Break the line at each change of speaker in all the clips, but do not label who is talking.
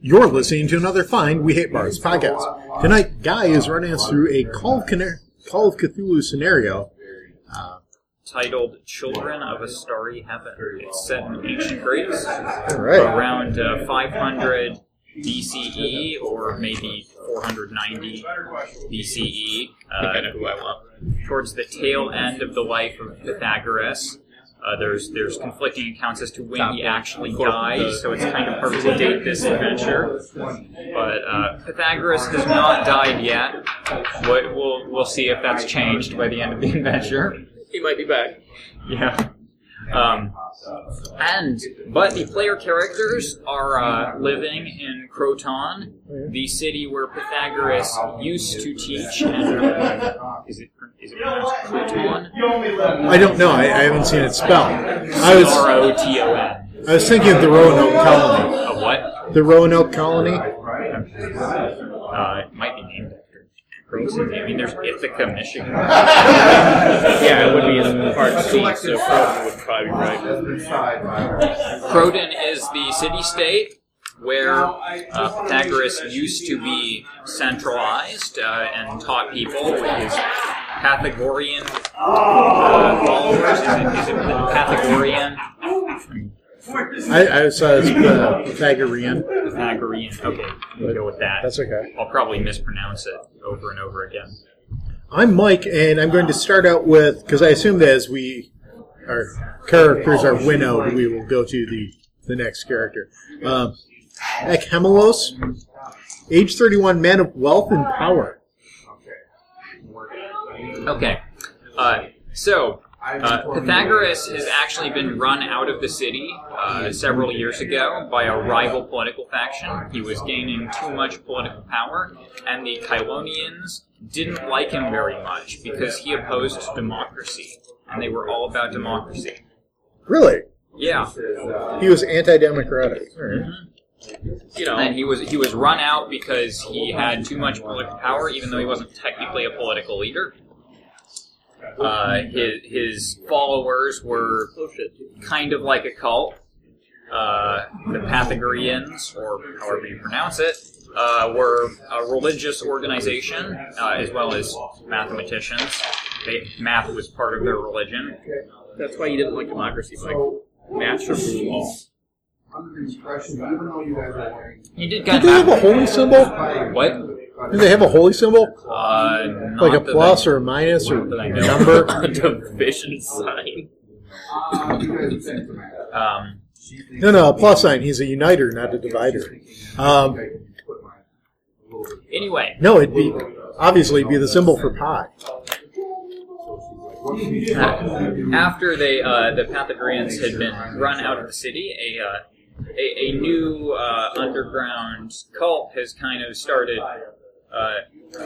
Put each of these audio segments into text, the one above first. You're listening to another fine We Hate Bars podcast. Tonight, Guy is running us through a Call of, Cana- Call of Cthulhu scenario. Uh,
titled Children of a Starry Heaven. It's set in ancient Greece
all right.
around uh, 500 BCE E or maybe 490 BCE,
I think I
uh,
know who I want.
towards the tail end of the life of Pythagoras. Uh, there's there's conflicting accounts as to when he actually died, so it's kind of hard to date this adventure. But uh, Pythagoras has not died yet. We'll, we'll we'll see if that's changed by the end of the adventure.
He might be back.
Yeah. Um, and but the player characters are uh, living in Croton, the city where Pythagoras used to teach. And, is it is it pronounced Croton?
I don't know. I, I haven't seen it spelled. I
R
was
O T O N.
I was thinking of the Roanoke Colony.
A what?
The Roanoke Colony.
Uh, it might be named after. Croton. I mean, there's Ithaca, Michigan.
Yeah, it would be in part C, so Croton would probably be right.
Croton is the city state where uh, Pythagoras used to be centralized uh, and taught people with his Pythagorean uh, followers. Is it, is it Pythagorean?
I, I saw it as uh, Pythagorean.
Pythagorean. Okay, we'll go with that.
That's okay.
I'll probably mispronounce it over and over again.
I'm Mike, and I'm going to start out with because I assume that as we our characters are winnowed, we will go to the the next character. Um, Ekhemelos, age 31, man of wealth and power.
Okay. Uh, so, uh, Pythagoras has actually been run out of the city uh, several years ago by a rival political faction. He was gaining too much political power, and the Kylonians didn't like him very much because he opposed democracy, and they were all about democracy.
Really,
Yeah,
he was anti-democratic.
You know,
and he was he was run out because he had too much political power, even though he wasn't technically a political leader. Uh, his, his followers were
oh shit.
kind of like a cult. Uh, the Pythagoreans, or however you pronounce it, uh, were a religious organization uh, as well as mathematicians. They, math was part of their religion.
That's why you didn't like democracy, Mike. Natural rules.
He did
Did
kind
they
of
have a holy symbol?
what?
Did they have a holy symbol,
Uh, not
like a
that I-
plus or a minus or
not that I know.
number?
A division sign.
Uh,
Um,
No, no, a plus sign. He's a uniter, not a divider. Um,
anyway,
no, it'd be obviously be the symbol for pi.
after they uh, the Pythagoreans had been run out of the city, a uh, a, a new uh, underground cult has kind of started uh,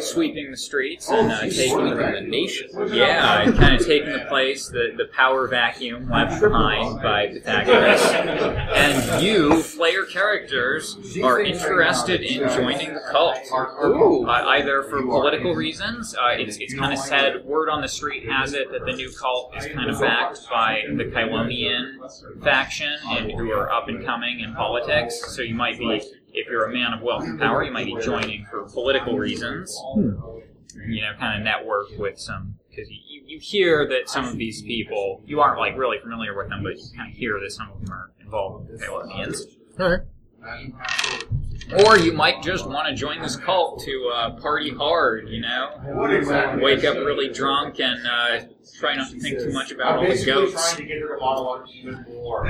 sweeping the streets and uh, taking the nation. Yeah, and kind of taking the place, the, the power vacuum left behind by Pythagoras. And you, player characters, are interested in joining the cult.
Ooh.
Uh, either for political reasons, uh, it's, it's kind of said, word on the street has it that the new cult is kind of backed by the Kylonian faction and who are up and coming in politics. So you might be, if you're a man of wealth and power, you might be joining for political reasons. You know, kind of network with some because you, you, you hear that some of these people you aren't like really familiar with them, but you kind of hear that some of them are involved with the Pelotonians.
All right.
Or you might just want to join this cult to uh, party hard, you know? Wake up really drunk and uh, try not to think too much about all the goats.
Oh,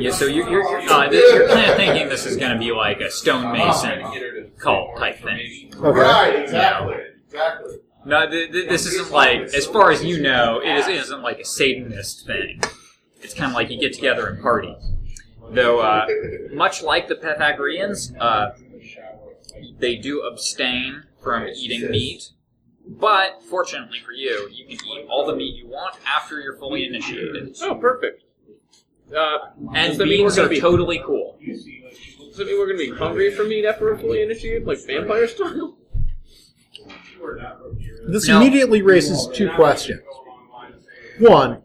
Yeah, so you're, you're, uh, th- you're kind of thinking this is going to be like a stonemason cult type thing.
Okay.
exactly, No, th- th- this isn't like, as far as you know, it, is, it isn't like a Satanist thing. It's kind of like you get together and party. Though, uh, much like the Pythagoreans, uh, they do abstain from eating meat. But fortunately for you, you can eat all the meat you want after you're fully initiated.
Oh, perfect. Uh,
And
does that mean we're
beans
gonna
are
be
totally cool.
does that mean we're gonna be hungry for meat after we're fully initiated, like vampire style?
This
No.
immediately raises two questions. One,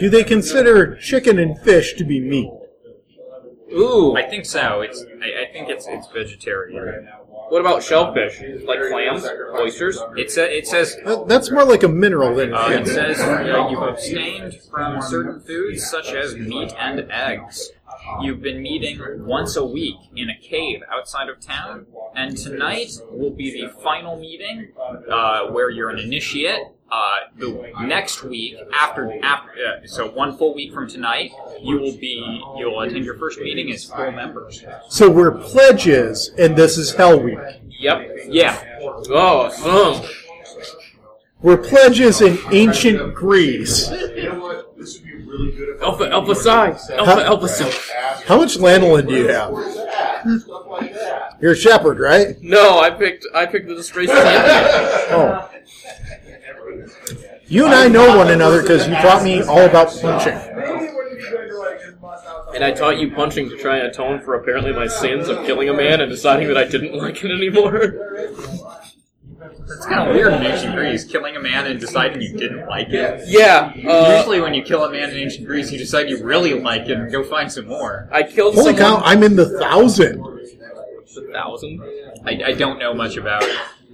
do they consider chicken and fish to be meat?
Ooh.
I think so. It's I, I think it's it's vegetarian.
What about shellfish? Like clams, oysters?
It sa- uh, it says
That- That's more like a mineral than
uh,
a
it
fish.
says uh, you've abstained from certain foods such as meat and eggs. You've been meeting once a week in a cave outside of town, and tonight will be the final meeting uh, where you're an initiate. Uh, the next week after after uh, so one full week from tonight, you will be you'll attend your first meeting as full members.
So we're pledges, and this is Hell Week.
Yep.
Yeah,
Oh, some.
We're pledges in ancient Greece.
You know what? This would be really good if
Alpha, alpha psi. Alpha, alpha psi.
How much lanolin do you have?
stuff like that.
You're a shepherd, right?
No, I picked. I picked the disgrace champion.
Oh. You and I know one another because you taught me all about punching.
Oh.
Maybe it wouldn't be good to like just bust out the
And I taught you punching to try and atone for apparently my sins of killing a man and deciding that I didn't like it anymore.
it's kind of weird in ancient Greece, killing a man and deciding you didn't like it.
Yeah. Uh,
Usually, when you kill a man in ancient Greece, you decide you really like it and go find some more.
I killed
Holy cow,
someone.
I'm in the thousand.
A thousand.
I, I don't know much about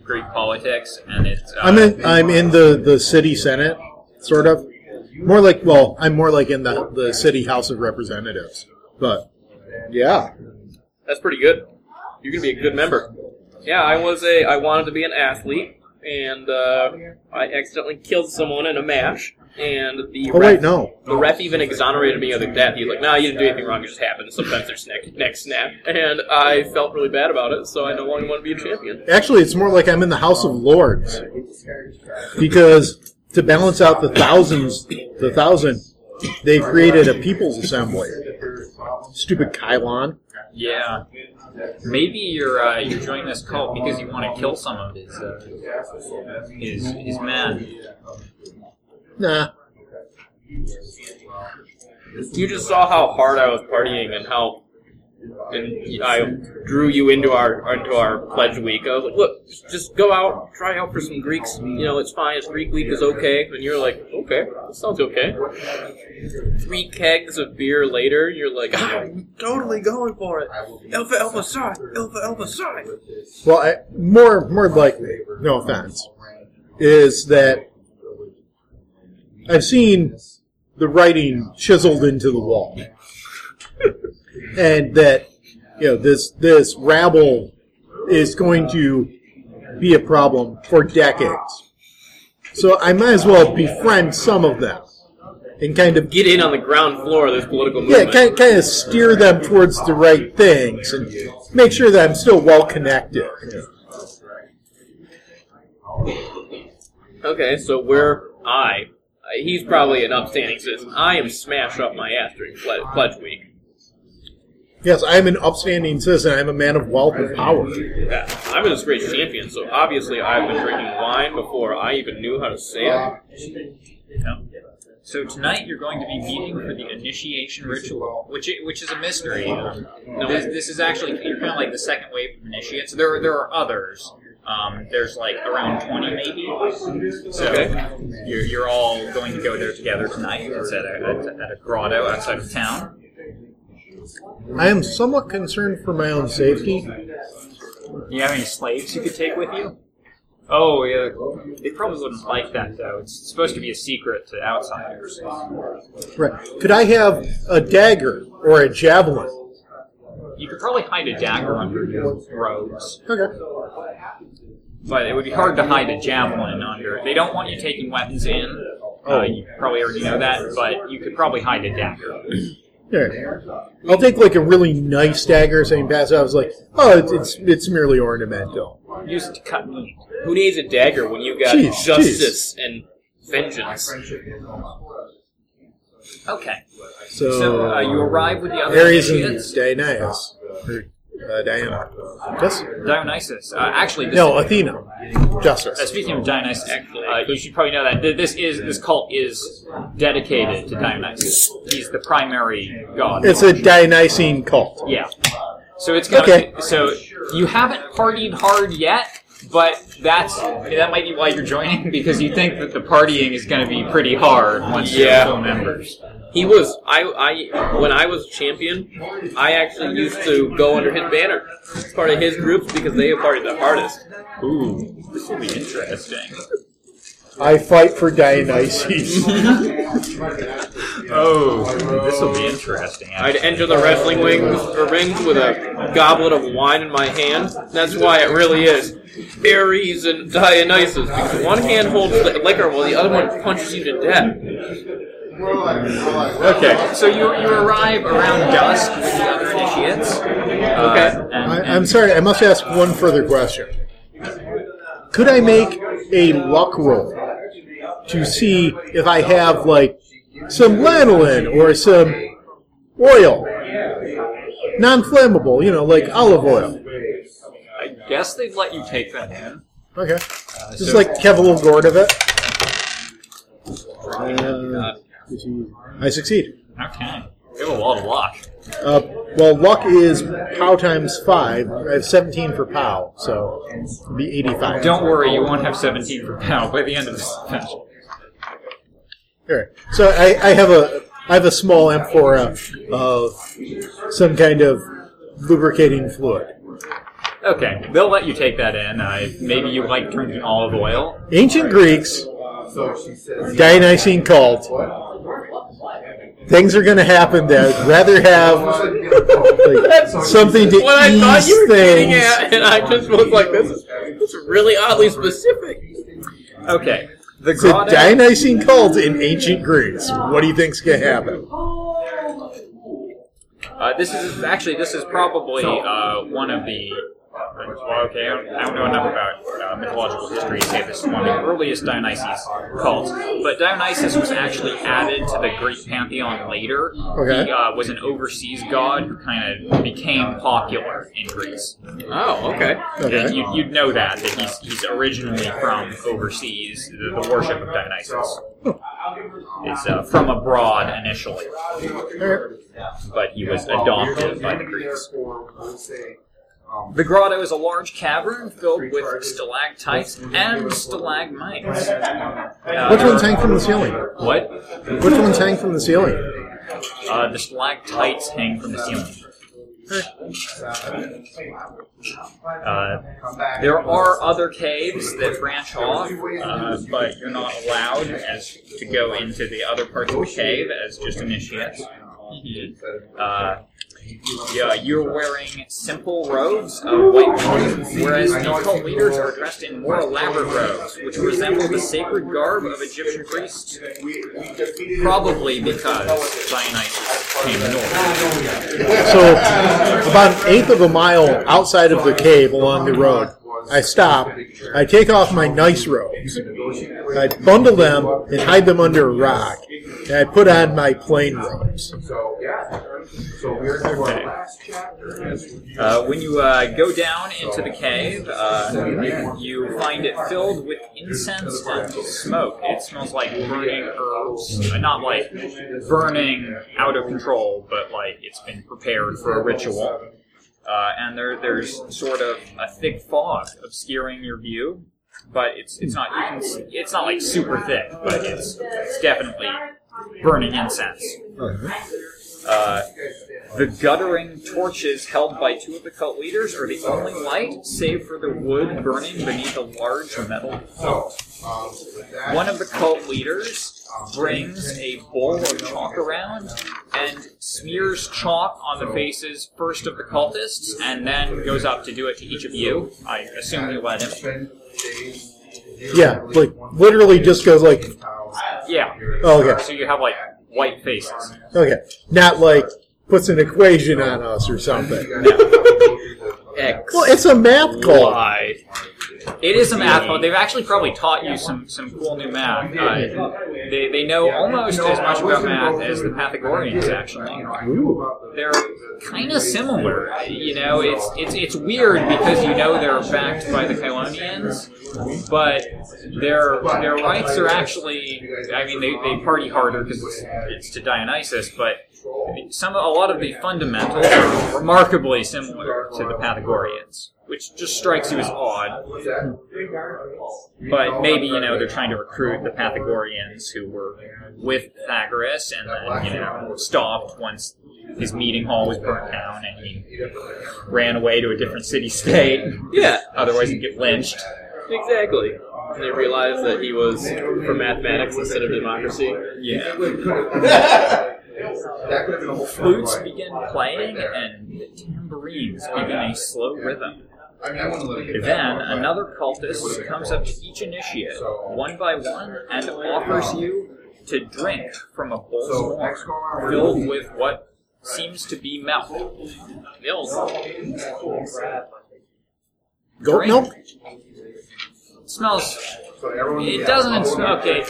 Greek politics, and it's. Uh,
I'm in I'm in the, the city senate, sort of. More like well, I'm more like in the, the city house of representatives. But yeah.
That's pretty good. You're gonna be a good member. Yeah, I was a. I wanted to be an athlete, and uh, I accidentally killed someone in a match. And the
Oh
ref,
wait, no.
the ref even exonerated me of the death. He's like, "Nah, you didn't do anything wrong. It just happened. Sometimes there's neck neck snap." And I felt really bad about it, so I no longer want to be a champion.
Actually, it's more like I'm in the House of Lords, because to balance out the thousands, the thousand, they created a People's Assembly. Stupid Kylon.
yeah. Maybe you're uh, you're joining this cult because you want to kill some of his uh, his his men.
Nah.
You just saw how hard I was partying and how. And I drew you into our into our pledge week. I was like, "Look, just go out, try out for some Greeks. You know, it's fine. It's Greek week is okay." And you're like, "Okay, that sounds okay." Three kegs of beer later, you're like, "Ah, "I'm totally going for it." Alpha Alpha Psi, Alpha Alpha Psi.
Well, I, more more likely, no offense, is that I've seen the writing chiseled into the wall, and that you know this this rabble is going to be a problem for decades. So I might as well befriend some of them and kind of
Get in on the ground floor of this political
yeah,
movement.
kind, kind of steer them towards the right things and make sure that I'm still well connected.
Okay, so we're I. Uh, He's probably an upstanding citizen. I am smash up my ass during ple- pledge week.
Yes, I am an upstanding citizen. I am a man of wealth and power.
Yeah, I'm a disgraced champion, so obviously I've been drinking wine before I even knew how to say it.
No. So tonight you're going to be meeting for the initiation ritual, which i- which is a mystery. Um, this, this is actually you're kind of like the second wave of initiates. There are, there are others. Um, there's like around 20 maybe. So
Okay.
you're, you're all going to go there together tonight. It's at a, at, at a grotto outside of town.
I am somewhat concerned for my own safety.
Do you have any slaves you could take with you? Oh yeah, they probably wouldn't like that though. It's supposed to be a secret to outsiders.
Right. Could I have a dagger or a javelin?
You could probably hide a dagger under your robes.
Okay.
But it would be hard to hide a javelin under. They don't want you taking weapons in.
Oh.
Uh, you probably already know that, but you could probably hide a dagger.
There. I'll take like a really nice dagger, so I can pass it. I was like, oh, it's it's, it's merely ornamental.
Use it to cut meat.
Who needs a dagger when you got
Jeez,
justice and vengeance?
Okay.
So,
So uh, you arrive with the other
Ares and
initiates.
Dionysus, or uh, Diana. Yes.
Dionysus. Uh, actually, this
No, Athena. Justice.
Uh, speaking of Dionysus,
Actually.
uh, you should probably know that th- this is this cult is dedicated to Dionysus. He's the primary god.
It's a Dionysian cult.
Yeah. So it's kind
Okay.
of so you haven't partied hard yet, But that's that might be why you're joining because you think that the partying is going to be pretty hard once
Yeah.
you're full members.
He was I I when I was champion, I actually used to go under his banner. It's part of his groups because they partied the hardest.
Ooh, this will be interesting.
I fight for Dionysus.
Oh, this will be interesting.
I'd enter the wrestling wings or rings with a goblet of wine in my hand. That's why it really is Ares and Dionysus because one hand holds the liquor while the other one punches you to death.
Okay, so you, you arrive around dusk with the other initiates. Uh,
Okay.
and-
I,
and-
I'm sorry, I must ask one further question. Could I make a luck roll to see if I have, like, some lanolin or some oil? Non flammable, you know, like olive oil.
I guess they'd let you take that in.
Okay. Just like Kevlar Gord of it. Uh, I succeed.
Okay. You have a lot of luck.
Uh, well, luck is POW times 5. I have 17 for POW, so it'd be 85.
Don't worry, you won't have 17 per pound by the end of this session.
All right. So I, I have a I have a small amphora of some kind of lubricating fluid.
Okay, they'll let you take that in. Uh, maybe you like drink an olive oil.
Ancient Greeks, Dionysian cult. Things are going to happen that I'd rather have like, something to
What I thought
ease
you were getting
things.
at, and I just was like, this is, this is really oddly specific.
Okay. The
It's a
grotto.
Dionysian cult in ancient Greece. What do you think's going to happen?
Uh, this is actually this is probably uh, one of the. Well, okay, I don't, I don't know enough about uh, mythological history to say this is one of the earliest Dionysus cults, but Dionysus was actually added to the Greek pantheon later.
Okay.
He uh, was an overseas god who kind of became popular in Greece.
Oh, okay.
And
Okay.
you, you'd know that that he's he's originally from overseas, the, the worship of Dionysus. It's uh, from abroad initially, but he was adopted by the Greeks. The grotto is a large cavern filled with stalactites and stalagmites. Uh,
Which one's hanging from the ceiling?
What?
Which one's hanging from the ceiling?
Uh, the stalactites hang from the ceiling. Uh, there are other caves that branch off, uh, but you're not allowed as to go into the other parts of the cave as just initiates. Uh, yeah, you're wearing simple robes of white linen, whereas the cult leaders are dressed in more elaborate robes, which resemble the sacred garb of Egyptian priests. Probably because Dionysus came north.
So, about an eighth of a mile outside of the cave along the road, I stop. I take off my nice robes. I bundle them and hide them under a rock. And I put on my plain robes.
Uh, when you uh, go down into the cave, uh, you find it filled with incense and smoke. It smells like burning herbs, uh, not like burning out of control, but like it's been prepared for a ritual. Uh, and there, there's sort of a thick fog obscuring your view, but it's it's not you can see, it's not like super thick, but it's, it's definitely burning incense. Uh, the guttering torches held by two of the cult leaders are the only light, save for the wood burning beneath a large metal pot.
um,
One of the cult leaders brings a bowl of chalk around and smears chalk on the faces first of the cultists, and then goes up to do it to each of you. I assume you let him.
Yeah, like literally just goes like,
Yeah.
oh, okay,
So you have like white faces.
okay. Not like puts an equation on us or something.
X.
Well, it's a math call.
Y.
It is some math, but they've actually probably taught you some, some cool new math. Uh, they, they know almost as much about math as the Pythagoreans, actually. They're kind of similar. You know, it's, it's, it's weird because you know they're backed by the Chelonians, but their, their rights are actually, I mean, they, they party harder because it's, it's to Dionysus, but some a lot of the fundamentals are remarkably similar to the Pythagoreans. which just strikes you as odd. But maybe, you know, they're trying to recruit the Pythagoreans who were with Pythagoras and then, you know, stopped once his meeting hall was burnt down and he ran away to a different city state.
Yeah,
Otherwise, he'd get lynched.
exactly. And they realized that he was for mathematics instead of democracy.
Yeah.
That could have been a whole
Flutes begin playing and the tambourines begin a slow rhythm.
I mean, I wouldn't let it get that
Then
far, but-
another cultist comes up to each initiate, one by one, and offers you to drink from a
So,
bowl
next go around, we're
filled
looking-
with what seems to be milk.
Mills.
Goat
Drink.
milk?
Smells.
so everyone-
It
yeah,
doesn't
everyone-
smell. Okay,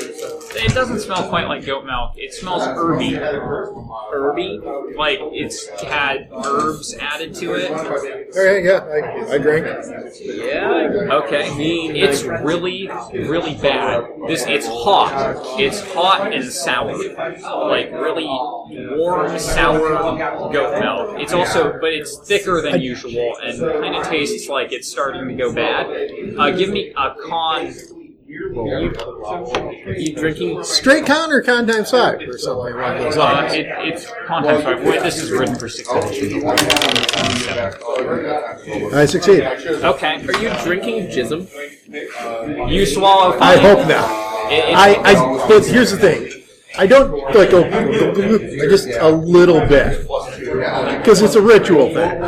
it doesn't smell quite like goat milk. It smells herby, herby. Like it's had herbs added to it.
Okay, yeah, I, I drank.
Yeah.
Okay. It's really, really bad. This it's hot. It's hot and sour. Like really warm, sour goat milk. It's also but it's thicker than usual and kinda tastes like it's starting to go bad. Uh, give me a con
You drinking?
Straight con or con times five or something along those
uh,
lines.
it, it's con times five. Wait, this is written for six edition.
I succeed.
Okay.
Are you drinking jism?
You swallow
I
fine.
hope not.
It- it's-
I, I, but here's the thing. I don't like go, go- go- go- just a little bit because it's a ritual thing.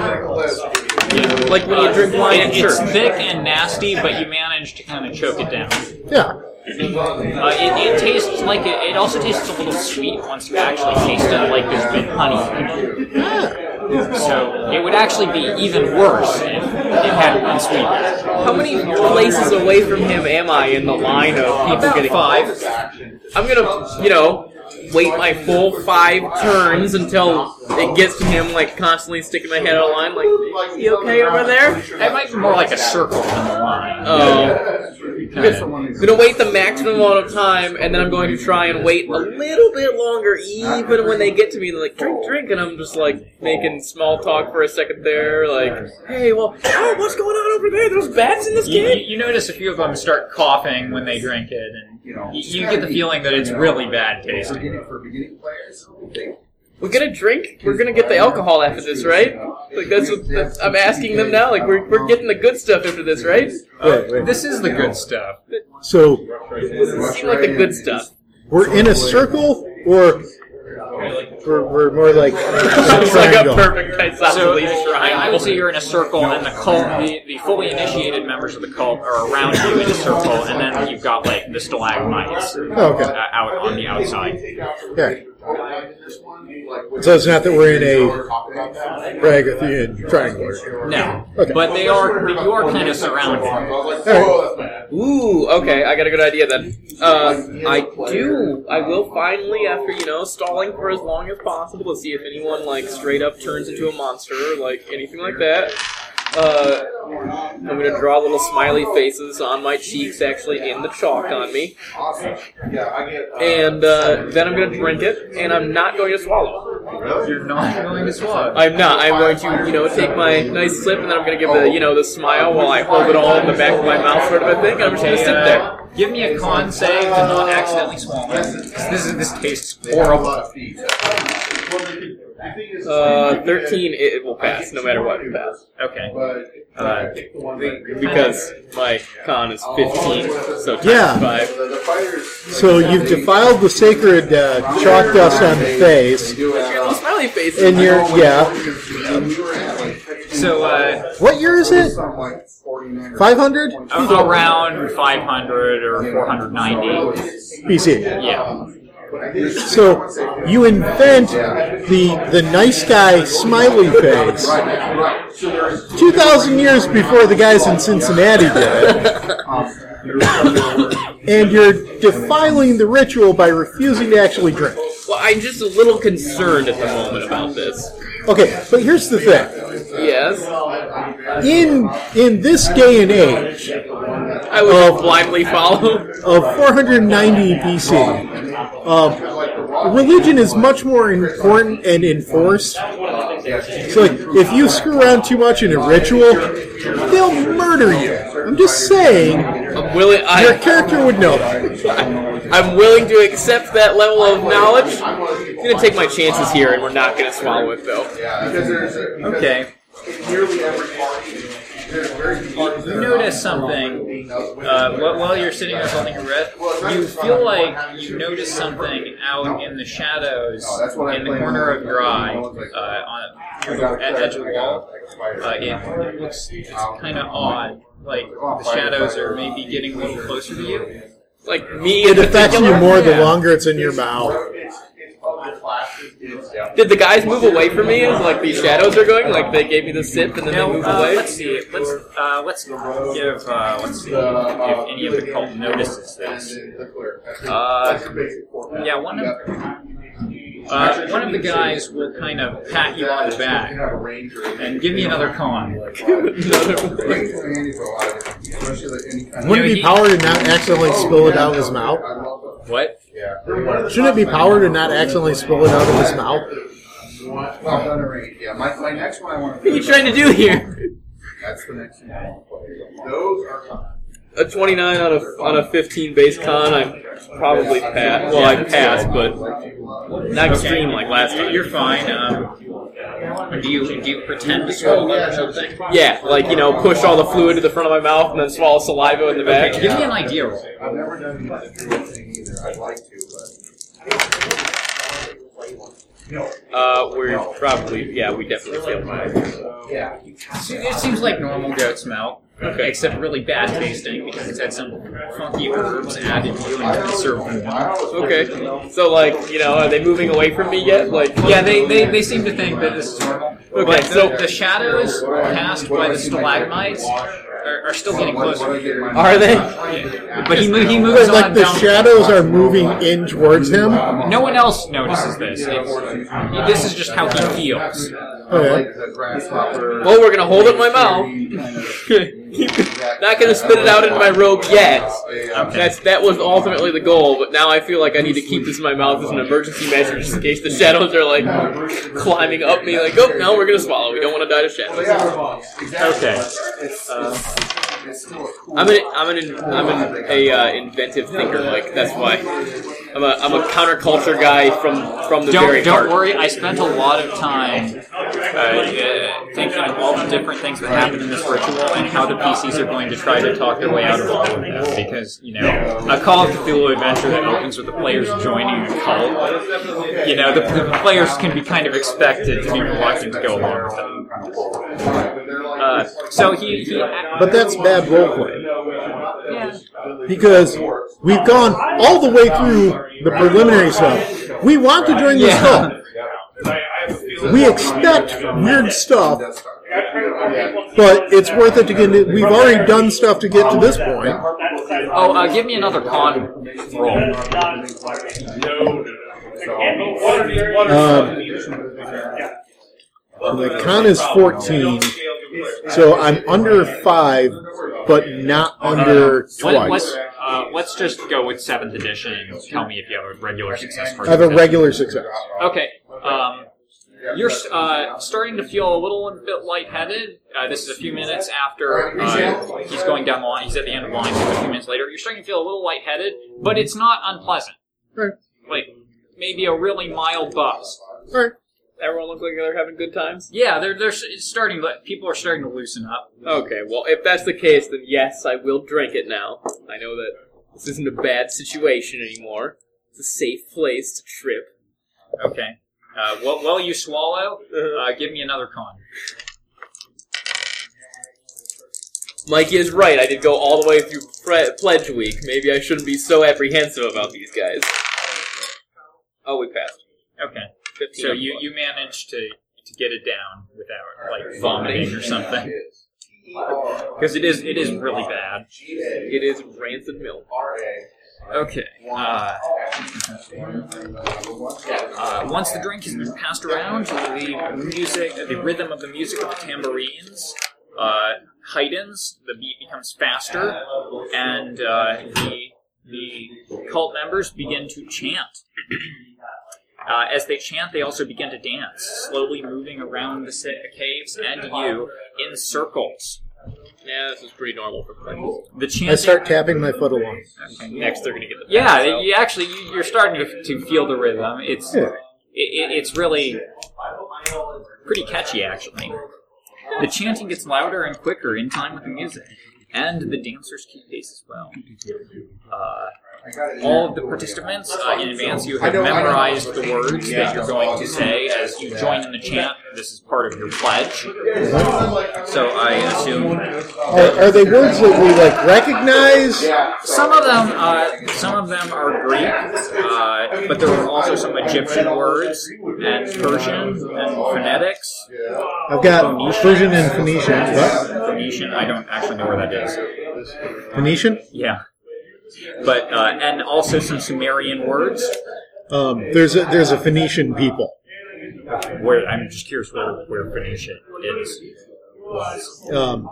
Like when you drink wine at
it- it's
church.
thick and nasty, but you manage to kind of choke it down.
Yeah,
Uh, it, it tastes like it, it also tastes a little sweet once you actually taste it, like there's been honey. in it. So it would actually be even worse if it hadn't been sweet.
How many places away from him am I in the line of people
About
getting
five.
I'm gonna, you know, wait my full five turns until it gets to him, like constantly sticking my head out of line, like, you okay over there?
That might be more like a circle than a line.
Oh.
Kinda.
I'm gonna wait the maximum amount of time, and then I'm going to try and wait a little bit longer, even when they get to me, like, drink, drink, and I'm just like making small talk for a second there, like, hey, well, oh, what's going on over there? There's bats in this
You,
game?
you notice a few of them start coughing when they drink it, and you, you get the feeling that it's really bad tasting.
For beginning players, they-
We're gonna drink. We're gonna get the alcohol after this, right? Like that's what that, I'm asking them now. Like we're, we're getting the good stuff after this, right?
Wait, wait.
This is the good stuff.
So
Doesn't seem like the good stuff.
we're in a circle, or we're, we're more like a
It's like a
triangle.
perfect
So uh,
isosceles
I I would say
triangle.
you're in a circle, and the cult, the, the fully initiated members of the cult are around you in a circle, and then you've got like the stalagmites
Oh, okay.
uh, out on the outside.
Okay. So it's not that we're in a Pythagorean triangle.
No,
Okay.
but they are but you are kind of surrounded.
Ooh, okay, I got a good idea then. Uh, I do. I will finally, after you know, stalling for as long as possible to see if anyone like straight up turns into a monster or like anything like that. Uh, I'm gonna draw little smiley faces on my cheeks, actually, in the chalk on me.
Yeah, I get. uh,
and uh, then I'm going to drink it, and I'm not going to swallow.
You're not going to swallow.
I'm not. I'm going to, you know, take my nice sip, and then I'm going to give the, you know, the smile while I hold it all in the back of my mouth, sort of a thing, and I'm just going to
Okay,
sit
uh,
there.
give me a con save to not accidentally swallow. 'Cause This is this tastes horrible.
Uh, 13, it, it will pass, no matter what, it pass.
Okay.
Uh, because my con is 15, so times
Yeah.
5.
So you've defiled the sacred uh, chalk dust on the face,
Your little smiley face.
and you're yeah.
So uh,
What year is it? Five hundred
a- around 500 or 490.
BC.
Yeah.
So you invent the the nice guy smiley face two thousand years before the guys in Cincinnati did it, and you're defiling the ritual by refusing to actually drink.
Well, I'm just a little concerned at the moment about this.
Okay, but here's the thing:
Yes,
in in this day and age,
I would
Oh.
blindly follow.
of 490 Um, BC. Uh, religion is much more important and enforced It's like if you screw around too much in a ritual, they'll murder you. I'm just saying,
I'm willing.
your
I,
character would know. that.
I'm willing to accept that level of knowledge. I'm gonna take my chances here, and we're not gonna swallow it though.
Because there's a, because
Okay.
nearly every party, there's very few parties that
You
are
notice something uh, while, while you're sitting there holding your breath. You feel like you notice something out in the shadows in the corner of your eye uh, on the edge of the wall. Uh, it looks it's kind of odd. Like the shadows are maybe getting a little closer to you.
Like me.
It
in
affects you
particular?
more the
Yeah.
longer it's in your mouth.
It's, it's other classes, it's, yeah.
Did the guys move away from me as like these shadows are going? Like they gave me the sip and then
Now,
they moved
uh,
away.
let's see. Let's uh, let's give uh, let's see
The, uh,
if any of the cult notices this.
And the clear. That's the-
Uh,
that's the basic format.
yeah, one of-
Yep.
Uh, one of the guys will kind of pat you on the
You
back
have a ranger.
and give me another con.
Rangers are handy for a lot of different people, especially like any kind of- Oh,
Wouldn't it be power to not accidentally spill it out of his mouth?
I love them.
What?
Yeah.
Shouldn't it be power to not accidentally spill it out of his mouth?
Well, I've done a range. Yeah, my, my next one I want
What are you trying to do here?
That's the next one. I wanna play. Those are fun.
A 29 on a on a 15 base con. I probably pass. Well, I pass, but not extreme like last
You-
time.
You're fine. Um, do you do you pretend to
Oh,
swallow or something?
Yeah, like you know, push all the fluid to the front of my mouth and then swallow saliva in the back.
Okay, give me an idea roll.
I've never done the drill thing either. I'd like to, but.
Uh, we're probably yeah, we definitely failed. mine.
Yeah.
It seems like normal goat smell,
Okay.
except really bad tasting because it's had some funky herbs added to it and conserved in them.
Okay. So like you know, are they moving away from me yet? Like
Yeah, they, they, they seem to think that this is normal.
Okay,
but the,
so-
the shadows cast by the stalagmites are, are still getting closer.
are they?
Yeah. But he, mo- he moves
But
on
like the
down.
shadows are moving in towards him.
No one else notices this. It's- this is just how he feels.
Okay.
Well,
Well, we're gonna hold it in my mouth. Not gonna spit it out into my robe yet. That's that was ultimately the goal, but now I feel like I need to keep this in my mouth as an emergency measure, just in case the shadows are like climbing up me. Like, oh no, we're gonna swallow. We don't want to die to shadows.
Okay.
Uh, I'm an I'm an I'm an a uh, inventive thinker. Like that's why I'm a I'm a counterculture guy from from the very
Don't,
heart.
don't worry, I spent a lot of time uh, uh, thinking of all the different things that happen in this ritual and how the PCs are going to try to talk their way out of all of that. Because, you know, a Call of Cthulhu adventure that opens with the players joining a cult, you know, the, the players can be kind of expected to be reluctant to go along with it. Uh, so he, he
But that's bad roleplay. Because we've gone all the way through the preliminary stuff. We want to join this
Yeah.
cult. We expect weird stuff, but it's worth it to get. it- We've already done stuff to get to this point.
Oh, uh, give me another con roll.
Um, the con is 14, so I'm under five, but not under
What, what's,
twice.
uh, let's just go with seventh edition. and Tell me if you have a regular success.
I have a regular success.
Okay. Um, you're uh, starting to feel a little bit lightheaded. Uh, this is a few minutes after uh, he's going down the line. He's at the end of the line. So a few minutes later, you're starting to feel a little lightheaded, but it's not unpleasant.
Right.
Like maybe a really mild buzz.
All right.
Everyone looks like they're having good times.
Yeah, they're they're s- it's starting. But people are starting to loosen up.
Okay, well if that's the case, then yes, I will drink it now. I know that this isn't a bad situation anymore. It's a safe place to trip.
Okay. Uh, while, while you swallow, uh, give me another con.
Mikey is right. I did go all the way through pre- pledge week. Maybe I shouldn't be so apprehensive about these guys. Oh, we passed.
Okay.
15
So
on the
you,
block.
you managed to, to get it down without like vomiting or something because it is it is really bad.
It is rancid milk.
Okay. Uh, uh, once the drink has been passed around, the music, the rhythm of the music of the tambourines uh, heightens. The beat becomes faster, and uh, the the cult members begin to chant. Uh, as they chant, they also begin to dance, slowly moving around the sa- caves and you in circles.
Yeah, this is pretty normal for pledges.
The chanting.
I start tapping my foot along.
Next, they're gonna get the
yeah,
pledges out.
you actually you, you're starting to, to feel the rhythm. It's
Yeah.
it, it, it's really pretty catchy, actually. The chanting gets louder and quicker in time with the music, and the dancers keep pace as well. Uh, all of the participants uh, in advance, you
I
have
know- I know.
memorized the words
Yeah,
that you're
that's
going
all.
to say as you join in the chant. This is part of your pledge. So I assume
Are, are they words that we like recognize?
some of them, uh, some of them are Greek, uh, but there were also some Egyptian words and Persian and phonetics.
I've got Persian and Phoenician. What?
Phoenician, I don't actually know where that is. uh,
Phoenician?
Yeah, but uh, and also some Sumerian words.
Um, there's a, there's a Phoenician people.
Where I'm just curious where where Phoenicia is.
Um,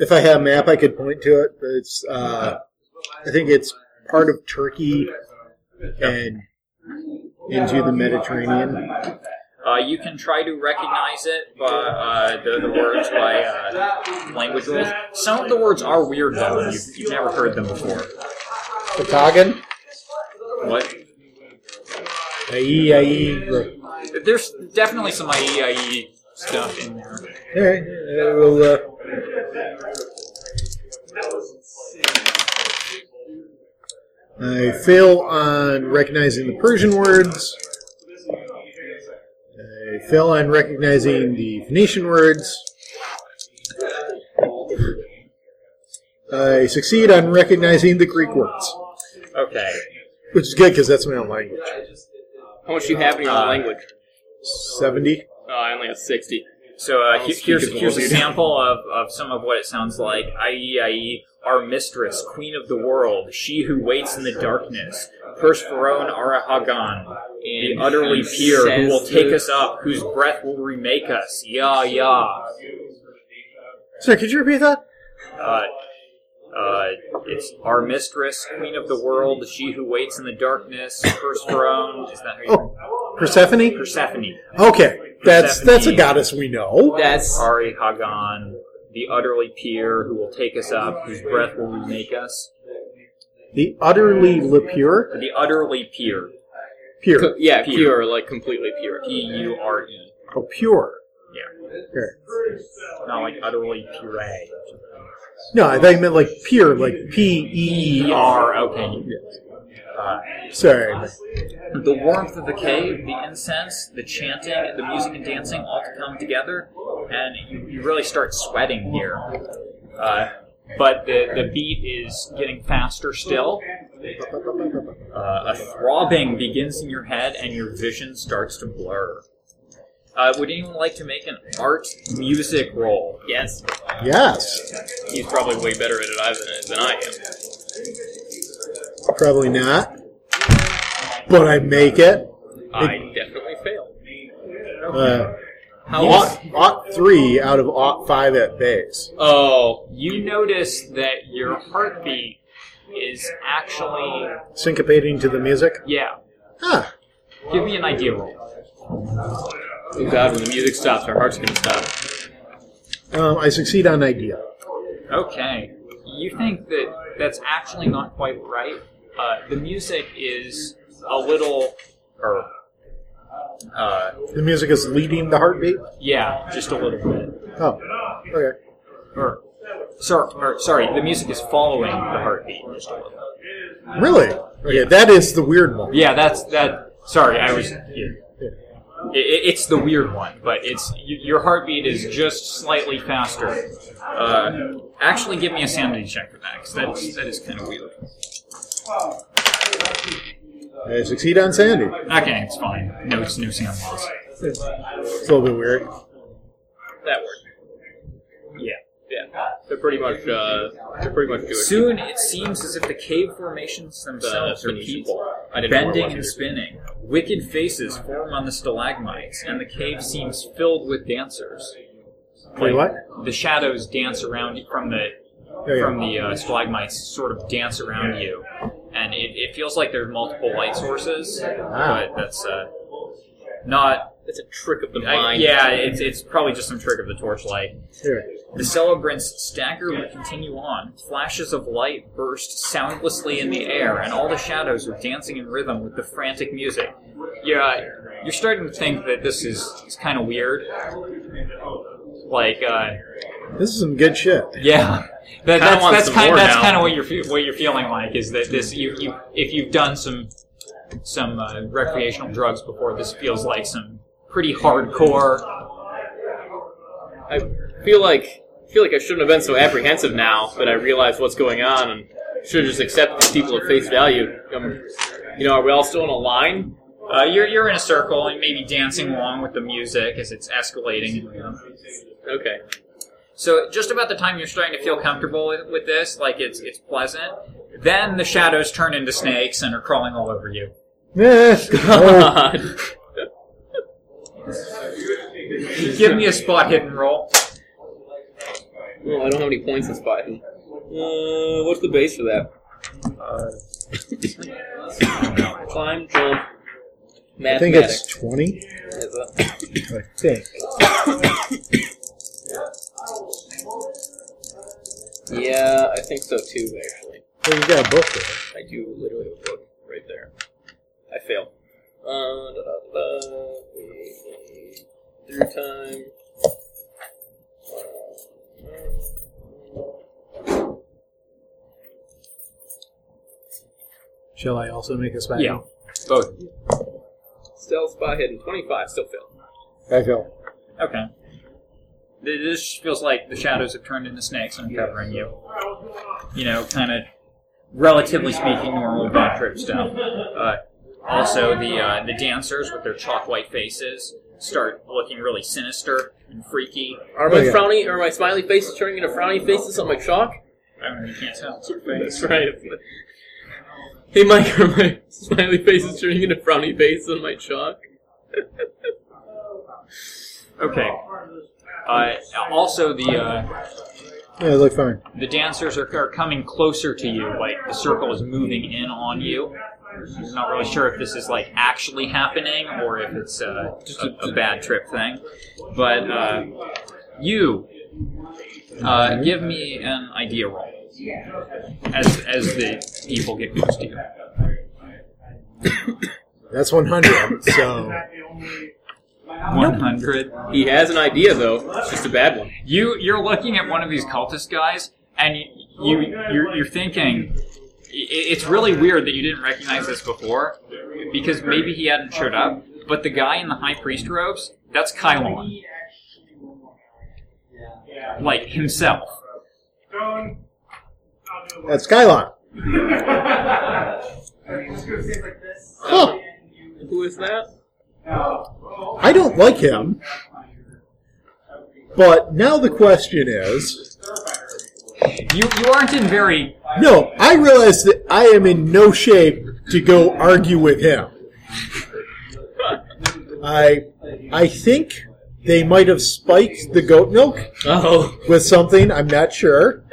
if I had a map, I could point to it. But it's uh, I think it's part of Turkey and into the Mediterranean.
Uh, you can try to recognize it by uh, the, the words by uh, language rules. Some of the words are weird though; and you've, you've never heard them before.
Patagon?
What?
Aye, aye.
There's definitely some IEIE E stuff in there.
All right, uh, we'll. Uh, I fail on recognizing the Persian words. I fail on recognizing the Phoenician words. I succeed on recognizing the Greek words,
Okay.
which is good because that's my own language.
How much do you have in your
Uh,
language?
70.
Oh, I only have sixty.
So uh, he- here's
speak
here's a
of-
sample of, of some of what it sounds like. IEIE, E, our mistress, queen of the world, she who waits in the darkness, Persephone Arahagan, the utterly pure, who will take us up, whose breath will remake us. Yah, yah.
Sir, could you repeat that?
Uh, uh, it's our mistress, queen of the world, she who waits in the darkness, Persephone. Is that how you
Oh, Persephone?
Persephone.
Okay, that's that's a
Persephone.
goddess we know.
That's
Ari Hagan, the utterly pure who will take us up, whose breath will remake us.
The utterly Lepure?
The utterly pure.
Pure.
yeah,
Pure.
pure. like completely pure.
P U R E.
Oh, pure.
Yeah.
Pure.
Not like utterly pure.
No, I thought you meant like pure, like P E E
E
R.
R. Okay. Uh,
Sorry.
the warmth of the cave, the incense, the chanting, the music and dancing all to come together, and you, you really start sweating here. Uh, but the, the beat is getting faster still. Uh, a throbbing begins in your head, and your vision starts to blur. Uh, would anyone like to make an art music roll?
Yes,
Yes.
he's probably way better at it I- than, than I am.
Probably not. But I make it.
I definitely failed.
Uh,
How
ought, ought 3 out of ought 5 at base.
Oh,
You notice that your heartbeat is actually,
Syncopating to the music.
yeah.
Huh.
Give me an idea roll.
oh God! When the music stops, our heart's gonna stop.
Um, I succeed on idea.
Okay. You think that that's actually not quite right? Uh, the music is a little, er, or, uh,
The music is leading the heartbeat.
yeah, just a little bit.
Oh. Okay.
Or, sorry, or, sorry, the music is following the heartbeat just a little.
Really? Okay, that is the weird one.
Yeah, that's that. Sorry, I was. Yeah. I- I- it's the weird one, but it's y- your heartbeat is just slightly faster. Uh, actually, give me a sanity check for that, because that is, that is kind of weird.
I succeed on Sandy.
Okay, it's fine. No, it's no sanity. loss.
It's a little bit weird.
That worked.
Yeah.
Yeah, they're pretty much uh, they're pretty much doing.
Soon it seems as if the cave formations themselves are
Phoenicians.
people,
I didn't know where it
bending
was
and
either.
spinning. Wicked faces form on the stalagmites, and the cave seems filled with dancers.
Wait, what?
The shadows dance around you from the
yeah.
from the uh, stalagmites, sort of dance around you, and it, it feels like there are multiple light sources.
Wow.
But that's uh, not.
That's a trick of the
I-
mind.
yeah, it's it's probably just some trick of the torchlight.
Sure.
The celebrants stagger and continue on. Flashes of light burst soundlessly in the air, and all the shadows are dancing in rhythm with the frantic music. Yeah, you're starting to think that this is, is kind of weird. Like, uh,
This is some good shit.
yeah, that, that's
want
that's
some
kind
more
that's
now.
kind of what you're fe- what you're feeling like is that this you, you if you've done some some uh, recreational drugs before, this feels like some pretty hardcore.
I feel like feel like I shouldn't have been so apprehensive now that I realize what's going on and should have just accepted these people at face value. Um, you know, are we all still in a line?
Uh, you're you're in a circle and maybe dancing along with the music as it's escalating.
Okay.
So just about the time you're starting to feel comfortable with, with this, like it's it's pleasant, then the shadows turn into snakes and are crawling all over you.
Yes. Oh,
Give me a spot hidden roll.
well, I don't have any points in spot. Uh, what's the base for that?
Uh,
Climb, jump,
I think
mathematics.
it's 20.
Is it?
I think.
Yeah, I think so too, actually.
Well, you got a book there.
I do literally have a book right there. I fail. Uh, da, da, da, da. Through time.
Shall I also make a spot?
Yeah. Both.
Stealth spot hidden. 25, still fail.
I feel.
Okay. Th- This feels like the shadows have turned into snakes and are covering you. You know, kind of, relatively speaking, normal bad trip stuff. Uh, also, the uh, the dancers with their chalk white faces start looking really sinister and freaky.
Are
Oh,
my
yeah.
frowny, are my smiley faces turning into frowny faces on my chalk?
I don't know, you can't tell.
That's right. Hey Mike, are my smiley faces turning into frowny faces on my chalk?
Okay. Uh, also, the uh,
Yeah, it looked fine.
the dancers are, are coming closer to you. Like the circle is moving in on you. I'm not really sure if this is like actually happening or if it's uh, just a, a bad trip thing. But uh, you uh, give me an idea roll as as the people get close to you.
That's 100. So,
One hundred.
He has an idea though, it's just a bad one.
You you're looking at one of these cultist guys, and you, you you're, you're thinking i- it's really weird that you didn't recognize this before, because maybe he hadn't showed up. But the guy in the high priest robes, that's Kylon, like himself.
that's Skylon. Huh.
Who is that?
I don't like him. But now the question is
You you aren't in very
no, I realize that I am in no shape to go argue with him. I I think they might have spiked the goat milk
Oh.
with something. I'm not sure.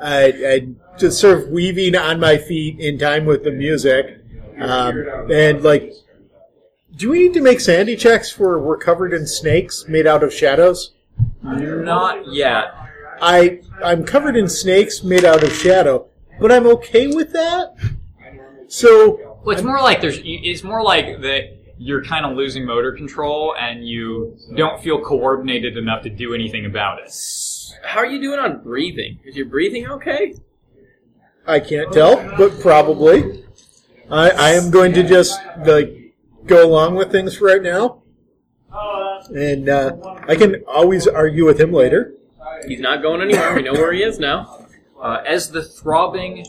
I, I just sort of weaving on my feet in time with the music, um, and like, do we need to make sanity checks for we're covered in snakes made out of shadows?
not yet.
I I'm covered in snakes made out of shadow, but I'm okay with that. So
Well, it's more like there's. It's more like that you're kind of losing motor control and you don't feel coordinated enough to do anything about it.
How are you doing on breathing? Is your breathing okay?
I can't tell, but probably. I I am going to just like go along with things for right now, and uh, I can always argue with him later.
He's not going anywhere. We know where he is now.
Uh, as the throbbing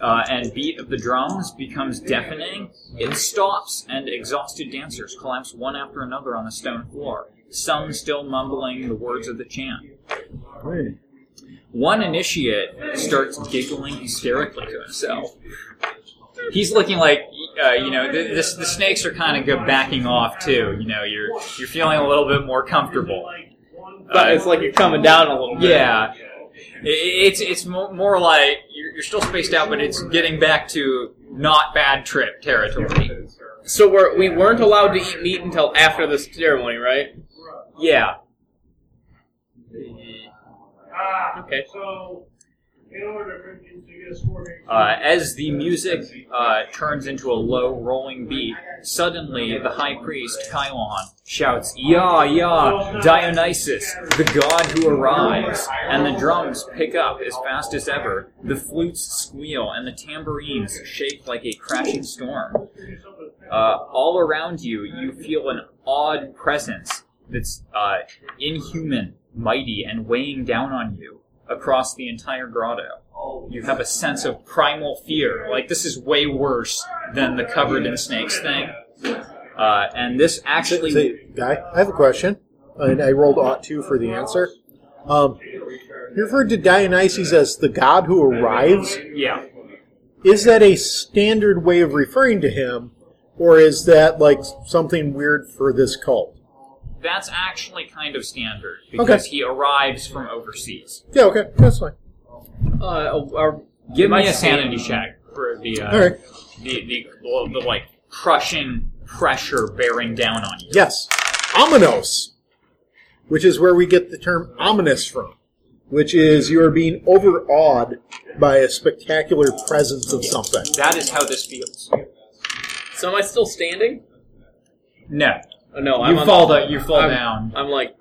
uh, and beat of the drums becomes deafening, it stops, and exhausted dancers collapse one after another on the stone floor, some still mumbling the words of the chant. One initiate starts giggling hysterically to himself. He's looking like, uh, you know, the, the, the snakes are kind of go backing off too. You know, you're you're feeling a little bit more comfortable.
But it's like you're coming down a little bit.
Yeah. I- It's it's mo- more like you're, you're still spaced out, but it's getting back to not bad trip territory.
So we're, we weren't allowed to eat meat until after the ceremony, right?
Yeah.
Okay.
So, in order for you to get a score,
Uh, as the music uh, turns into a low rolling beat, suddenly the high priest Kylon shouts, "Yah, yah, Dionysus, the god who arrives!" And the drums pick up as fast as ever. The flutes squeal, and the tambourines shake like a crashing storm. Uh, all around you, you feel an odd presence that's uh, inhuman, mighty, and weighing down on you across the entire grotto. You have a sense of primal fear, like this is way worse than the covered in snakes thing. Uh, and this actually,
Say, guy, I have a question, and I rolled ought two for the answer. Um, you referred to Dionysus as the god who arrives.
yeah,
Is that a standard way of referring to him, or is that like something weird for this cult?
that's actually kind of standard because he arrives from overseas.
Yeah, okay, that's fine.
Uh, our,
Give
my
me a sanity check for the uh,
All right.
the, the, well, the like crushing pressure bearing down on you.
Yes, ominos, which is where we get the term ominous from, which is you are being overawed by a spectacular presence of something.
That is how this feels.
So am I still standing?
No,
Oh, no, I'm
you
on
fall
the-
down. You fall
I'm-
down.
I'm like.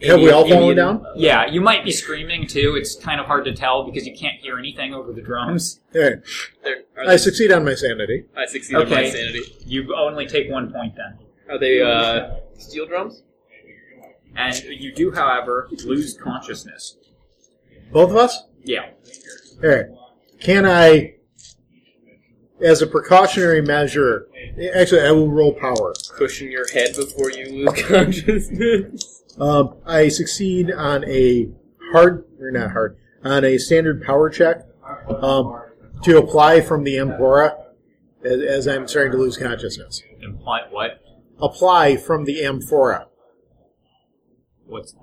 Have we all
Indian-
fallen
Indian-
down?
Yeah, you might be screaming too. It's kind of hard to tell because you can't hear anything over the drums.
All right,
There- are
I
they-
succeed on my sanity.
I succeeded okay. my
Okay.
sanity.
You only take one point then.
Are they uh, steel drums?
And you do, however, lose consciousness.
Both of us?
Yeah.
All right. Can I, as a precautionary measure, actually, I will roll power.
Cushion your head before you lose consciousness.
Um, I succeed on a hard, or not hard, on a standard power check um, to apply from the Amphora as, as I'm starting to lose consciousness.
Imply what?
Apply from the Amphora,
What's that?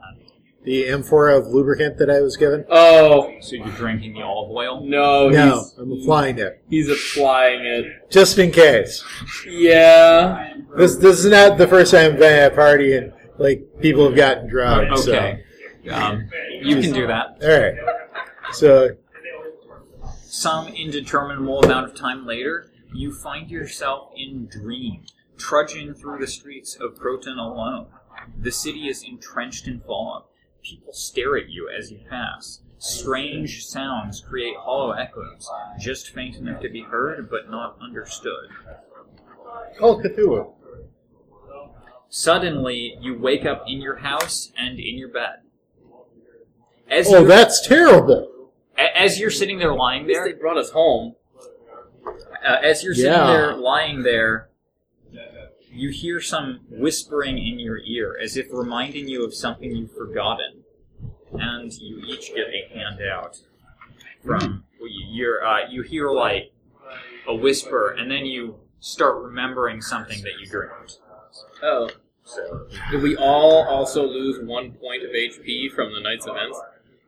the Amphora of lubricant that I was given.
Oh
So you're drinking the olive oil?
no!
No,
Oh, He's,
I'm applying it
he's applying it.
just in case.
Yeah.
This this is not the first time I've been at a party and like people have gotten drunk.
Okay. Um, you can do that.
So. All right. So
Some indeterminable amount of time later, you find yourself in dream, trudging through the streets of Croton alone. The city is entrenched in fog. People stare at you as you pass. Strange sounds create hollow echoes, just faint enough to be heard but not understood.
Call Cthulhu.
Suddenly, you wake up in your house and in your bed. As
Oh,
you're,
that's terrible.
a- as you're sitting there lying
At least they
there,
brought us home.
uh, as you're sitting
Yeah.
there lying there, you hear some whispering in your ear, as if reminding you of something you've forgotten, and you each get a handout from well, you- you're, uh, you hear like a whisper, and then you start remembering something that you dreamed.
Oh.
So
Did we all also lose one point of HP from the night's events?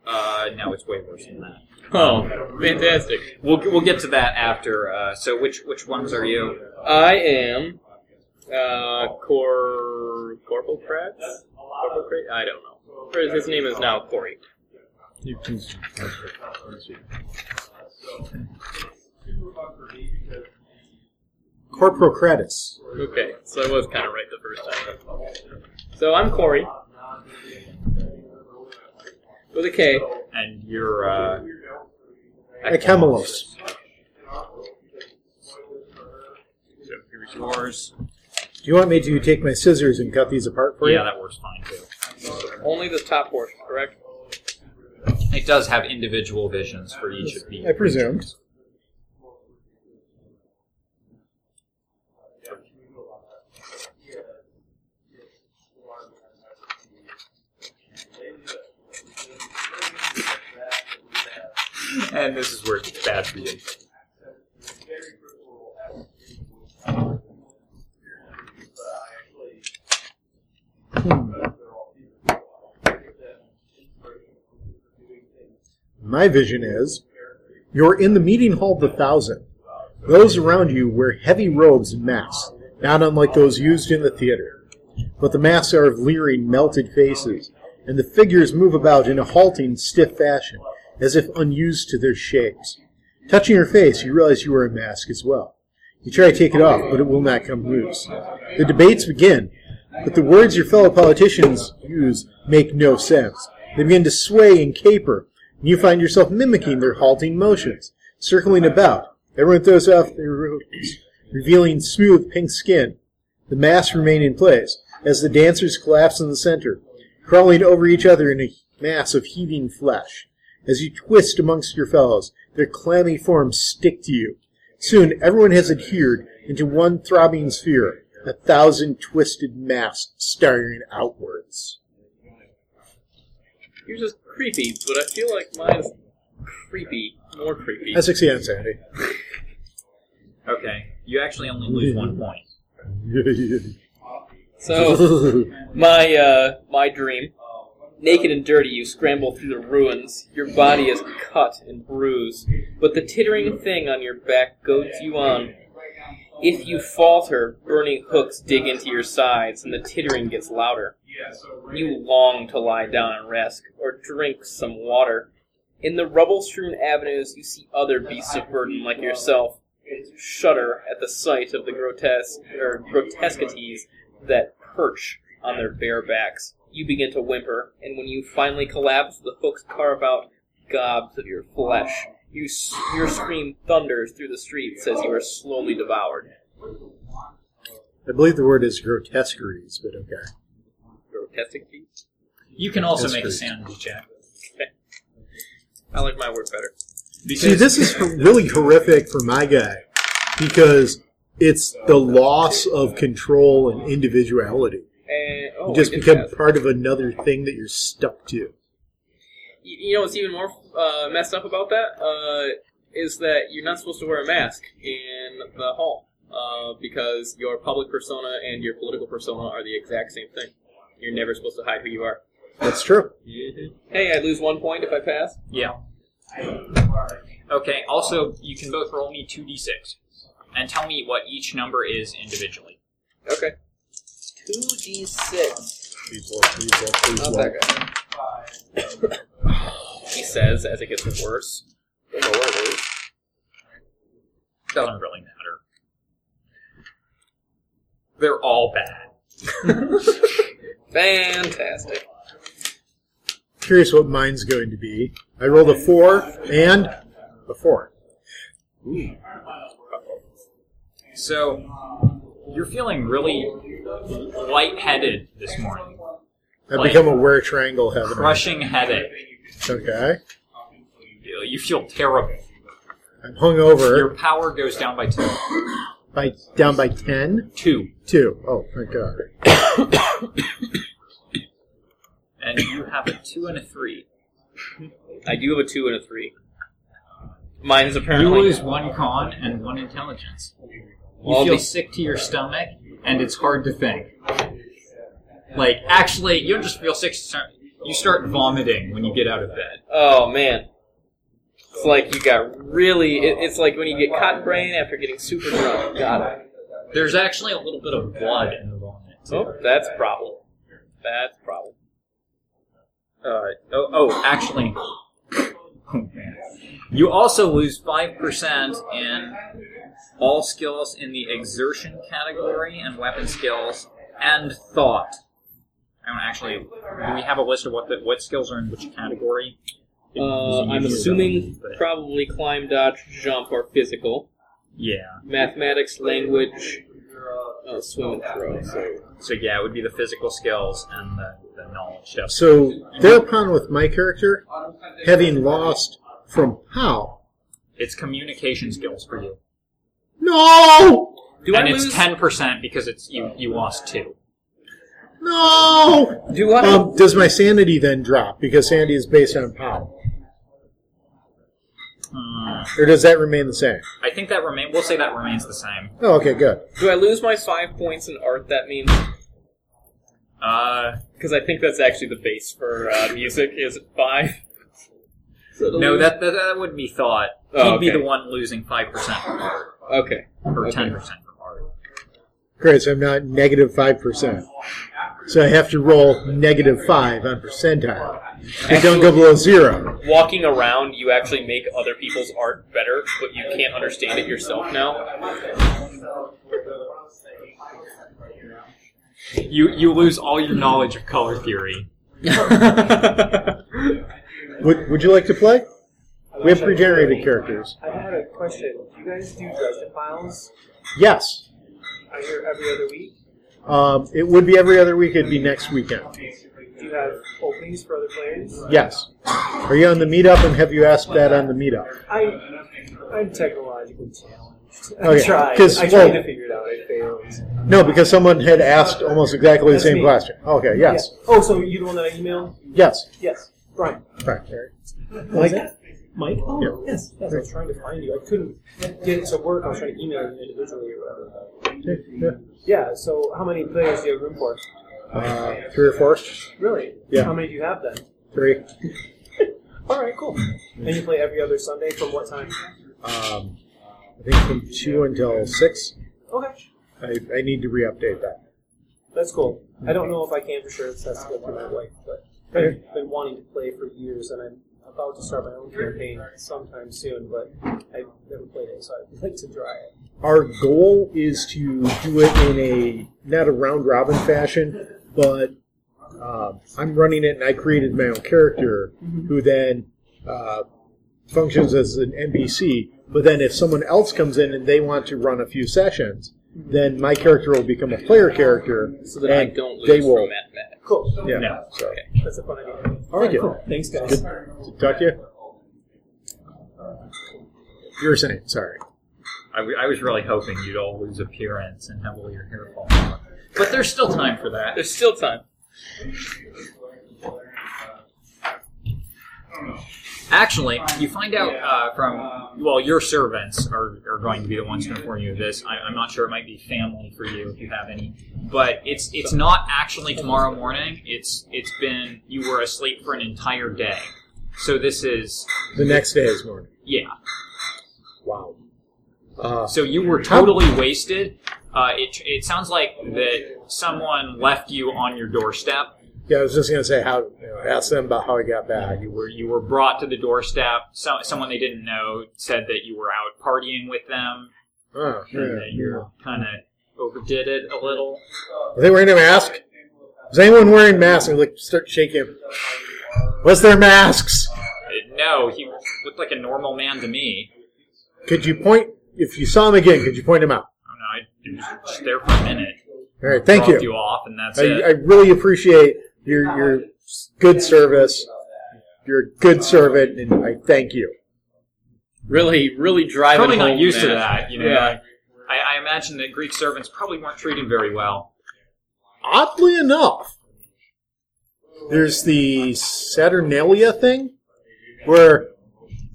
uh, no, it's way worse than that.
Oh, fantastic.
We'll, we'll get to that after. Uh, so which which ones are you?
I am uh, Cor Corporal Kratz. Corporal Kratz? I don't know. Or His name is now Corey.
You can. Corporal Kratos.
Okay, so I was kind of right the first time. So I'm Corey. With a K.
And you're uh,
Achemelos.
so here's yours.
Do you want me to take my scissors and cut these apart for you?
Yeah, that works fine too.
Only the top portion, correct?
It does have individual visions for each of the.
I presumed.
And this is where it's bad for you.
my vision is you're in the meeting hall of the thousand. Those around you wear heavy robes and masks, not unlike those used in the theater. But the masks are of leering, melted faces, and the figures move about in a halting, stiff fashion, as if unused to their shapes. Touching your face, you realize you wear a mask as well. You try to take it off, but it will not come loose. The debates begin, but the words your fellow politicians use make no sense. They begin to sway and caper, and you find yourself mimicking their halting motions, circling about. Everyone throws off their robes, revealing smooth pink skin. The masks remain in place as the dancers collapse in the center, crawling over each other in a mass of heaving flesh. As you twist amongst your fellows, their clammy forms stick to you. Soon everyone has adhered into one throbbing sphere, a thousand twisted masks staring outwards.
Yours is creepy, but I feel like mine's creepy, more creepy.
I succeed on Sandy.
Okay, you actually only lose one point.
So my uh, my dream, naked and dirty, you scramble through the ruins. Your body is cut and bruised, but the tittering thing on your back goads you on. If you falter, burning hooks dig into your sides, and the tittering gets louder. You long to lie down and rest, or drink some water. In the rubble strewn avenues, you see other beasts of burden like yourself shudder at the sight of the grotesque or grotesquities that perch on their bare backs. You begin to whimper, and when you finally collapse, the hooks carve out gobs of your flesh. You, s- your scream thunders through the streets as you are slowly devoured.
I believe the word is grotesqueries, but okay.
Grotesque beast?
You can also
That's
make a
great.
sanity check.
I like my word better.
See,
Because
this is really horrific for my guy because it's the loss of control and individuality.
And, oh,
You just
I did
become
that.
part of another thing that you're stuck to.
You you know what's even more uh, messed up about that uh, is that you're not supposed to wear a mask in the hall uh, because your public persona and your political persona are the exact same thing. You're never supposed to hide who you are.
That's true.
Hey, I lose one point if I pass.
yeah. Okay. Also, you can both roll me two d six, and tell me what each number is individually.
Okay. Two d six.
Please roll, please roll, please
Not
roll.
that guy. he says as it gets worse. I don't know where it is.
Doesn't really matter. They're all bad.
Fantastic.
Curious what mine's going to be. I rolled a four and a four.
So you're feeling really lightheaded this morning.
I've
Like-
become a were triangle heaven.
Crushing headache.
Okay.
You feel terrible.
I'm hungover.
Your power goes down by two.
by down by ten.
Two.
Two. Oh, thank God.
And you have a two and a three.
I do have a two and a three. Mine's
You
apparently.
lose one con and one intelligence. You
All
feel
the-
sick to your stomach, and it's hard to think. Like, actually, you don't just feel sick. to stomach, You start vomiting when you get out of bed.
Oh man,
Oh.
it's like you got really. It, it's like when you get cotton brain after getting super drunk. Got it.
There's actually a little bit of blood in the vomit. too.
Oh, that's a problem. That's a problem.
Uh, oh, oh, actually. Oh, man. You also lose 5% in all skills in the exertion category and weapon skills and thought. I don't actually. Do we have a list of what the, what skills are in which category?
Uh, I'm assuming
But-
probably climb, dodge, jump, or physical.
Yeah.
Mathematics, language, uh, swim, and throw. So
So, yeah, it would be the physical skills and the, the knowledge stuff.
So thereupon, with my character having lost from how?
It's communication skills for you.
No,
do
and
I
it's
lose?
10% because it's you, you lost two.
no.
Do I?
Um, does my sanity then drop because sanity is based on how?
Hmm.
Or does that remain the same?
I think that remain. We'll say that remains the same.
Oh, okay, good.
do I lose my five points in art? That means
Uh,
because I think that's actually the base for uh, music. Is five? So the
No,
lose-
that that, that would be thought. He'd
Oh,
be
okay.
the one losing five percent from art
Okay.
or
Okay.
ten percent from art.
Great, so I'm not negative 5%. So I have to roll negative 5 on percentile. And don't go below zero.
Walking around, you actually make other people's art better, but you can't understand it yourself now.
You you lose all your knowledge of color theory.
Would, would you like to play? We have pre-generated characters.
I had a question. Do you guys do Dresden Files
Yes.
I hear every other week?
Um, it would be every other week. It'd be next weekend.
Do you have openings for other players?
Yes. Are you on the meetup and have you asked that on the meetup?
I, I'm technologically challenged. I
Okay,
tried.
'cause,
I tried
well-
to figure it out. I failed.
No, because someone had asked almost exactly the
That's
same
me.
question. Okay, yes.
Yeah. Oh, so you the one that I emailed?
Yes.
Yes. Right.
Right.
Mike? Mike? Oh,
Yeah.
yes. Yes, I was trying to find you. I couldn't get it to work. I was trying to email you individually or whatever. Yeah, so how many players do you have room for?
Uh, three or four?
Really?
Yeah.
How many do you have then?
Three.
All right, cool. And you play every other Sunday from what time?
Um, I think from two until six.
Okay.
I, I need to re-update that.
That's cool. I don't know if I can for sure. This has to go through my wife, but
Okay.
I've been wanting to play for years, and I'm about to start my own campaign sometime soon. But I've never played it, so I'd like to try it.
Our goal is to do it in a not a round robin fashion, but uh, I'm running it and I created my own character
Mm-hmm.
who then uh, functions as an NPC. But then if someone else comes in and they want to run a few sessions,
Mm-hmm.
then my character will become a player character.
so that I
and
don't
they
lose
will,
from mathematics.
Cool.
Yeah.
No.
So,
That's a fun idea.
all right,
Cool. Thanks, guys.
Good. Talk to you. You were saying, sorry.
I, w- I was really hoping you'd all lose appearance and have all your hair fall out. But there's still time for that.
There's still time.
Actually, you find out uh, from well, your servants are, are going to be the ones to inform you of this. I, I'm not sure it might be family for you if you have any, but it's it's not actually tomorrow morning. It's it's been you were asleep for an entire day, so this is
The next day is morning.
yeah.
Wow. Uh,
So you were
How-
totally wasted. Uh, it it sounds like that someone left you on your doorstep.
yeah, I was just gonna say how. You know, ask them about how I got back.
you were you were brought to the doorstep. So, someone they didn't know said that you were out partying with them,
Oh, yeah,
and that you kind of overdid it a little.
yeah. Are they wearing a mask? Is anyone wearing masks? And like start shaking. him. Was there masks?
Uh, No, he looked like a normal man to me.
Could you point if you saw him again? Could you point him out?
I don't know. I he was just there for a minute.
All right, thank
Dropped
you.
off, and that's
I,
it.
I really appreciate your your good service. You're a good servant, and I thank you.
Really, really driving
probably not
home
used to
that.
that. You know,
Yeah.
I, I imagine that Greek servants probably weren't treated very well.
Oddly enough, there's the Saturnalia thing where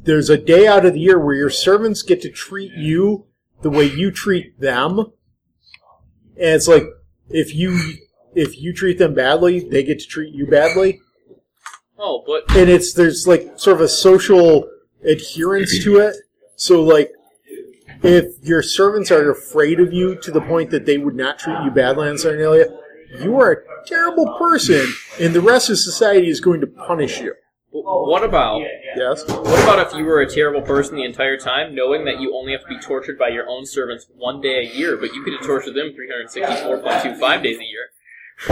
there's a day out of the year where your servants get to treat you the way you treat them. And it's like if you if you treat them badly, they get to treat you badly.
Oh, but
And it's there's like sort of a social adherence to it. So like if your servants are afraid of you to the point that they would not treat you badly on Saturnalia, you are a terrible person, and the rest of society is going to punish you.
w- what about
Yes.
what about if you were a terrible person the entire time, knowing that you only have to be tortured by your own servants one day a year, but you get to torture them 364.25 days a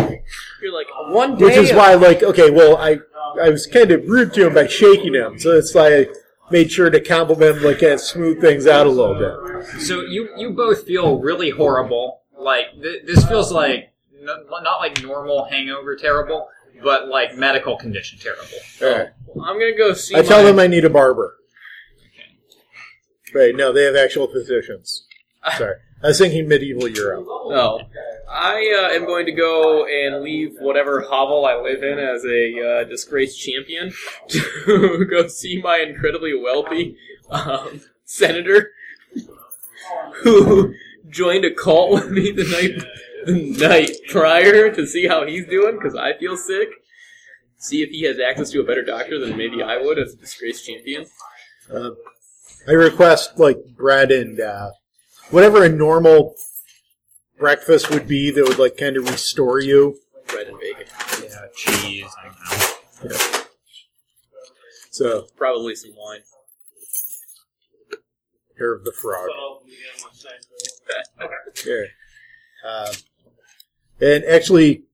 year? You're like one day,
Which is why, like, okay, well, I I was kind of rude to him by shaking him, so that's why I made sure to compliment him, like, kind of smooth things out a little bit.
So you you both feel really horrible. Like th- this feels like n- not like normal hangover terrible, but like medical condition terrible.
All right.
I'm gonna go see.
I tell
my-
them I need a barber. Right? No, they have actual physicians. Sorry, I was thinking medieval Europe.
No. I uh, am going to go and leave whatever hovel I live in as a uh, disgraced champion to go see my incredibly wealthy um, senator who joined a cult with me the night the night prior to see how he's doing because I feel sick. see if he has access to a better doctor than maybe I would as a disgraced champion.
Uh, I request like bread and uh, whatever a normal breakfast would be that would like kind of restore you.
Bread and bacon.
Yeah, cheese. and ham.
So,
Probably some wine.
hair of the frog. Here. Um, and actually,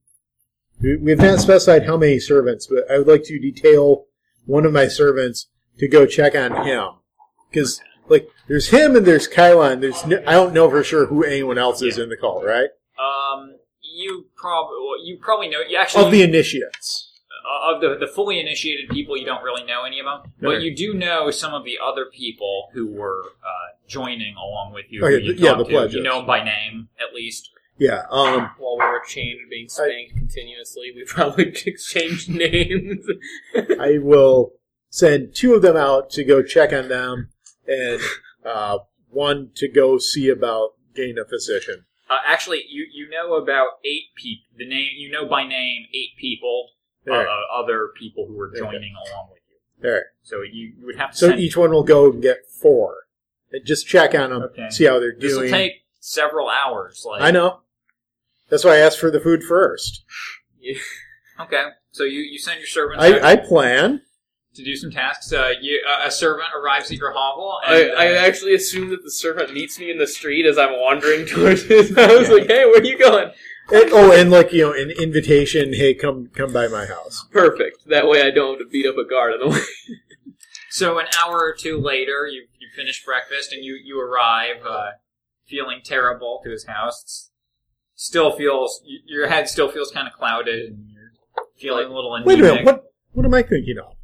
we- we've not specified how many servants, but I would like to detail one of my servants to go check on him. Because, like, there's him and there's Kylon. There's no, I don't know for sure who anyone else is in the call, right?
Um, you probably well, you probably know. You actually
Of the initiates.
uh, of the, the fully initiated people, you don't really know any of them, but
Okay.
you do know some of the other people who were uh, joining along with you. who
Okay,
you
th- yeah,
talked
the
to.
pledges.
You know 'em by name, at least.
Yeah. Um,
While we were chained, being spanked continuously, we probably exchanged names.
I will send two of them out to go check on them, and uh, one to go see about getting a physician.
Uh, actually, you you know about eight people. The name you know by name eight people, uh,
Alright.
uh, other people who were joining along with you.
All right.
So you, you would have to.
So
send,
each one will go and get four. And just check on them,
Okay.
see how they're
this will
doing.
take several hours. Like
I know. That's why I asked for the food first.
Okay, so you, you send your servants out
I, I plan.
to do some tasks. Uh, you, uh, a servant arrives at your hovel.
I,
And,
I
uh,
actually assume that the servant meets me in the street as I'm wandering towards his house. Like, hey, where are you going?
And- oh, and like you know, an invitation. Hey, come come by my house.
Perfect. That way I don't have to beat up a guard on the way.
So an hour or two later, you you finish breakfast and you you arrive, uh, feeling terrible to his house. It's- still feels y- your head still feels kind of clouded and you're feeling a little anemic.
Wait a minute. What what am I thinking of?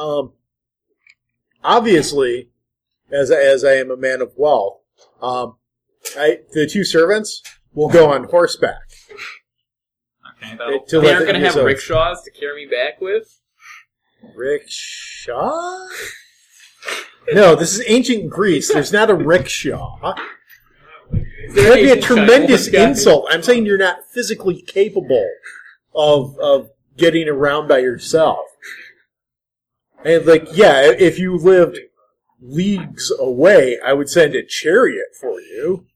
Um, obviously, as I- as I am a man of wealth, um, I the two servants will go on horseback.
Okay, that'll-
To
They
let
aren't going
them
to have
use those.
rickshaws to carry me back with.
Rickshaw? No, this is ancient Greece. There's not a rickshaw. That'd be a tremendous insult. I'm saying you're not physically capable of of getting around by yourself. And like, yeah, if you lived leagues away, I would send a chariot for you.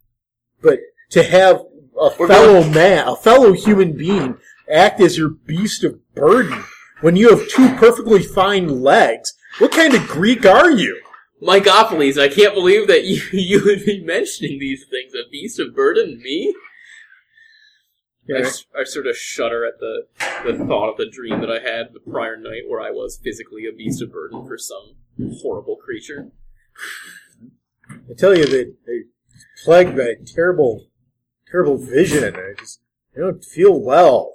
But to have a fellow man, a fellow human being, act as your beast of burden when you have two perfectly fine legs, what kind of Greek are you?
Mycopolis, I can't believe that you, you would be mentioning these things. A beast of burden, me? I, s- I sort of shudder at the, the thought of the dream that I had the prior night where I was physically a beast of burden for some horrible creature.
I tell you, they they plagued by a terrible, terrible vision. I just I don't feel well.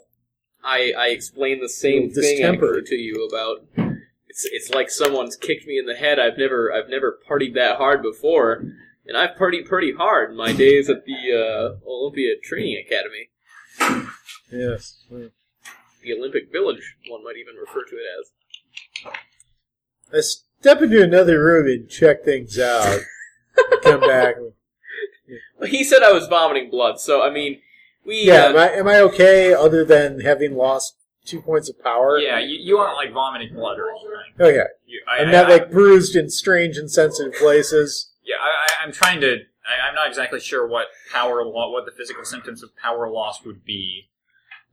I, I explained the same
Little
thing
distemper.
actually to you about it's it's like someone's kicked me in the head. I've never I've never partied that hard before, and I've partied pretty hard in my days at the uh, Olympia Training Academy,
Yes.
the Olympic Village. One might even refer to it as.
I step into another room and check things out. Come back.
Well, He said I was vomiting blood, so I mean, we
Yeah.
uh,
Am I, am I okay? Other than having lost two points of power?
yeah, you, you aren't like vomiting blood or anything.
Oh yeah.
You, I,
I'm
I-
not
I-
like bruised in strange and sensitive places.
yeah, I, I, I'm trying to. I, I'm not exactly sure what power lo- what the physical symptoms of power loss would be.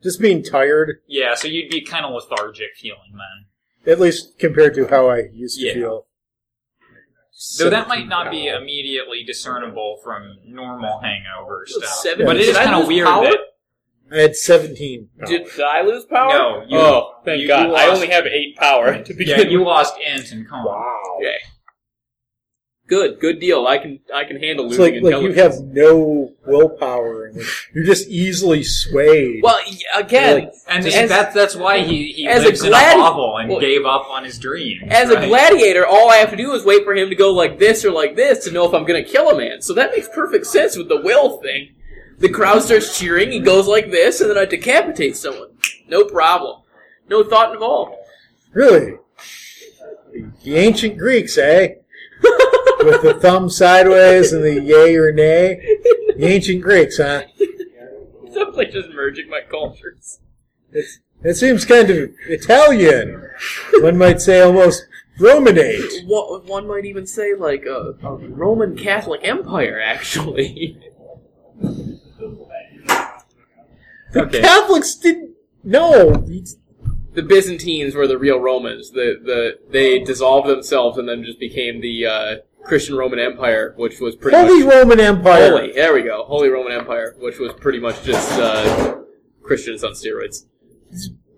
Just being tired,
Yeah, so you'd be kind of lethargic feeling then.
at least compared to how I used to
Yeah.
feel.
Though that might not be immediately discernible from normal hangover stuff.
seven.
But it is
Did I
kind of
lose
weird
power?
that
I had 17.
Did, did I lose power?
No, you-
oh, thank
you-
God!
you
I
lost-
only have eight power to begin.
yeah, you lost int and con.
Okay. Good, good deal. I can I can handle
It's
losing
like, like you
intelligence.
have no willpower. And like, you're just easily swayed.
well, y- again,
And
As-
that's that's why he, he
as a
lives in a
glad-
hovel and
well-
gave up on his dreams.
as a
right?
gladiator, all I have to do is wait for him to go like this or like this to know if I'm going to kill a man. So that makes perfect sense with the will thing. The crowd starts cheering. He goes like this, and then I decapitate someone. No problem. No thought involved.
Really? The ancient Greeks, eh? With the thumb sideways and the yay or nay? The ancient Greeks, huh?
Sounds like just merging my cultures.
It seems kind of Italian. One might say almost Romanate.
Wha- One might even say like a, a Roman Catholic Empire, actually.
The
Okay.
Catholics didn't. No.
the Byzantines were the real Romans. The the they dissolved themselves and then just became the uh, Christian Roman Empire, which was pretty
Holy
much
Roman Empire.
holy. There we go, Holy Roman Empire, which was pretty much just uh, Christians on steroids,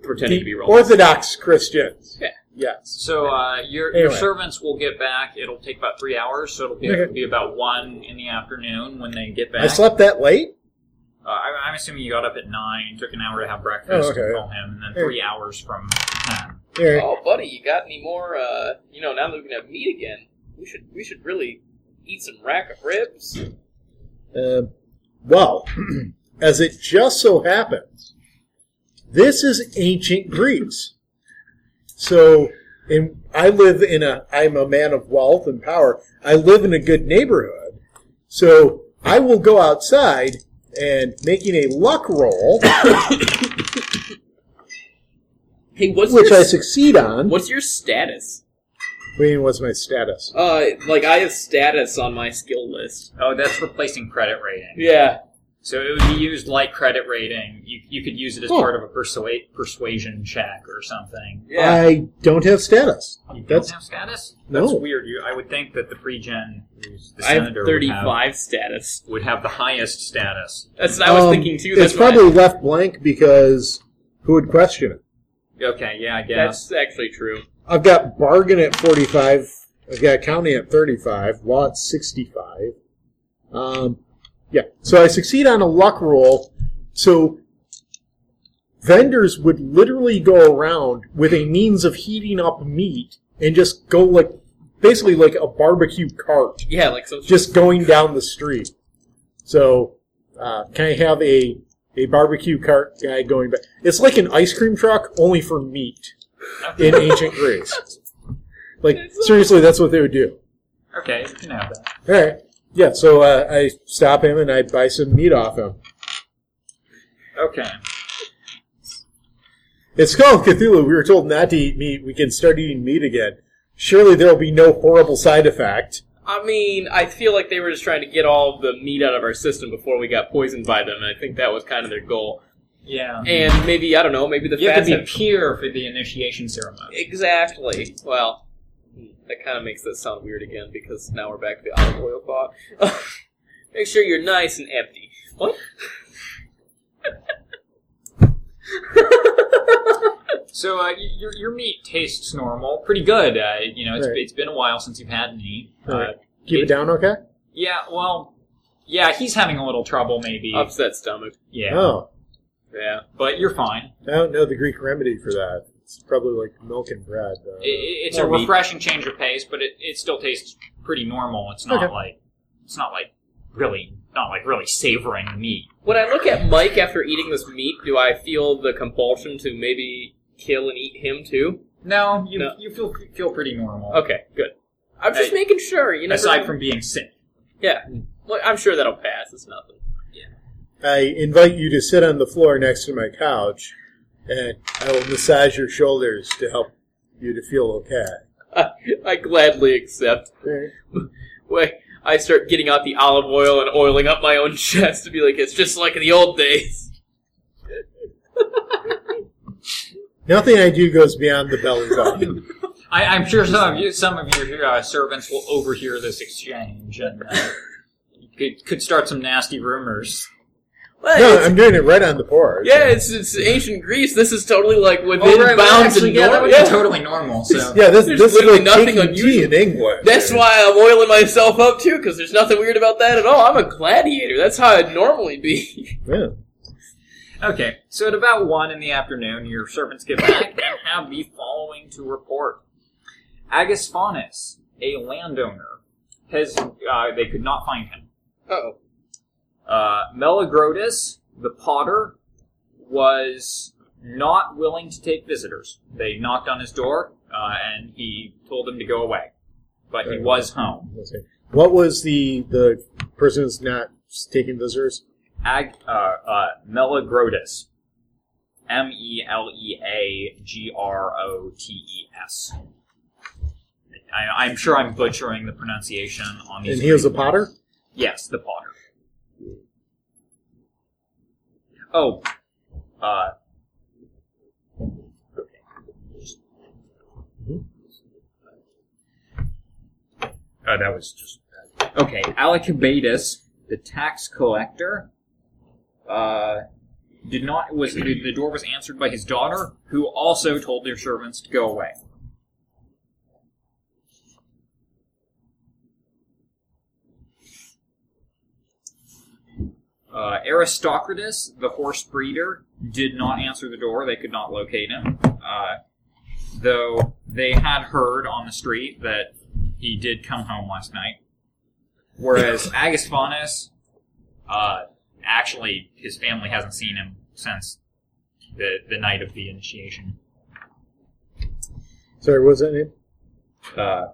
pretending to be
The
Romans.
Orthodox Christians.
Yeah.
Yes.
So uh, your your
Anyway.
servants will get back. It'll take about three hours, so it'll be,
Okay.
be about one in the afternoon when they get back.
I slept that late?
Uh, I, I'm assuming you got up at nine, took an hour to have breakfast,
Oh, okay.
and call him, and then three hours from ten.
Here.
Oh, buddy, you got any more? Uh, you know, now that we can have meat again, we should we should really eat some rack of ribs.
Um well, as it just so happens, this is ancient Greece. So, and I live in a, I'm a man of wealth and power. I live in a good neighborhood. So I will go outside and making a luck roll,
Hey, what's
which
your,
I
s-
succeed on.
what's your status?
I mean, what's my status?
Uh, like I have status on my skill list.
Oh, that's replacing credit rating.
Yeah.
So it would be used like credit rating. You, you could use it as
Huh.
part of a persuade, persuasion check or something.
Yeah.
I don't have status.
You
That's-
don't have status?
No.
That's weird. You, I would think that the pre-gen, who's the
I have
senator, would have,
35 status.
would have the highest status.
That's what I was
Um,
thinking too.
It's
That's what I-
probably left blank because who would question it?
Okay, yeah, I guess.
that's actually true.
I've got bargain at 45. I've got county at 35. Law at 65. Um, yeah. So I succeed on a luck roll. So vendors would literally go around with a means of heating up meat and just go like, basically like a barbecue cart,
Yeah, like some
just going down the street. So, uh, can I have a, a barbecue cart guy going back? It's like an ice cream truck, only for meat
Okay.
in ancient Greece. Like seriously, that's what they would do.
okay, you can have that.
All right, yeah. So uh, I stop him and I buy some meat off him.
Okay.
It's called Cthulhu. We were told not to eat meat. We can start eating meat again. Surely there will be no horrible side effect.
I mean, I feel like they were just trying to get all the meat out of our system before we got poisoned by them, and I think that was kind of their goal.
Yeah.
And maybe I don't know, maybe the
you have
fats
to be
have-
pure for the initiation ceremony.
exactly. Well, that kind of makes that sound weird again because now we're back to the olive oil thought. Make sure you're nice and empty. What?
So uh, y- your your meat tastes normal, pretty good. Uh, you know, it's,
Right.
it's been a while since you've had any. Uh,
Right. Keep it down, okay?
yeah, well, yeah, he's having a little trouble, maybe.
Upset stomach.
yeah,
Oh,
Yeah.
but you're fine.
I don't know the Greek remedy for that. It's probably like milk and bread. uh,
I- I it's
Or
a
meat.
refreshing change of pace, but it, it still tastes pretty normal. It's not
Okay.
like it's not like really not like really savoring meat.
When I look at Mike after eating this meat, do I feel the compulsion to maybe kill and eat him too?
No, you
No.
you feel feel pretty normal.
Okay, good. I'm just
Hey,
making sure. You never,
Aside from being sick.
yeah, well, I'm sure that'll pass. It's nothing.
I invite you to sit on the floor next to my couch, and I will massage your shoulders to help you to feel okay.
I gladly accept.
All right.
Wait, I start getting out the olive oil and oiling up my own chest to be like it's just like in the old days.
Nothing I do goes beyond the belly button.
I, I'm sure some of you, some of your uh, servants will overhear this exchange and uh, could, could start some nasty rumors.
Well,
no,
it's-
I'm doing it right on the board.
yeah, it's it's ancient Greece. This is totally like within
Oh, right, well,
bounds
actually,
and
yeah, that
norm-
would
yeah.
be totally normal. So
yeah. This,
There's
this is
literally
like
nothing
taking tea
unusual.
in England.
That's why I'm oiling myself up too, because there's nothing weird about that at all. I'm a gladiator. That's how I'd normally be.
Yeah.
okay. So at about one in the afternoon, your servants get back and have the following to report: Agasphanes, a landowner, has uh, they could not find him.
Oh,
Uh, Melagrotus, the potter, was not willing to take visitors. They knocked on his door, uh, and he told them to go away. But he was home.
Let's see. What was the the person who's not taking visitors?
Ag, uh, uh, Melagrotus. M E L E A G R O T E S. I, I'm sure I'm butchering the pronunciation on these.
And he was a
Greek
potter?
names. Yes, the potter. Oh, uh, Uh, that was just okay. Alcibiades, the tax collector, uh, did not was the, the door was answered by his daughter, who also told their servants to go away. Uh, Aristocratus, the horse breeder, did not answer the door. They could not locate him, uh, though they had heard on the street that he did come home last night. Whereas Agasphanus, uh, actually, his family hasn't seen him since the, the night of the initiation.
Sorry, what was that name?
Uh,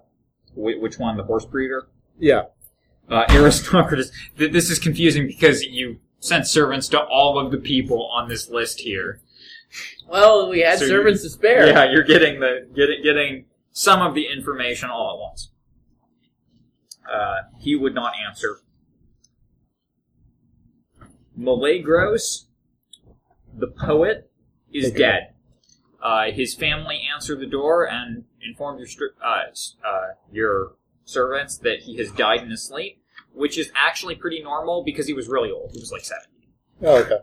whi- which one? The horse breeder?
Yeah.
Uh, Aristocratus. Th- this is confusing because you sent servants to all of the people on this list here.
Well, we had
So you-
servants to spare.
Yeah, you're getting the getting getting some of the information all at once. Uh, he would not answer. Milagros, the poet, is dead. Uh, his family answered the door and informed your stri- uh, s- uh, your servants that he has died in his sleep, which is actually pretty normal because he was really old. He was like seventy.
Oh, okay.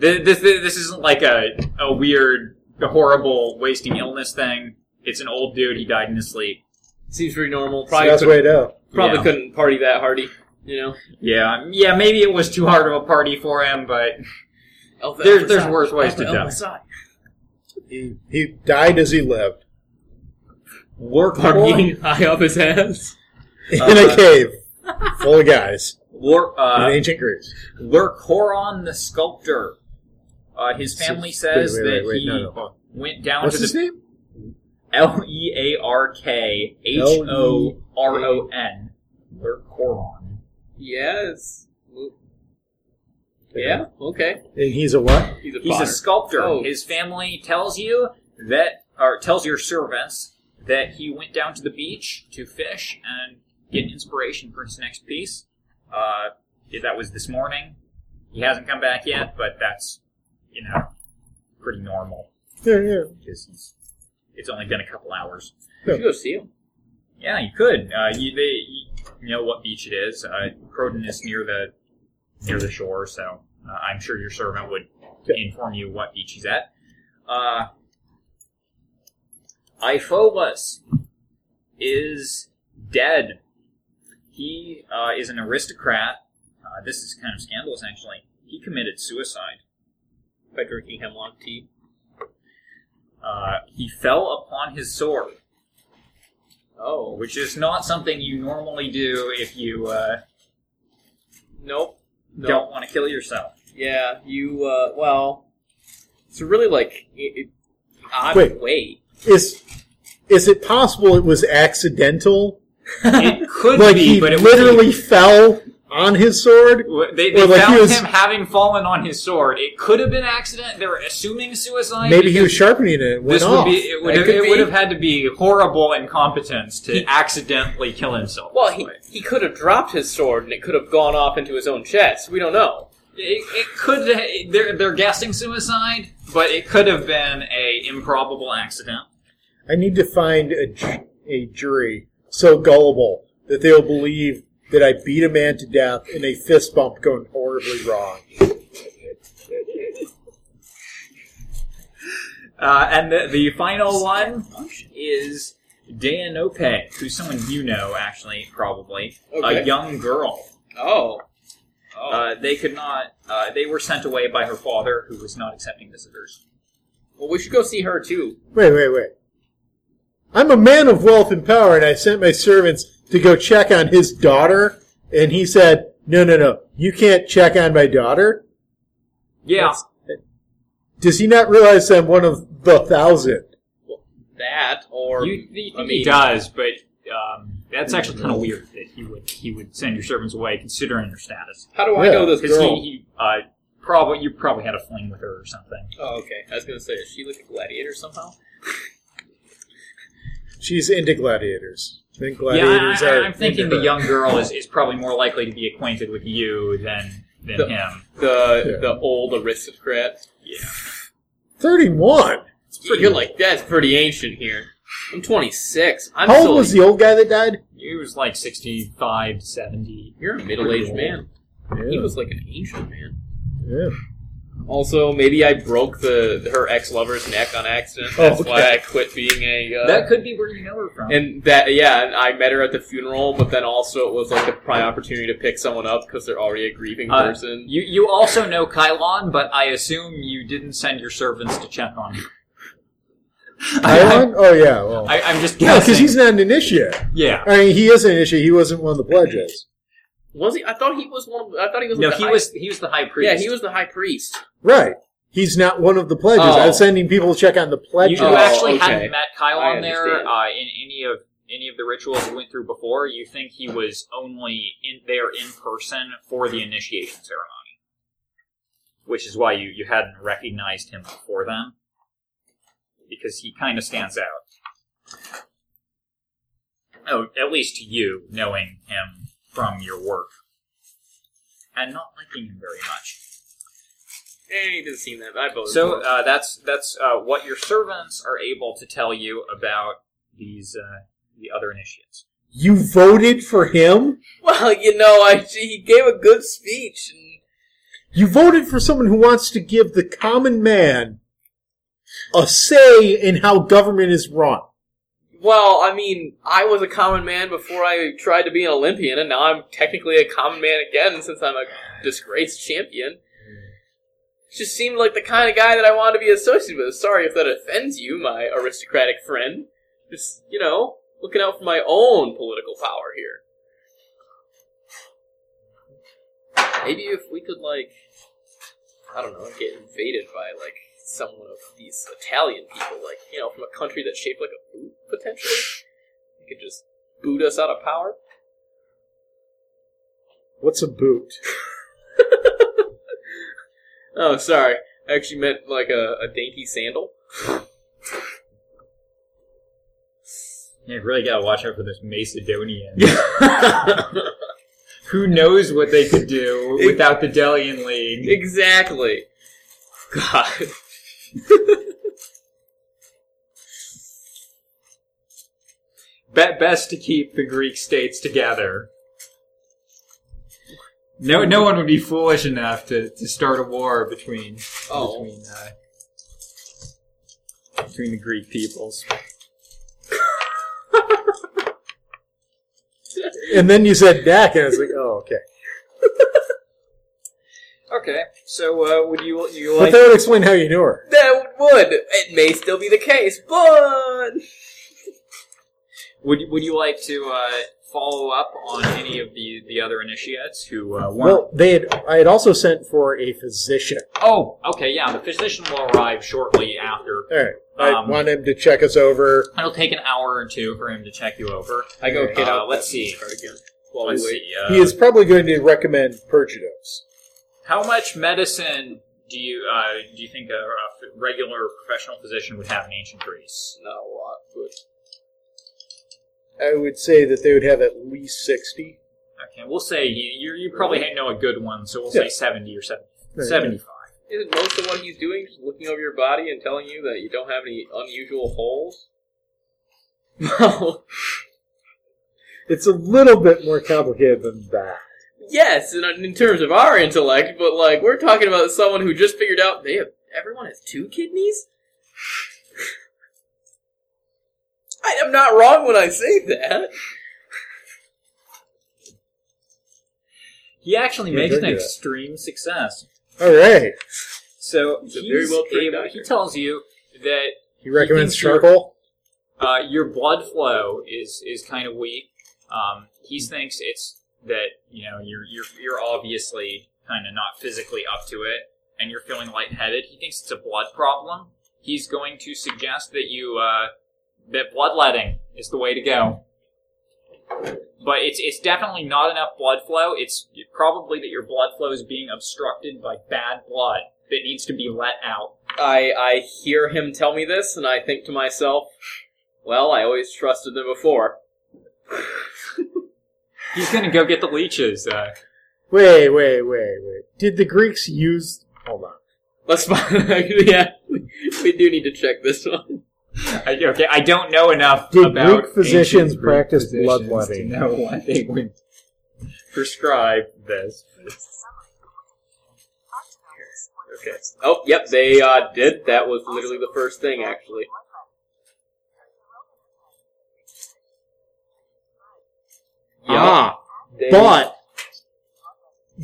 Th- This, this, this isn't like a, a weird, horrible wasting illness thing. It's an old dude. He died in his sleep.
Seems pretty normal.
So
Probably
that's
couldn't,
way down.
probably
Yeah.
couldn't party that hardy. You know,
Yeah, um, yeah. Maybe it was too hard of a party for him, but
Alpha
There's-
Alpha
there's
Psi.
worse ways to
Alpha
die.
Alpha Psi.
He, he died as he lived
work
Partying high up his ass.
in
Uh,
a cave full of guys
Lor,
in
uh,
ancient Greece.
Lurkoron the sculptor. Uh, his family says
Wait, wait,
that
wait,
he
no, no, hold on.
went down
What's
to
his
the
name?
L E A R K H O R O N. Lurkoron.
Yes. Yeah. Okay.
And he's a what?
He's a
He's a
potter.
sculptor.
Oh.
His family tells you that, or tells your servants that he went down to the beach to fish and get inspiration for his next piece. Uh, that was this morning. He hasn't come back yet, but that's, you know, pretty normal
Yeah, yeah.
because he's, it's only been a couple hours.
You should go see him.
Yeah, you could. Uh, you, they, you know what beach it is. Uh, Croton is near the near the shore, so uh, I'm sure your servant would
Okay.
inform you what beach he's at. Uh, Iphobus is dead. He uh, is an aristocrat. Uh, this is kind of scandalous, actually. He committed suicide.
by drinking hemlock tea.
Uh, he fell upon his sword.
Oh.
which is not something you normally do if you uh,
Nope. No.
don't want to kill yourself.
Yeah, you, uh, well, it's really like it, it, odd
Wait.
way.
Is is it possible it was accidental?
It could
Like
be,
he
but it
literally fell on his sword?
Was, they
or
they
like he
found
was-
him having fallen on his sword. It could have been accident. They were assuming suicide.
Maybe he was
because
sharpening it. and it Went
This
off.
would be. It would,
That
have,
could
it would
be.
have had to be horrible incompetence to accidentally kill himself.
Well,
this
he,
way.
he could have dropped his sword and it could have gone off into his own chest. We don't know.
It, it could. They're they're guessing suicide, but it could have been a improbable accident.
I need to find a, ju- a jury so gullible that they'll believe that I beat a man to death in a fist bump going horribly wrong.
Uh, and the, the final one is Deanope, who's someone you know, actually, probably. A
Okay.
young girl.
Oh. Oh.
Uh, they could not, uh, they were sent away by her father, who was not accepting visitors.
well, we should go see her too.
Wait, wait, wait. I'm a man of wealth and power, and I sent my servants to go check on his daughter, and he said, No, no, no, you can't check on my daughter.
Yeah.
Does he not realize I'm one of the thousand?
That or.
you, you think
I
he
mean-
does, but um, that's actually kind of weird that he would he would send your servants away considering their status.
How do I
Yeah,
know this
Because
girl?
he, he uh, probably you probably had a fling with her or something.
Oh, okay. I was gonna say, is she like a gladiator somehow?
She's into gladiators. I think
Yeah,
gladiators
I,
are.
I, I'm thinking
into
the
her.
young girl is, is probably more likely to be acquainted with you than than
The-
him.
The
Yeah.
the old aristocrat.
Thirty-one.
So you're like that's pretty ancient here. I'm 26. I'm
How
still
old was the old guy that died?
He was like 65, 70.
You're a middle-aged man. He
Yeah.
was like an ancient man.
yeah.
Also, maybe I broke the her ex-lover's neck on accident.
Oh,
That's
okay.
why I quit being a. Uh,
That could be where you know her from.
and that yeah, and I met her at the funeral, but then also it was like the prime opportunity to pick someone up because they're already a grieving
Uh,
person.
you you also know Kylon, but I assume you didn't send your servants to check on him.
Iron? Oh yeah. Well.
I, I'm just
yeah,
guessing.
because he's not an initiate.
yeah.
I mean, he is an initiate. He wasn't one of the pledges.
Was he? I thought he was one. Of, I thought he was.
No,
like the
he
high-
was he was the high priest.
Yeah, he was the high priest.
Right. He's not one of the pledges.
Oh.
I'm sending people to check on the
You,
pledges.
you
Oh,
actually
okay.
hadn't met
I
Kylon there
understand.
uh, in any of any of the rituals we went through before. You think he was only in there in person for the initiation ceremony, which is why you you hadn't recognized him before then, because he kind of stands out. Oh, at least to you, knowing him from your work, and not liking him very much.
Eh, he didn't seem that. I voted.
So
for him.
uh, that's that's uh, what your servants are able to tell you about these uh, the other initiates.
You voted for him.
well, you know, I he gave a good speech. And,
You voted for someone who wants to give the common man a say in how government is run.
well, I mean, I was a common man before I tried to be an Olympian, and now I'm technically a common man again since I'm a disgraced champion. Just seemed like the kind of guy that I wanted to be associated with. Sorry if that offends you, my aristocratic friend. Just you know, looking out for my own political power here. Maybe if we could like I don't know, get invaded by like someone of these Italian people, like you know, from a country that's shaped like a boot, potentially. You could just boot us out of power.
What's a boot?
Oh, sorry, I actually meant like a, a dainty sandal.
You really got to watch out for those Macedonians. Who knows what they could do without the Delian League?
exactly. God.
Be- best to keep the Greek states together. No, no one would be foolish enough to, to start a war between
Oh.
between uh, between the Greek peoples.
And then you said Dak, and I was like, oh, okay.
Okay, so uh, would you you
But that would explain how you knew her.
That would. It may still be the case, but
Would would you like to uh, follow up on any of the, the other initiates who uh, weren't?
Well, they had. I had also sent for a physician.
oh, okay, yeah. The physician will arrive shortly after.
All right. I
Um,
want him to check us over.
It'll take an hour or two for him to check you over.
I go get
Uh,
out.
let's
that
see.
card again. While we
Let's
wait.
see. Uh,
he is probably going to recommend purgatives.
How much medicine do you uh, do you think a, a regular professional physician would have in ancient Greece?
Not a lot, but
I would say that they would have at least sixty.
Okay, we'll say you you, you probably know a good one, so we'll
Yeah.
say seventy or seventy
Yeah.
seventy five.
isn't most of what he's doing just looking over your body and telling you that you don't have any unusual holes? No.
It's a little bit more complicated than that.
yes, in, in terms of our intellect, but like we're talking about someone who just figured out they have everyone has two kidneys. I am not wrong when I say that.
He actually
Yeah,
makes
don't
an
do that.
extreme success.
All right.
So
He's a very
he's
well-trained
able-
doctor.
he tells you that
He recommends
thinks you're-
charcoal.
uh, your blood flow is is kind of weak. Um, he thinks it's that you know you're you're you're obviously kind of not physically up to it, and you're feeling lightheaded. He thinks it's a blood problem. He's going to suggest that you uh, that bloodletting is the way to go. But it's it's definitely not enough blood flow. It's probably that your blood flow is being obstructed by bad blood that needs to be let out.
I I hear him tell me this, and I think to myself, well, I always trusted them before.
He's gonna go get the leeches. Uh,
Wait, wait, wait, wait. Did the Greeks use? Hold on.
Let's find. yeah, we do need to check this one.
I, okay, I don't know enough
Did
about
Greek physicians
ancient Greek
practice
physicians
bloodletting?
To know why they would prescribe this.
Okay. Oh, yep, they uh, did. That was literally the first thing, actually. Yeah.
Ah,
Uh-huh. they-
but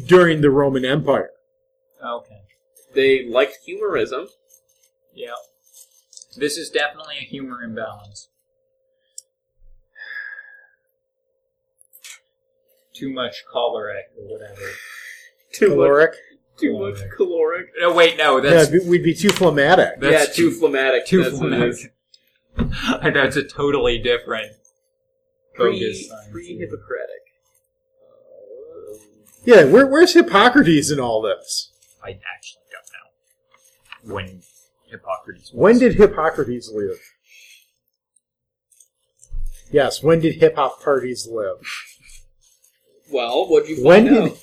during the Roman Empire,
Okay.
they liked humorism.
Yeah. This is definitely a humor imbalance. Too much choleric or whatever.
Too
caloric.
much, too much caloric.
No, wait, no,
Yeah,
that's
we'd be- we'd be too phlegmatic.
that's
yeah, too phlegmatic.
too
that's what it
phlegmatic.
is.
I know it's a totally different
Pre,
bogus science.
pre-Hippocratic.
Yeah, where, where's Hippocrates in all this?
I actually don't know when Hippocrates.
When did Hippocrates live? Yes, when did hip hop parties live?
Well, what'd you
When
find out?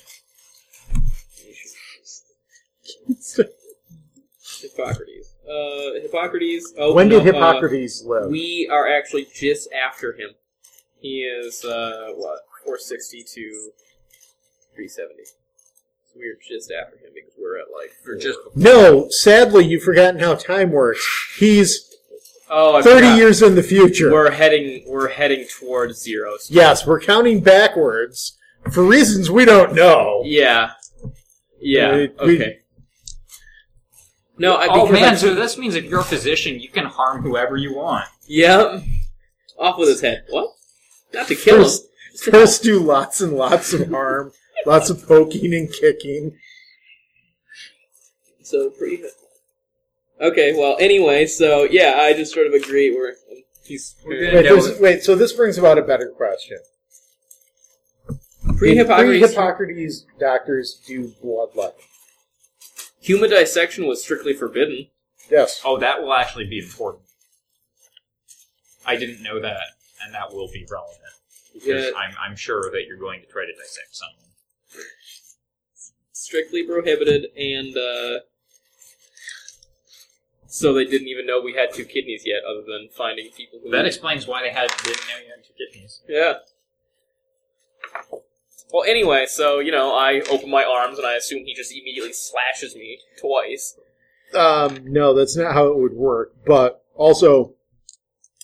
did
Hippocrates. Uh, Hippocrates. Oh,
when
no,
did Hippocrates
Uh,
live?
we are actually just after him. He is uh, what 460 to 370. So we're just after him because we're at like
Or just
No, sadly, you've forgotten how time works. He's
oh I
30
forgot.
years in the future.
We're heading we're heading towards zero. So
yes, we're counting backwards for reasons we don't know.
yeah, yeah.
We- we-
Okay. No, I,
oh
because
man,
I-
so this means if you're a physician, you can harm whoever you want.
yep. Off with his head. What? Not to kill him.
First- First, do lots and lots of harm, lots of poking and kicking.
So pretty good. Okay, well, anyway, so yeah, I just sort of agree. We're he's
We're
Wait,
Yeah,
there's-
but-
wait, so this brings about a better question.
pre Hippocrates.
Pre-Hippocrates doctors do bloodletting.
Human dissection was strictly forbidden.
Yes.
Oh, that will actually be important. I didn't know that, and that will be relevant because
Yeah,
I'm, I'm sure that you're going to try to dissect someone.
strictly prohibited, and uh, so they didn't even know we had two kidneys yet, other than finding people who.
That explains why they had didn't know you had two kidneys.
yeah. Well, anyway, so you know, I open my arms and I assume he just immediately slashes me twice.
Um, no, that's not how it would work. But also,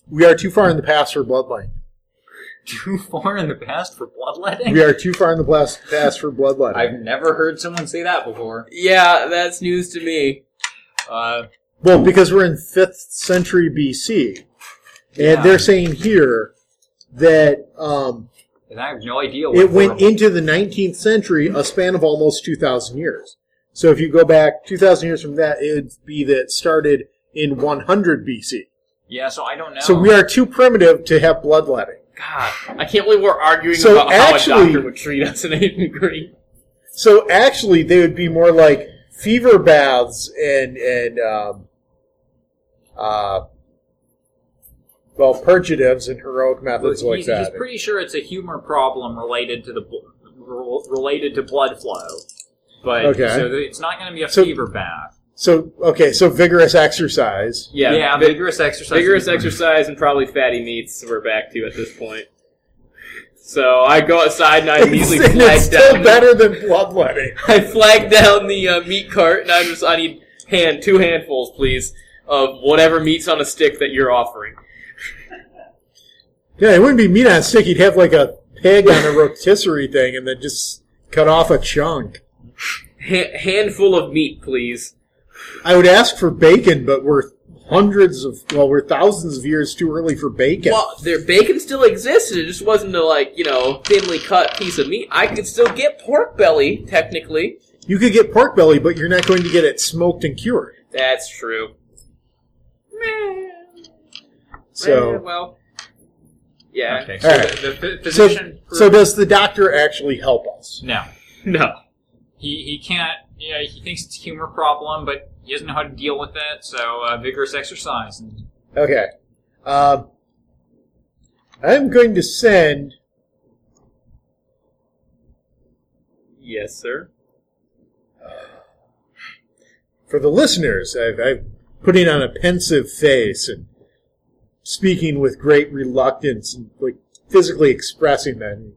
we are too far in the past for bloodletting.
Too far in the past for bloodletting.
We are too far in the blast- past for bloodletting.
I've never heard someone say that before.
Yeah, that's news to me.
Uh,
Well, because we're in 5th century BC, and
Yeah.
they're saying here that um,
and I have no idea. What
it went
horrible-
into the 19th century, a span of almost 2,000 years. So if you go back 2,000 years from that, it would be that it started in 100 BC.
Yeah, so I don't know.
So we are too primitive to have bloodletting.
God, I can't believe we're arguing
So
about how a
actually-
doctor would treat us in Aiden Green.
So actually, they would be more like fever baths and and um, uh, well, purgatives and heroic methods
he's,
like that.
he's pretty sure it's a humor problem related to the bl- rel- related to blood flow, but
Okay.
so th- it's not going to be a
So-
fever bath.
so okay, so vigorous exercise.
Yeah, vi-
vigorous exercise.
vigorous exercise and probably fatty meats we're back to at this point. So I go outside and I immediately
It's- and it's
flag
still
down.
better than bloodletting.
I flag down the uh, meat cart and I just I need hand two handfuls, please, of whatever meat's on a stick that you're offering.
Yeah, it wouldn't be meat on a stick. You'd have like a pig on a rotisserie thing, and then just cut off a chunk.
Ha- handful of meat, please.
I would ask for bacon, but we're hundreds of well, we're thousands of years too early for bacon.
Well, their bacon still existed. It just wasn't a like you know thinly cut piece of meat. I could still get pork belly technically.
You could get pork belly, but you're not going to get it smoked and cured.
That's true.
So
Eh, well, Yeah.
Okay. So
All right.
the, the ph-
So,
physician.
so does the doctor actually help us?
no.
No.
He he can't. Yeah, he thinks it's a humor problem, but he doesn't know how to deal with it. So uh, vigorous exercise. And
Okay. Um, I'm going to send
Yes, sir.
for the listeners. I've, I've putting on a pensive face and speaking with great reluctance and like physically expressing that.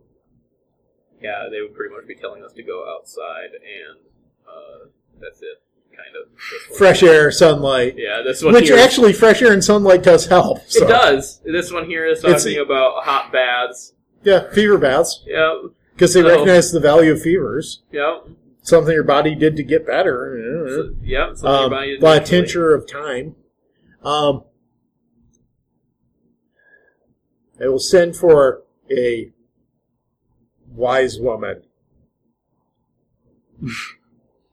Yeah, they would pretty much be telling us to go outside, and uh, that's it, kind of. That's what-
Fresh air, sunlight,
Yeah, this one
which
here.
actually fresh air and sunlight does help. so-
it does. This one here is
It's-
talking about hot baths.
Yeah, fever baths
Yep,
because they
So-
recognize the value of fevers.
yep,
Something your body did to get better. you know.
so- yep. something
um,
about you
by a
naturally.
tincture of time. Um, I will send for a wise woman.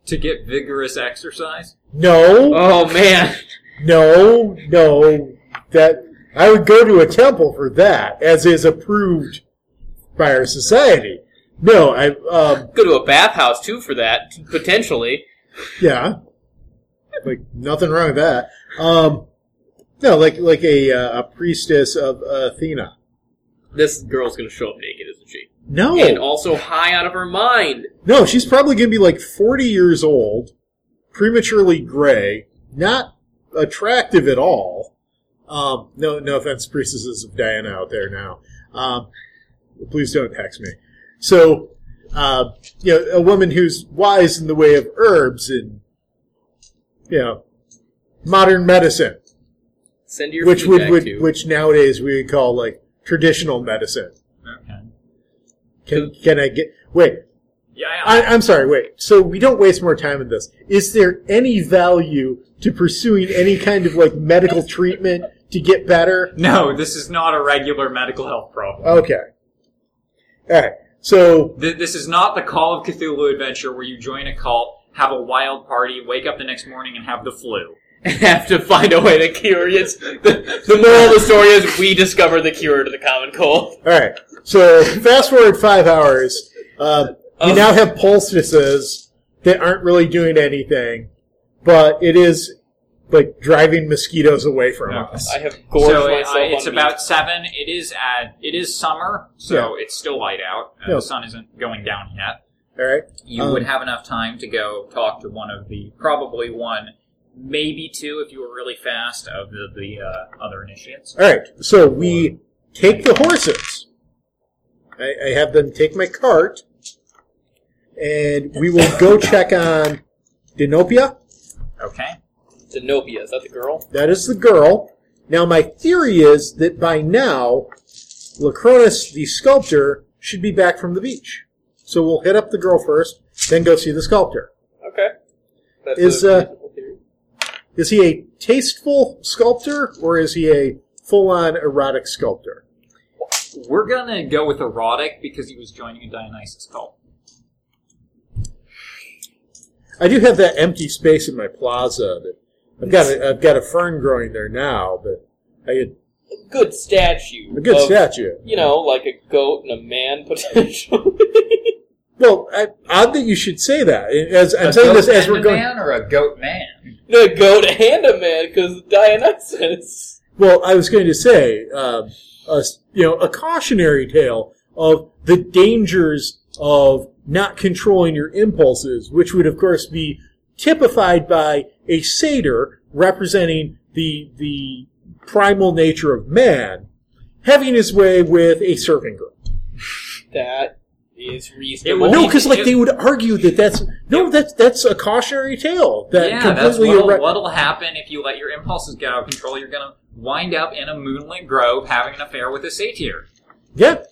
to get vigorous exercise.
No,
Oh man,
no, no. That I would go to a temple for that, as is approved by our society. No, I. Um,
go to a bathhouse too for that potentially.
yeah, like nothing wrong with that. Um, no, like like a uh, a priestess of Athena.
This girl's gonna show up naked, isn't she?
No,
And also high out of her mind.
No, she's probably going to be like 40 years old, prematurely gray, not attractive at all. Um, no, no offense, priestesses of Diana out there now. Um, please don't text me. So, uh, you know, a woman who's wise in the way of herbs and, you know, modern medicine,
Send your
which would,
feedback
would
to.
which nowadays we would call like traditional medicine.
Okay.
Can, can I get, wait,
Yeah.
I, I'm sorry, wait. So we don't waste more time with this. Is there any value to pursuing any kind of like medical treatment to get better?
no, this is not a regular medical health problem.
Okay. All right. So
Th- This is not the Call of Cthulhu adventure where you join a cult, have a wild party, wake up the next morning and have the flu.
have to find a way to cure it. It's- The, the moral of the story is we discover the cure to the common cold.
all right. So fast forward five hours. Um, you
Oh.
now have poultices that aren't really doing anything, but it is like driving mosquitoes away from
No.
us.
I have gorged
So uh,
myself on
it's
meat.
about seven. It is at, it is summer, so it's still light out. Uh,
Yeah.
The sun isn't going down yet.
All right.
You
Um,
would have enough time to go talk to one of the probably one, maybe two if you were really fast of the, the uh, other initiates.
All right, so we take the horses. I, I have them take my cart, and we will go check on Denopia.
Okay.
Zenobia. Is that the girl?
That is the girl. Now, my theory is that by now, Lacronis, the sculptor, should be back from the beach. So we'll hit up the girl first, then go see the sculptor.
Okay. That's
Is,
a
uh,
reasonable theory.
Is he a tasteful sculptor, or is he a full-on erotic sculptor?
We're gonna go with erotic because he was joining a Dionysus cult.
I do have that empty space in my plaza. That I've got a, I've got a fern growing there now, but I had
a good statue.
a good
of,
statue.
You know, like a goat and a man potentially.
Well, I, odd that you should say that. As I'm
A
saying this
goat
as
and
we're
a
going.
man or a goat man.
the goat and a man because Dionysus.
Well, I was going to say, um, a s- you know, a cautionary tale of the dangers of not controlling your impulses, which would of course be typified by a satyr representing the the primal nature of man, having his way with a serving girl.
That is
It
reasonable.
would-
No,
Well,
because like they would argue that that's no, that's that's a cautionary tale. That
yeah, that's
completely
what'll,
erect-
what'll happen if you let your impulses get out of control. You're gonna wind up in a moonlit grove having an affair with a satyr.
yeah,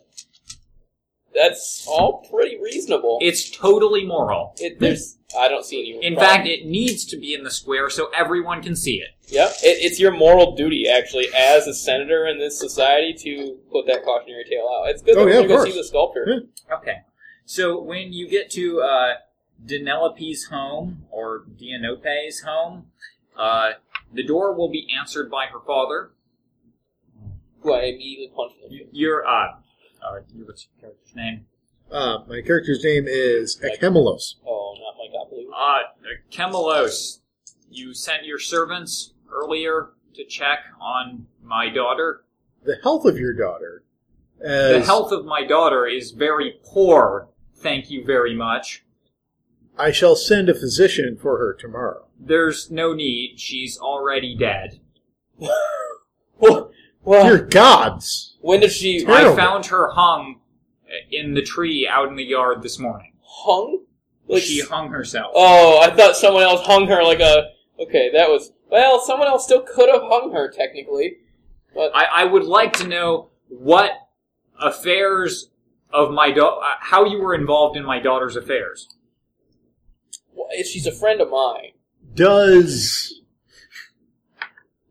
That's all pretty reasonable.
It's totally moral.
It, there's, I don't see any.
In
problem.
fact, it needs to be in the square so everyone can see it.
Yep, it, it's your moral duty, actually, as a senator in this society, to put that cautionary tale out. It's good
Oh,
that
yeah,
we're
of
going to
course.
see the sculptor.
Yeah.
Okay. So when you get to uh, Denelope's home or Dianope's home, uh, the door will be answered by her father.
who I immediately punched. in the face.
Your uh, uh, your what's your character's name?
Uh, my character's name is Ekhemelos.
Oh, not Mike Oppenheimer.
Uh, Kemelos, you sent your servants earlier to check on my daughter.
The health of your daughter.
The
As
health of my daughter is very poor. Thank you very much.
I shall send a physician for her tomorrow.
There's no need. She's already dead.
Well,
Dear gods!
when did she
Terrible.
I found her hung in the tree out in the yard this morning.
hung? Like
she hung herself.
Oh, I thought someone else hung her like a. Okay, that was. Well, someone else still could have hung her, technically.
I, I would like to know what affairs of my daughter, how you were involved in my daughter's affairs.
Well, She's a friend of mine.
Does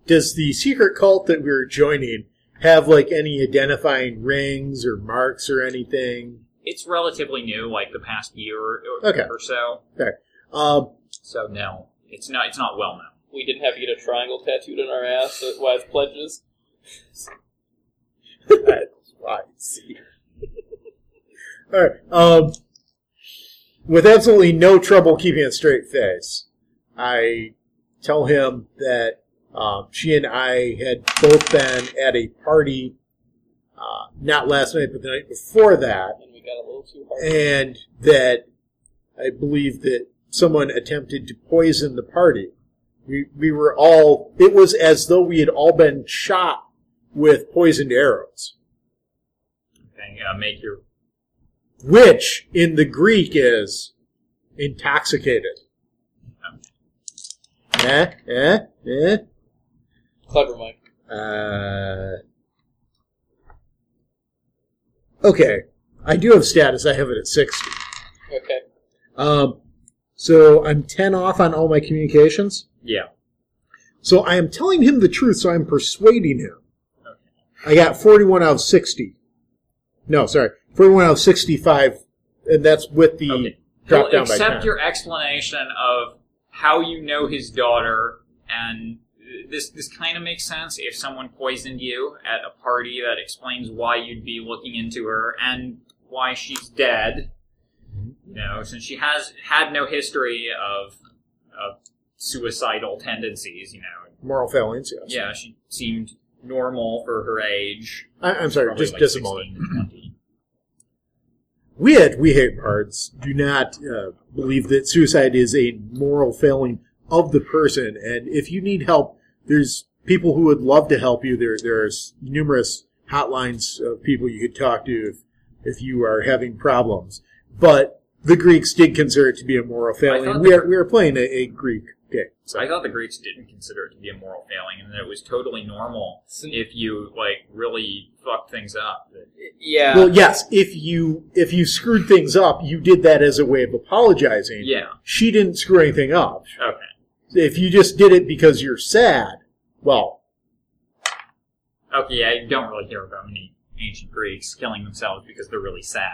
does the secret cult that we're joining have like any identifying rings or marks or anything?
It's relatively new, like the past year or,
Okay.
or so.
Um,
So no, it's not. It's not well known.
We didn't have to get a triangle tattooed on our ass that wives pledges.
I see. All right. Um, with absolutely no trouble keeping a straight face, I tell him that um, she and I had both been at a party, uh, not last night, but the night before that,
And we got a little too hard.
and that I believe that someone attempted to poison the party. We, we were all, it was as though we had all been shot with poisoned arrows.
Okay, uh, make your
which in the Greek is intoxicated. Eh, eh, eh.
Clever, Mike.
Uh, okay, I do have status. I have it at sixty.
Okay.
Um, so I'm ten off on all my communications.
yeah.
So I am telling him the truth. So I'm persuading him. I got forty-one out of sixty. No, sorry, forty-one out of sixty-five, and that's with the
Okay.
drop
He'll
down by
accept
10.
your explanation of how you know his daughter, and this this kind of makes sense. If someone poisoned you at a party, that explains why you'd be looking into her and why she's dead.
Mm-hmm.
You know, since she has had no history of of suicidal tendencies. You know,
moral failings. Yes.
yeah, she seemed normal for her age.
I, I'm sorry,
probably
just,
like
just a
16
moment.
to 20.
We at We Hate Bards do not uh, believe that suicide is a moral failing of the person, and if you need help, there's people who would love to help you. There, there's numerous hotlines of people you could talk to if, if you are having problems. But the Greeks did consider it to be a moral failing.
thought
and We
the-
are, we are playing a, a Greek game.
So I thought the Greeks didn't consider it to be a moral failing, and that it was totally normal if you like really fucked things up.
Yeah.
Well, yes, if you if you screwed things up, you did that as a way of apologizing.
Yeah.
She didn't screw anything up.
Okay.
if you just did it because you're sad, well,
Okay. I don't really hear about many ancient Greeks killing themselves because they're really sad.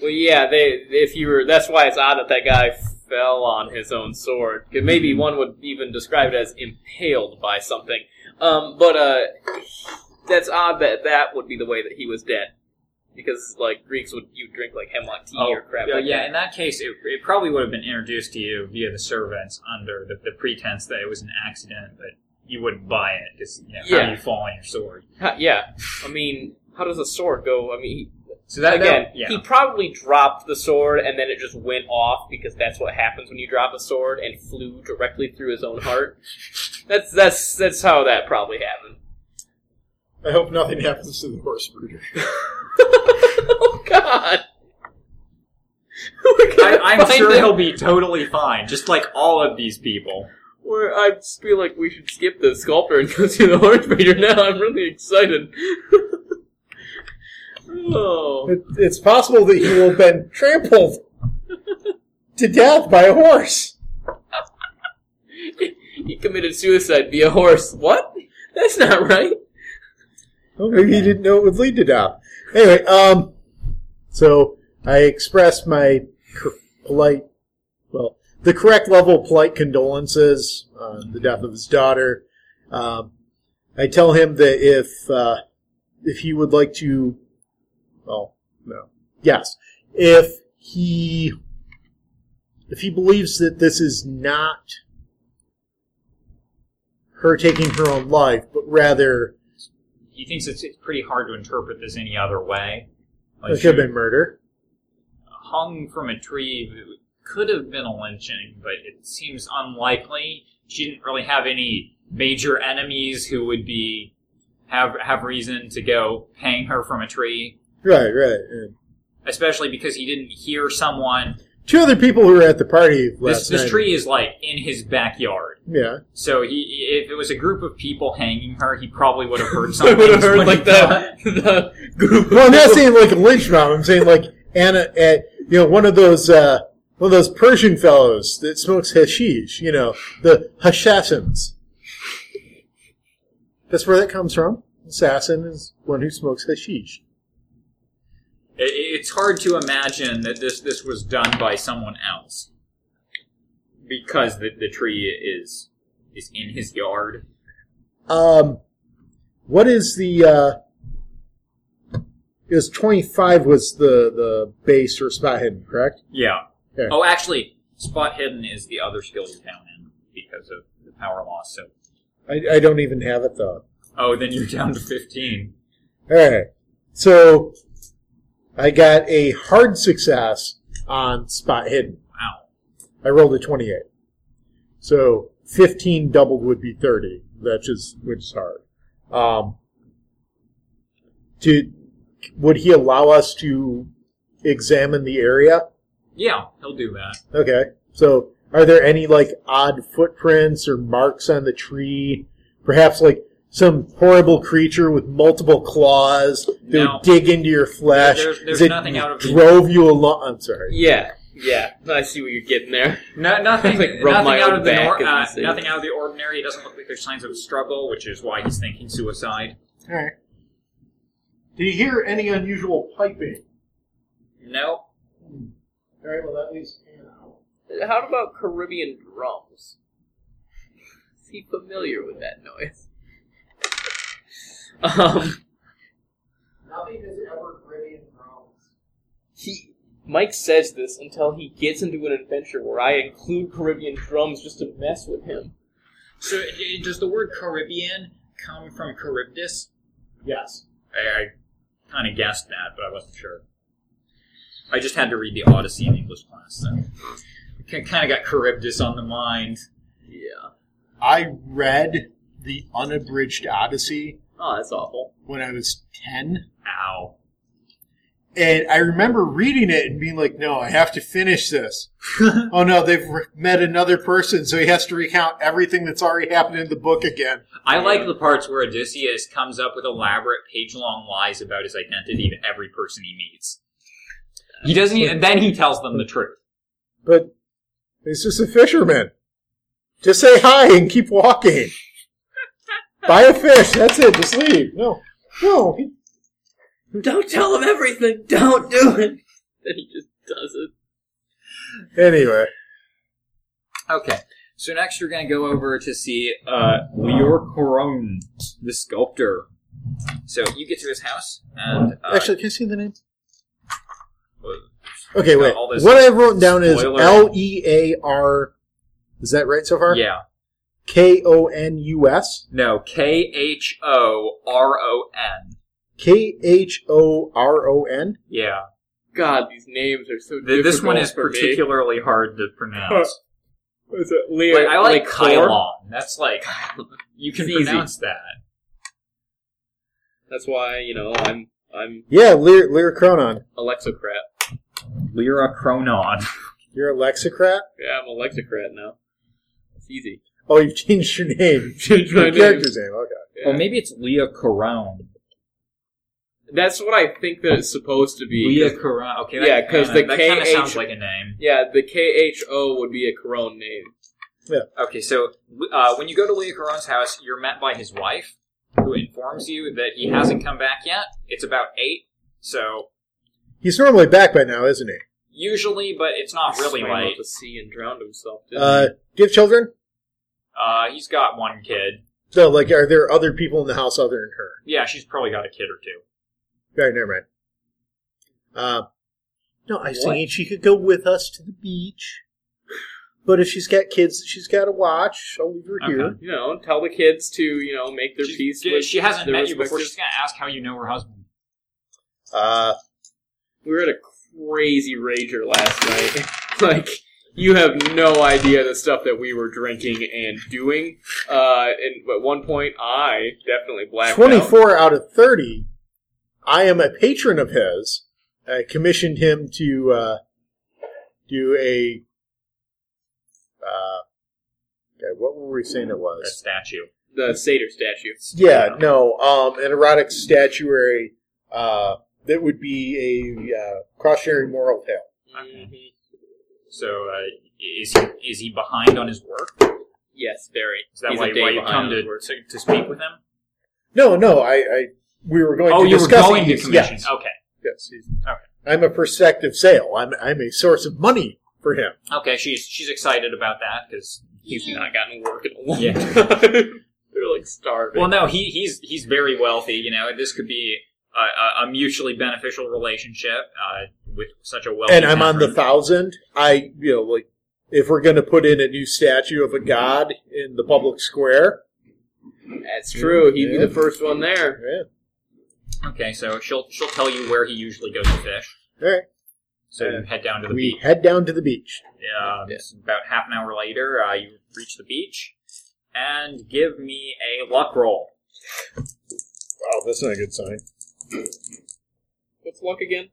Well, yeah. They, if you were, that's why it's odd that that guy fell on his own sword. 'Cause maybe one would even describe it as impaled by something. Um, but uh, that's odd that that would be the way that he was dead, because like Greeks would you drink like hemlock tea or crap.
Oh, yeah,
like
yeah.
that.
In that case, it, it probably would have been introduced to you via the servants under the, the pretense that it was an accident, but you wouldn't buy it because you know, how
Yeah.
you fall on your sword.
Huh, yeah. I mean, how does a sword go? I mean,
So that
again,
that- yeah.
he probably dropped the sword and then it just went off because that's what happens when you drop a sword and flew directly through his own heart. that's that's that's how that probably happened.
I hope nothing happens to the horse breeder.
oh God. We're gonna
I, I'm
find
sure
him.
he'll be totally fine, just like all of these people.
We're- I just feel like we should skip the sculptor and go see the horse breeder now. I'm really excited. oh.
It, it's possible that he will have been trampled to death by a horse.
He committed suicide via horse. What? That's not right.
Well, maybe he didn't know it would lead to death. Anyway, um, so I expressed my cor- polite, well, the correct level of polite condolences on the death of his daughter. Um, I tell him that if uh, if he would like to. Oh no. Yes, if he if he believes that this is not her taking her own life, but rather
He thinks it's, it's pretty hard to interpret this any other way. Like
it could have
she
been murder.
hung from a tree it could have been a lynching, but it seems unlikely. She didn't really have any major enemies who would be have have reason to go hang her from a tree,
Right, right. And
especially because he didn't hear someone.
two other people who were at the party
This
last
this
night.
tree is like in his backyard.
Yeah.
So he, if it was a group of people hanging her, he probably would have heard
I
something.
would have heard
when
like
he got-
the the group.
Well, I'm not saying like a lynch mob. I'm saying like Anna at you know one of those uh, one of those Persian fellows that smokes hashish. You know the hashasins. That's where that comes from. Assassin is one who smokes hashish.
It- It's hard to imagine that this this was done by someone else because the, the tree is is in his yard.
Um, what is the? Uh, it was twenty five was the the base or spot hidden, correct?
Yeah.
Okay.
Oh, actually, spot hidden is the other skill you down in because of the power loss. So,
I, I don't even have it though.
oh, then you're down to fifteen.
All right, so I got a hard success on spot hidden.
Wow.
I rolled a twenty eight, so fifteen doubled would be thirty. That's just which is hard. Um, to would he allow us to examine the area?
Yeah, he'll do that.
Okay. So, are there any like odd footprints or marks on the tree? Perhaps like some horrible creature with multiple claws that
No.
would dig into your flesh.
There's- there's
as it
nothing out of the-
drove you along. I'm sorry.
Yeah, yeah. I see what you're getting there.
No, nothing.
Like, rub
nothing
my
out
own
of the
back
nor-
and
uh,
see.
nothing out of the ordinary. It doesn't look like there's signs of struggle, which is why he's thinking suicide.
All right. Do you hear any unusual piping?
No.
All right. Well, that leaves.
How about Caribbean drums? Is he familiar with that noise? Um,
Nothing is ever Caribbean drums.
he Mike says this until he gets into an adventure where I include Caribbean drums just to mess with him.
So i- does the word Caribbean come from Charybdis?
Yes.
I, I kind of guessed that, but I wasn't sure. I just had to read the Odyssey in English class, so kind of got Charybdis on the mind.
Yeah.
I read the unabridged Odyssey
Oh, that's awful.
when I was ten.
Ow.
And I remember reading it and being like, no, I have to finish this. oh no, they've re- met another person, so he has to recount everything that's already happened in the book again.
I like the parts where Odysseus comes up with elaborate page-long lies about his identity to every person he meets. He doesn't. Even, then he tells them the truth.
But he's just a fisherman. Just say hi and keep walking. Buy a fish. That's it. Just leave. No. No. he-
Don't tell him everything. Don't do it. Then he just does it.
Anyway.
Okay. So next, you're going to go over to see uh, Lior Coron, the sculptor. So you get to his house, and uh,
Actually, can I see the name?
well,
Okay,
got
wait.
all this
What I've written down is
spoiler.
L E A R. Is that right so far?
yeah,
K O N U S.
no, K H O R O N.
K H O R O N.
Yeah,
God, these names are so
Th-
difficult
this one is
for me.
particularly hard to pronounce.
Is it Leo?
Like, I like
Cor?
Kylon. That's like you can
It's easy.
pronounce that.
That's why you know I'm I'm
Yeah, Lear, Lear Cronon.
Alexocrat.
Lyra Cronon.
You're a lexicrat?
Yeah, I'm Alexocrat now. It's easy.
Oh, you've changed your name.
Change
Your
my name.
character's name, okay.
Or
Yeah.
maybe it's Leah Corone.
That's what I think that it's supposed to be.
Leah Corone. Okay, that
Yeah, 'cause
kinda-
the
that kind of
KH
sounds like a name.
Yeah, the K H O would be a Corone name.
Okay, so uh, when you go to Leah Corone's house, you're met by his wife, who informs you that he hasn't come back yet. It's about eight, so
He's normally back by now, isn't he?
usually, but it's not really
Swam out
late.
The sea and drowned himself. Didn't
Uh, do you have children?
Uh, he's got one kid.
No, like, are there other people in the house other than her?
Yeah, she's probably got a kid or two.
All right, never mind. Uh, no, I was thinking she could go with us to the beach. But if she's got kids that she's got to watch, I'll leave her
Okay.
here.
You know, tell the kids to you know make their
She's-
peace.
she,
with
hasn't
their
met you before.
respective-
She's gonna ask how you know her husband.
Uh,
We were at a crazy rager last night. like, you have no idea the stuff that we were drinking and doing. Uh, and at one point, I definitely blacked out.
24 out of 30. I am a patron of his. I commissioned him to uh, do a. Uh, okay, what were we saying it
A
was?
statue.
The satyr statue.
Yeah, no, um, an erotic statuary uh, that would be a uh, cross-sharing moral tale.
Mhm.
So uh, is he is he behind on his work?
Yes, very.
Is that
He's
why,
a day
why you
behind
come
on
to,
his work.
to to speak with him?
No, no, I, I we were going
Oh,
to
you were
discuss
going to
these.
commission.
Yes,
Okay.
yes, he's-
Okay.
I'm a prospective sale. I'm I'm a source of money for him.
Okay. She's she's excited about that because
He's not gotten work in a long
Yeah.
time. They're like starving.
Well, no, he, he's he's very wealthy. You know, this could be a, a, a mutually beneficial relationship uh, with such a wealthy.
and I'm on the
temperament.
thousand. I you know like if we're going to put in a new statue of a god in the public square,
That's true. He'd be
Yeah.
the first one there.
yeah,
Okay, so she'll she'll tell you where he usually goes to fish.
all right.
So you head down to the
We
beach.
head down to the beach.
Uh, it's About half an hour later, uh, you reach the beach, and give me a luck roll.
Wow, that's not a good sign.
What's luck again?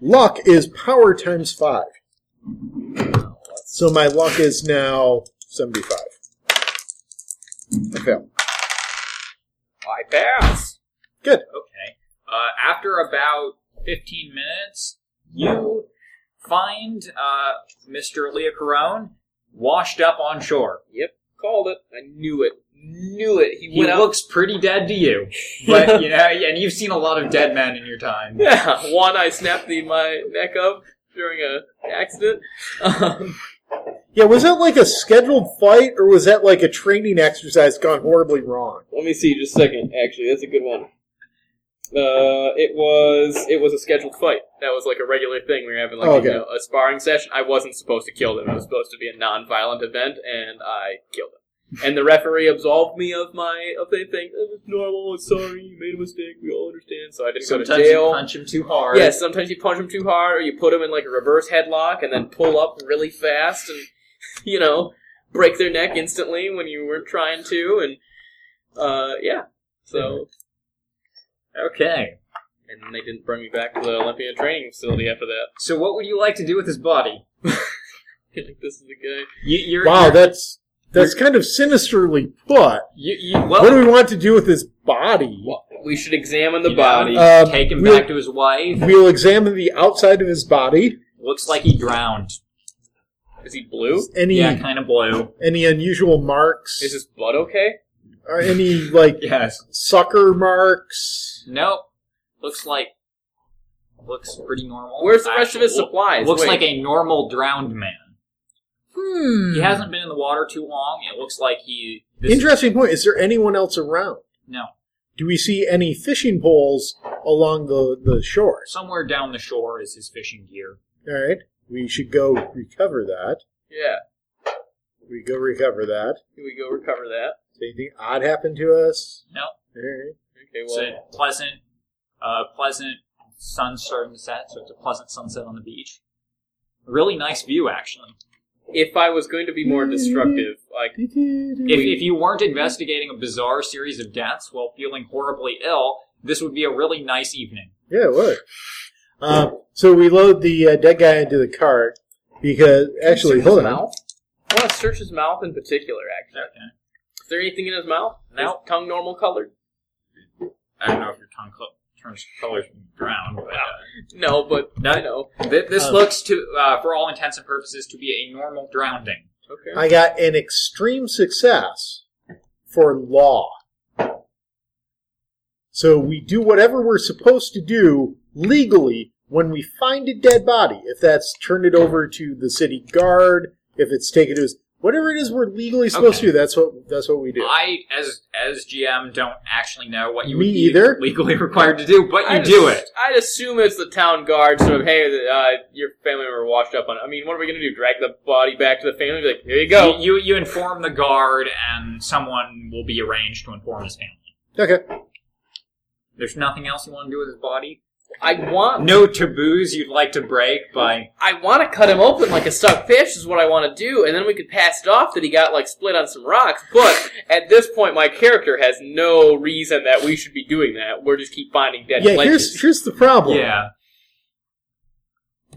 Luck is power times five. So my luck is now seventy-five. I fail.
I pass.
Okay. Uh, after about 15 minutes, you find uh, Mr. Leah Carone washed up on shore.
Called it. I knew it. Knew it. He,
He
went out.
looks pretty dead to you, but you know, and you've seen a lot of dead men in your time.
Yeah, one I snapped the, my neck up during a accident. Um,
Yeah, was that like a scheduled fight, or was that like a training exercise gone horribly wrong?
let me see just a second. Actually, that's a good one. Uh, it was it was a scheduled fight. That was like a regular thing. We were having like
Oh, okay.
you know, a sparring session. I wasn't supposed to kill them. It was supposed to be a non-violent event, and I killed them. And the referee absolved me of my of the thing. It was normal. I'm sorry. You made a mistake. We all understand. So I didn't go to
Sometimes you
jail.
punch him too hard.
Yeah, sometimes you punch him too hard, or you put him in like a reverse headlock and then pull up really fast and, you know, break their neck instantly when you weren't trying to. And, uh, yeah. So,
Okay.
and then they didn't bring me back to the Olympia training facility after that.
So, what would you like to do with his body?
like, this is the guy.
You, you're,
Wow, that's that's kind of sinisterly put.
you, you, well,
What do we want to do with his body?
Well, we should examine the
you know,
body.
Uh, Um,
take him
we'll-
back to his wife.
We'll examine the outside of his body.
Looks like he drowned.
is he blue?
Any
Yeah, kind of blue.
any unusual marks?
Is his blood okay?
or any like
Yes.
sucker marks?
Nope. Looks like looks pretty normal.
Where's the rest of his
Actually, loo-
supplies?
Looks
Wait.
like a normal drowned man. Hmm. He hasn't been in the water too long. It looks like he. this-
Interesting point. Is there anyone else around?
No.
Do we see any fishing poles along the the shores?
Somewhere down the shore is his fishing gear.
All right, we should go recover that.
Yeah.
We go recover that.
Can we go recover that?
Has anything odd happened to us?
No.
All right.
Okay,
It's
well,
a pleasant, uh, pleasant sun starting to set, so it's a pleasant sunset on the beach. Really nice view, actually.
if I was going to be more destructive, like,
If, if you weren't investigating a bizarre series of deaths while feeling horribly ill, this would be a really nice evening.
Yeah, it would. Uh, so we load the uh, dead guy into the cart because actually,
search
hold
his
on.
Mouth? I want to search his mouth in particular. Actually,
Okay.
is there anything in his mouth?
No.
Is tongue normal colored?
I don't know if your tongue col- turns color from brown, but uh,
No, but
No.
I know.
th- this
Um,
looks to, uh, for all intents and purposes, to be a normal drowning.
Okay.
I got an extreme success for law. So we do whatever we're supposed to do legally when we find a dead body. If that's turn it over to the city guard, if it's taken to his. Whatever it is we're legally supposed
Okay.
to, that's what that's what we do.
I, as as GM, don't actually know what you
Me
would be
either.
legally required to do, but you
I'd
do
ass-
it.
I'd assume it's the town guard. Sort of, hey, uh, your family member washed up on. I mean, what are we gonna do? Drag the body back to the family? Be like, here you go.
You, you you inform the guard, and someone will be arranged to inform his family.
okay.
There's nothing else you want to do with his body.
I want,
No taboos you'd like to break by.
I want to cut him open like a stuck fish is what I want to do, and then we could pass it off that he got like split on some rocks. But at this point, my character has no reason that we should be doing that. We're just keep finding dead
Yeah,
pledges.
here's here's the problem.
Yeah,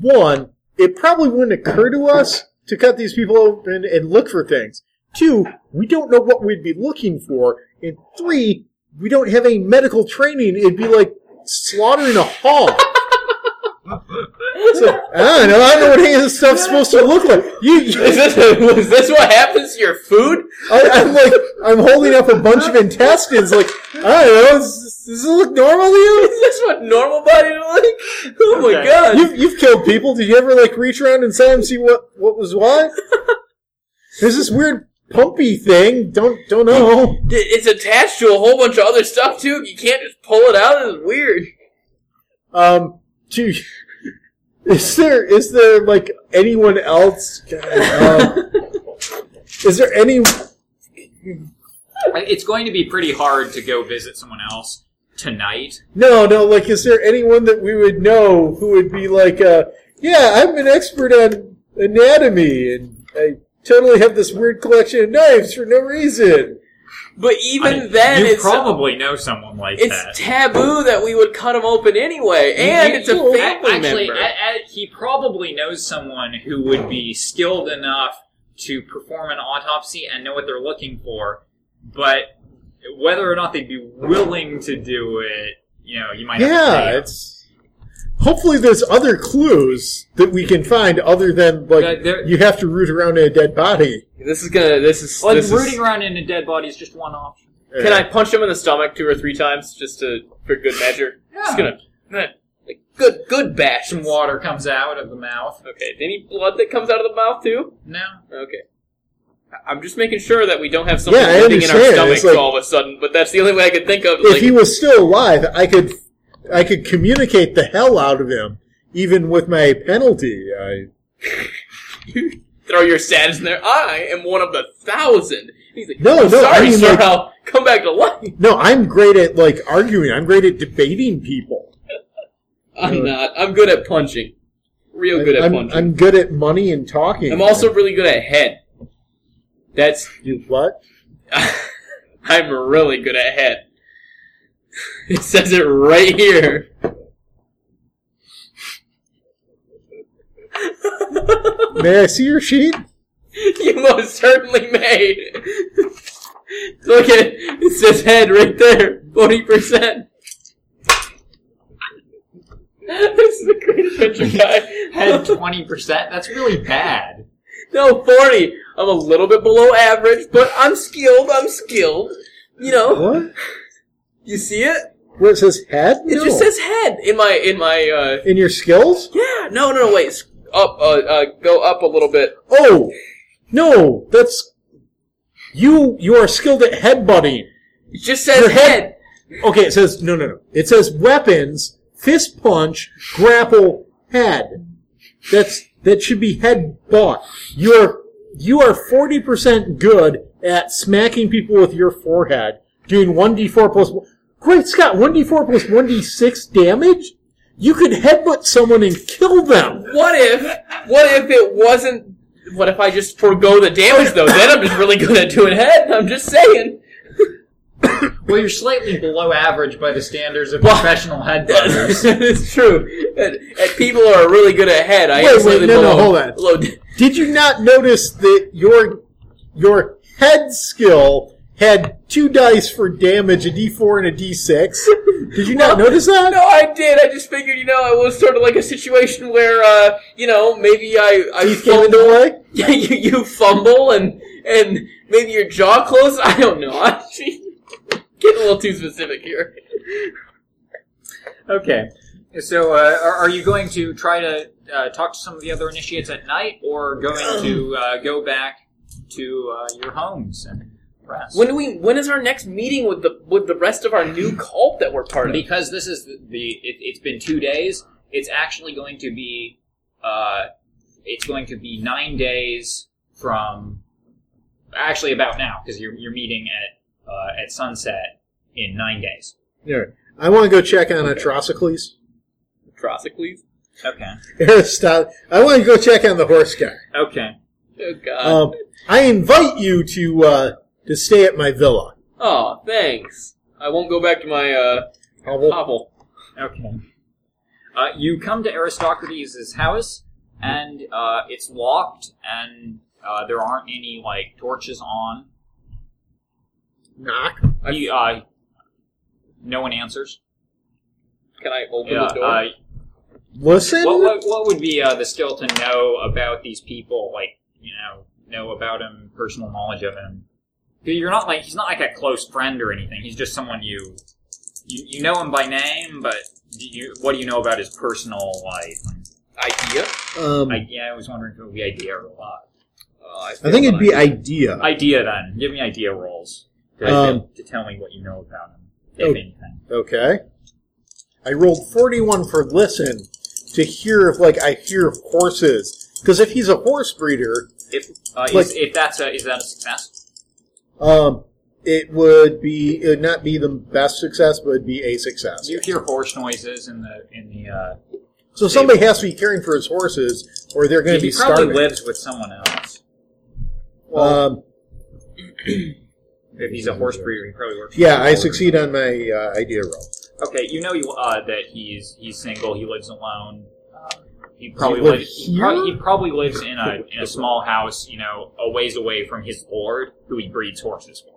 One, it probably wouldn't occur to us to cut these people open and look for things. Two, we don't know what we'd be looking for. And three, we don't have any medical training. It'd be like slaughtering a hog. so, I don't know. I don't know what any of this stuff's supposed to look like. You,
Is
you
this, is this what happens to your food?
I, I'm like, I'm holding up a bunch of intestines. Like, I don't know. Does, does it look normal to you?
Is this what normal body look like? Oh my
Okay.
god!
You've, you've killed people. Did you ever like reach around inside and see what what was what? There's this weird pumpy thing. Don't don't know.
D- It's attached to a whole bunch of other stuff too. You can't just pull it out. It's weird.
Um, gee, is there is there like anyone else? God, um, is there any?
it's going to be pretty hard to go visit someone else tonight.
No, no. Like, is there anyone that we would know who would be like, uh, yeah, I'm an expert on anatomy, and I totally have this weird collection of knives for no reason.
But even
I-
then,
you
it's uh,
probably know someone like
it's
that.
taboo that we would cut them open anyway, and
You-
it's a
you-
family
actually,
member.
I- I- he probably knows someone who would be skilled enough to perform an autopsy and know what they're looking for, but whether or not they'd be willing to do it, you know, you might have to
Yeah,
pay
it's. Hopefully, there's other clues that we can find other than like
Yeah, there-
you have to root around in a dead body.
this is gonna. This is.
Like
this is-
rooting around in a dead body is just one option.
can I punch him in the stomach two or three times just to for good measure? Just
Yeah.
gonna. eh, Like, good, good bash.
Some water comes out of the mouth.
Okay. Any blood that comes out of the mouth too?
No.
Okay. I- I'm just making sure that we don't have something
Yeah, I
living in our
understand.
stomachs
It's like-
all of a sudden. But that's the only way I could think of.
If
like,
he was still alive, I could, I could communicate the hell out of him, even with my penalty. I,
throw your status in there. I am one of the thousand. He's like,
No, no,
I'm sorry,
I mean,
sir.
like-
I'll come back to life.
no, I'm great at like arguing. I'm great at debating people.
I'm not. I'm good at punching. Real good at
I'm,
punching. I'm,
I'm good at money and talking.
also really good at head. That's.
You what?
I'm really good at head. It says it right here.
May I see your sheet?
you most certainly may. Look at it. It says head right there. 40%. this is a great picture, guy.
Head 20%? That's really bad.
No, 40. I'm a little bit below average, but I'm skilled. I'm skilled. You know,
What?
you see it?
Where it says head?
It
No.
just says head in my in my uh
in your skills.
yeah. No, no, no, wait. S- Up uh, uh go up a little bit.
Oh no, that's you. You are skilled at headbutting.
It just says
Your head-
head.
Okay, it says no, no, no. It says weapons, fist punch, grapple, head. That's that should be headbutt. You're you are forty percent good at smacking people with your forehead, doing one d four plus. one- Great Scott, one d four plus one d six damage. You could headbutt someone and kill them.
What if what if it wasn't? What if I just forego the damage though? Then I'm just really good at doing head. I'm just saying.
Well, you're slightly below average by the standards of
Well,
professional headbutters.
it's true. And, and people are really good at head. I
Wait,
am
wait,
slightly
no, no,
below,
hold on.
below-
Did you not notice that your your head skill had two dice for damage, a d4 and a d6? Did you not
Well,
notice that?
No, I did. I just figured, you know, it was sort of like a situation where, uh, you know, maybe I, I
Teeth came into play?
Yeah, you, you fumble and and maybe your jaw closes. I don't know. I'm getting a little too specific here.
Okay. So, uh, are, are you going to try to uh, talk to some of the other initiates at night, or going to uh, go back to uh, your homes and rest.
When do we? When is our next meeting with the with the rest of our new cult that we're part of?
because this is the, the it, it's been two days. It's actually going to be uh, it's going to be nine days from actually about now because you're you're meeting at uh, at sunset in nine days.
All right. I want to go check on Atrocicles.
Atrocicles?
Okay.
Aristotle. I want to go check on the horse guy.
Okay.
Oh God.
Um, I invite you to uh, to stay at my villa.
oh, thanks. I won't go back to my uh, hovel.
Okay. Uh, you come to Aristocrates' house, and uh, it's locked, and uh, there aren't any like torches on.
Knock.
He, uh, no one answers.
Can I open
Yeah,
the door?
uh,
Listen.
what, what, what would be uh, the skill to know about these people? Like, you know, know about him, personal knowledge of him. You're not like he's not like a close friend or anything. He's just someone you you, you know him by name, but do you what do you know about his personal life?
idea.
Um,
I,
I,
yeah, I was wondering if it would be idea or lot.
Oh, I,
think it'd be
I,
idea.
Idea then. Give me idea rolls to,
Um,
to tell me what you know about him, if
Oh.
anything.
Okay. I rolled 41 for listen to hear if, like, I hear horses. Because if he's a horse breeder,
If uh,
Like-
is, if that's a, is that a success?
um, it would be, it would not be the best success, but it'd be a success.
You hear horse noises in the in the. Uh,
So somebody has to be caring for his horses, or they're going to
he
be
probably
starving.
lives with someone else.
um,
If he's a horse breeder, he probably works.
yeah, I succeed on my uh, idea roll.
Okay, you know you, uh, that he's he's single. He lives alone. Um, He probably
live
lives. He probably,
here?
he probably lives in a in a small house, you know, a ways away from his lord, who he breeds horses for. He's-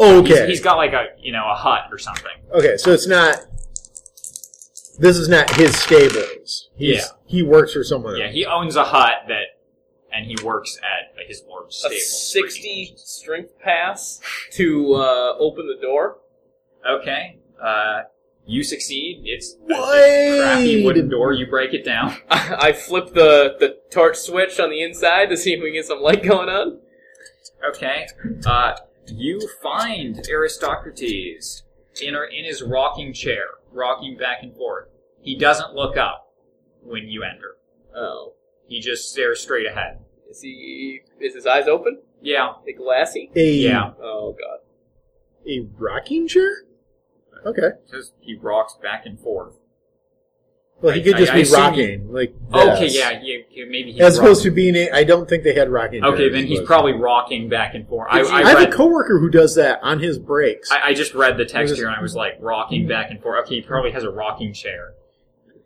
Okay.
he's got like a you know a hut or something.
Okay, so it's not. This is not his stables. He's,
Yeah.
He works for someone
Yeah,
else.
he owns a hut that, and he works at his lord's
a
stable.
sixty strength pass to uh, open the door.
Okay. Uh, you succeed. It's a
Wait.
crappy wooden door. You break it down.
I flip the the torch switch on the inside to see if we can get some light going on.
Okay. Uh, you find Aristocrates in in his rocking chair, rocking back and forth. He doesn't look up when you enter.
Oh,
He just stares straight ahead.
is he? Is his eyes open?
Yeah.
Like glassy?
A,
Yeah.
Oh God.
a rocking chair? Okay.
Just he rocks back and forth.
Well, he could
I-
just
I- I
be
assume Oh,
rocking. like
Okay.
this.
Yeah. You, you- maybe he's
As opposed
rocking.
to being a. I don't think they had rocking
Okay,
chairs,
then he's
but-
probably rocking back and forth. I,
Did you-
I
I have
read
a coworker who does that on his breaks.
I, I just read the text
There's-
here and I was like rocking back and forth. Okay, he probably has a rocking chair,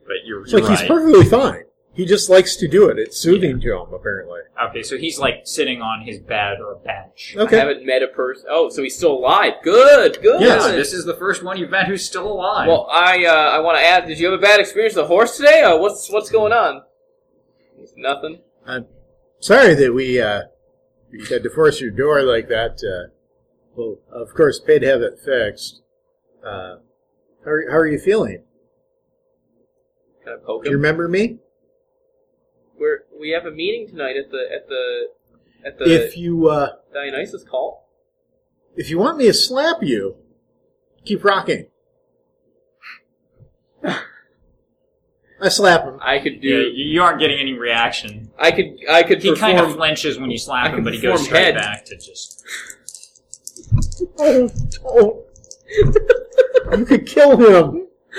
but you're,
it's
you're
like
right.
he's perfectly fine. He just likes to do it. It's soothing to him, apparently.
okay, so he's like sitting on his bed or a bench.
I
Okay.
haven't met a person. Oh, so he's still alive. Good. Good.
Yes.
Yeah, Oh, this is the first one you've met who's still alive.
Well, I uh, I want to add. Did you have a bad experience with the horse today? Or what's what's going on? Nothing.
Sorry that we uh, we had to force your door like that. Uh, well, of course, paid to have it fixed. Uh, how, are, how are you feeling?
Can I poke
Do
him?
you remember me?
We're we have a meeting tonight at the at the at the
if you uh,
Dionysus call.
if you want me to slap you, keep rocking. I slap him.
I could
yeah, you,
do.
you aren't getting any reaction.
I could I could
He
perform.
kind of flinches when you slap
I
him,
can
but he goes
perform
straight
head.
back to just.
Oh, oh. you could kill him.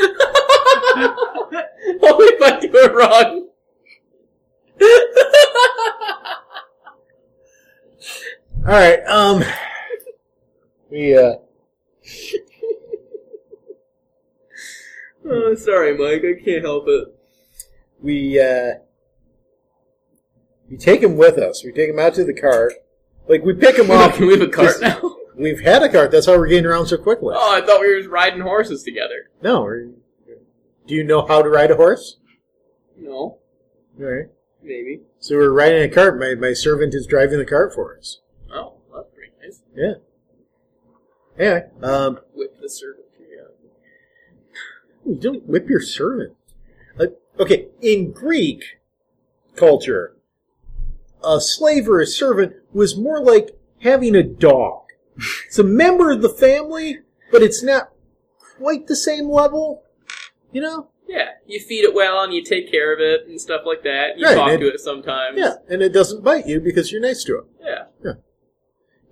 Only if I do it wrong.
All right. Um. We uh.
Oh, sorry, Mike. I can't help it.
we uh, we take him with us. We take him out to the cart. Like we pick him up.
Can we have a cart
Just-
now?
We've had a cart. That's how we're getting around so quickly.
Oh, I thought we were just riding horses together.
No. we're- Do you know how to ride a horse?
No,
All right.
maybe.
So we're riding a cart. My my servant is driving the cart for us.
Oh, that's pretty nice.
Yeah. Yeah. Um.
Whip the servant. Yeah.
You don't whip your servant. Uh, okay, in Greek culture, a slave or a servant was more like having a dog. It's a member of the family, but it's not quite the same level. You know?
Yeah, you feed it well and you take care of it and stuff like that. You
Right,
talk
and-
to it sometimes.
Yeah, and it doesn't bite you because you're nice to it.
Yeah.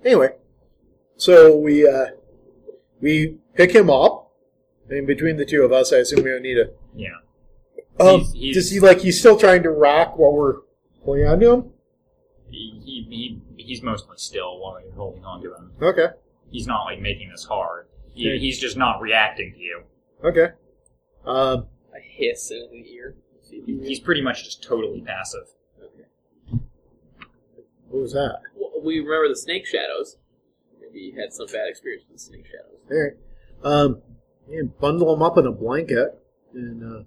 Anyway, so we uh, we pick him up, and between the two of us, I assume we don't need a.
Yeah.
Um,
He's- he's-
does he like? He's still trying to rock while we're holding on to him.
He, he, he, he's mostly still while you're holding on to him.
Okay,
He's not like making this hard. He, he's just not reacting to you.
okay. Um,
A hiss in the ear. See if you-
He's pretty much just totally passive.
what was that?
Well, We remember the snake shadows. Maybe you had some bad experience with the snake shadows.
All right. Um, and bundle him up in a blanket and. Uh,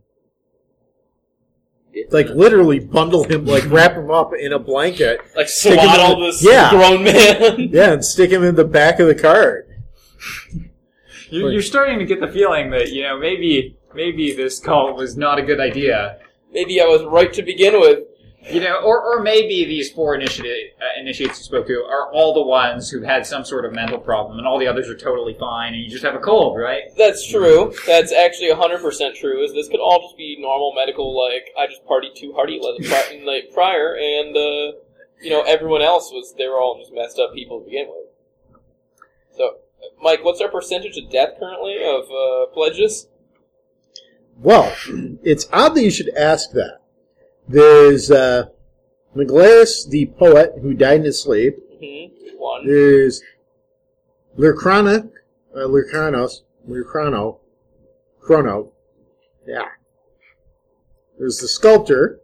It's
like literally bundle him, like wrap him up in a blanket,
Like
Stick him
swaddle
in the-
this
Yeah.
grown man.
yeah, and stick him in the back of the cart.
You're, you're starting to get the feeling that you know maybe maybe this call was not a good idea.
Maybe I was right to begin with.
You know, or, or maybe these four initiative, uh, initiates you spoke to are all the ones who've had some sort of mental problem, and all the others are totally fine, and you just have a cold, right?
That's true. That's actually 100% true, is this could all just be normal medical, like, I just partied too hardy le- pri- night prior, and, uh, you know, everyone else was, they were all just messed up people to begin with. So, Mike, what's our percentage of death currently of uh, pledges?
Well, it's odd that you should ask that. There's uh, Meglaeus the poet who died in his sleep.
hmm One.
There's Lyrcronic, uh, Lyrcanos, Lyrcrono, Chrono. Yeah. There's the sculptor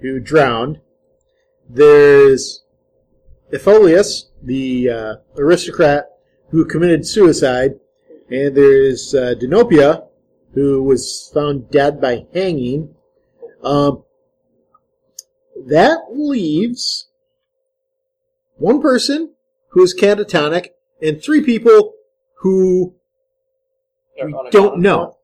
who drowned. There's Etholius, the uh, aristocrat who committed suicide. And there's uh, Denopia, who was found dead by hanging. Um, that leaves one person who is catatonic and three people who
They're
we
unaccounted
don't
for.
know.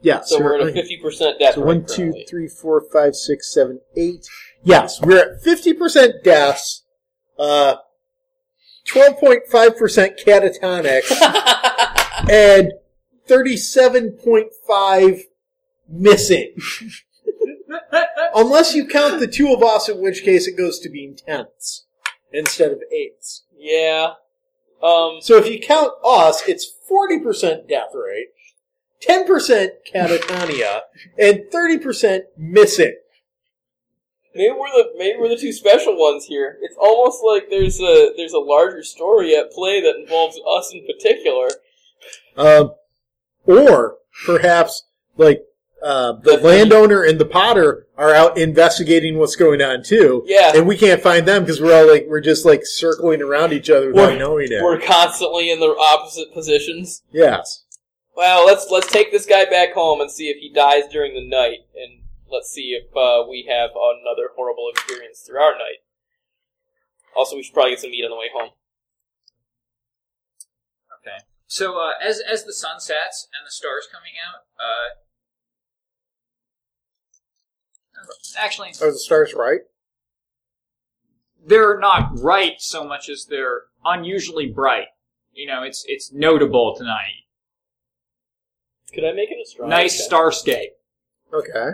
Yeah,
So we're at a
certainly.
50% death
So
rate
one, two,
currently.
three, four, five, six, seven, eight. Yes, we're at fifty percent deaths, uh, twelve point five percent catatonics, and thirty-seven point five missing. Unless you count the two of us, in which case it goes to being tenths instead of eighths.
Yeah. Um,
So if you count us, it's 40% death rate, 10% catatonia, and 30% missing.
maybe we're the maybe we're the two special ones here. It's almost like there's a there's a larger story at play that involves us in particular.
Um, or perhaps, like, uh, the
The-
landowner and the potter are out investigating what's going on too.
Yeah.
And we can't find them because we're all like, we're just like circling around each other without knowing it.
We're constantly in the opposite positions.
yes.
Well, let's let's take this guy back home and see if he dies during the night, and let's see if uh, we have another horrible experience through our night. Also, we should probably get some meat on the way home.
So uh, as as the sun sets and the stars coming out, uh, actually,
Are Oh, the stars right?
they're not right so much as they're unusually bright. You know, it's it's notable tonight.
Could I make it a strong?
Nice
check?
starscape.
Okay.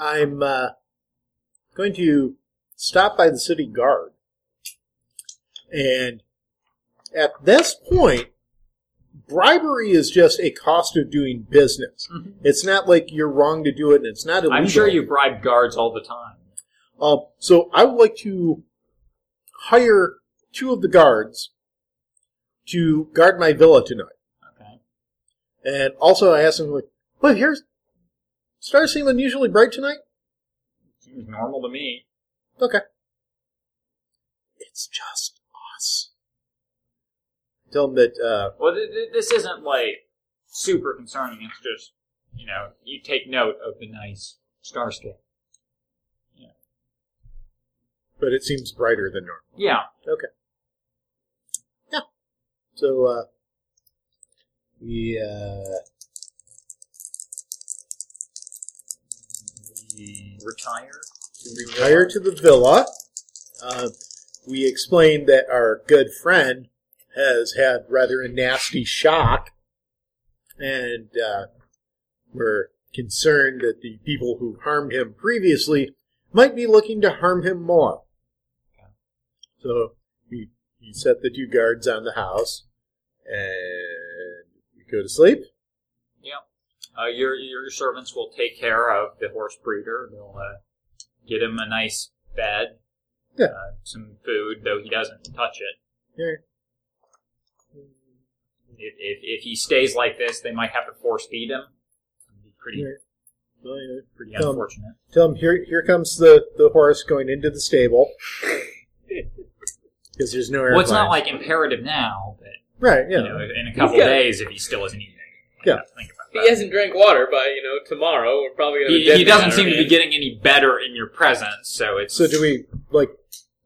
I'm, uh, going to stop by the city guard. And at this point, bribery is just a cost of doing business.
Mhm.
It's not like you're wrong to do it, and it's not illegal.
I'm sure you bribe guards all the time.
Uh, so I would like to hire two of the guards to guard my villa tonight.
Okay.
And also, I asked him, like, "Well, here's stars seem unusually bright tonight."
Seems normal to me.
Okay. It's just us. Tell him that. Uh,
Well, th- th- this isn't like super concerning. It's just you know you take note of the nice starscape.
but it seems brighter than normal.
Yeah.
So uh, we uh,
Retire.
retire to the villa. uh, we explained that our good friend has had rather a nasty shock, and uh, we're concerned that the people who harmed him previously might be looking to harm him more. So we, we set the two guards on the house, and we go to sleep.
Uh, your your servants will take care of the horse breeder. They'll uh, get him a nice bed,
Yeah.
uh, some food, though he doesn't touch it.
Yeah.
If, if if he stays like this, they might have to force feed him. It'd be pretty
Yeah. Well, you know,
pretty
Um,
unfortunate.
Tell him here. Here comes the, the horse going into the stable because there's no airplane.
Well, it's not like imperative now, but
right? Yeah.
you know, in a couple
Yeah.
days, if he still isn't eating,
Yeah.
have to think about
He
that.
hasn't drank water by, you know, tomorrow. We're probably going to
He, he doesn't seem to be getting any better in your presence, so it's
so do we like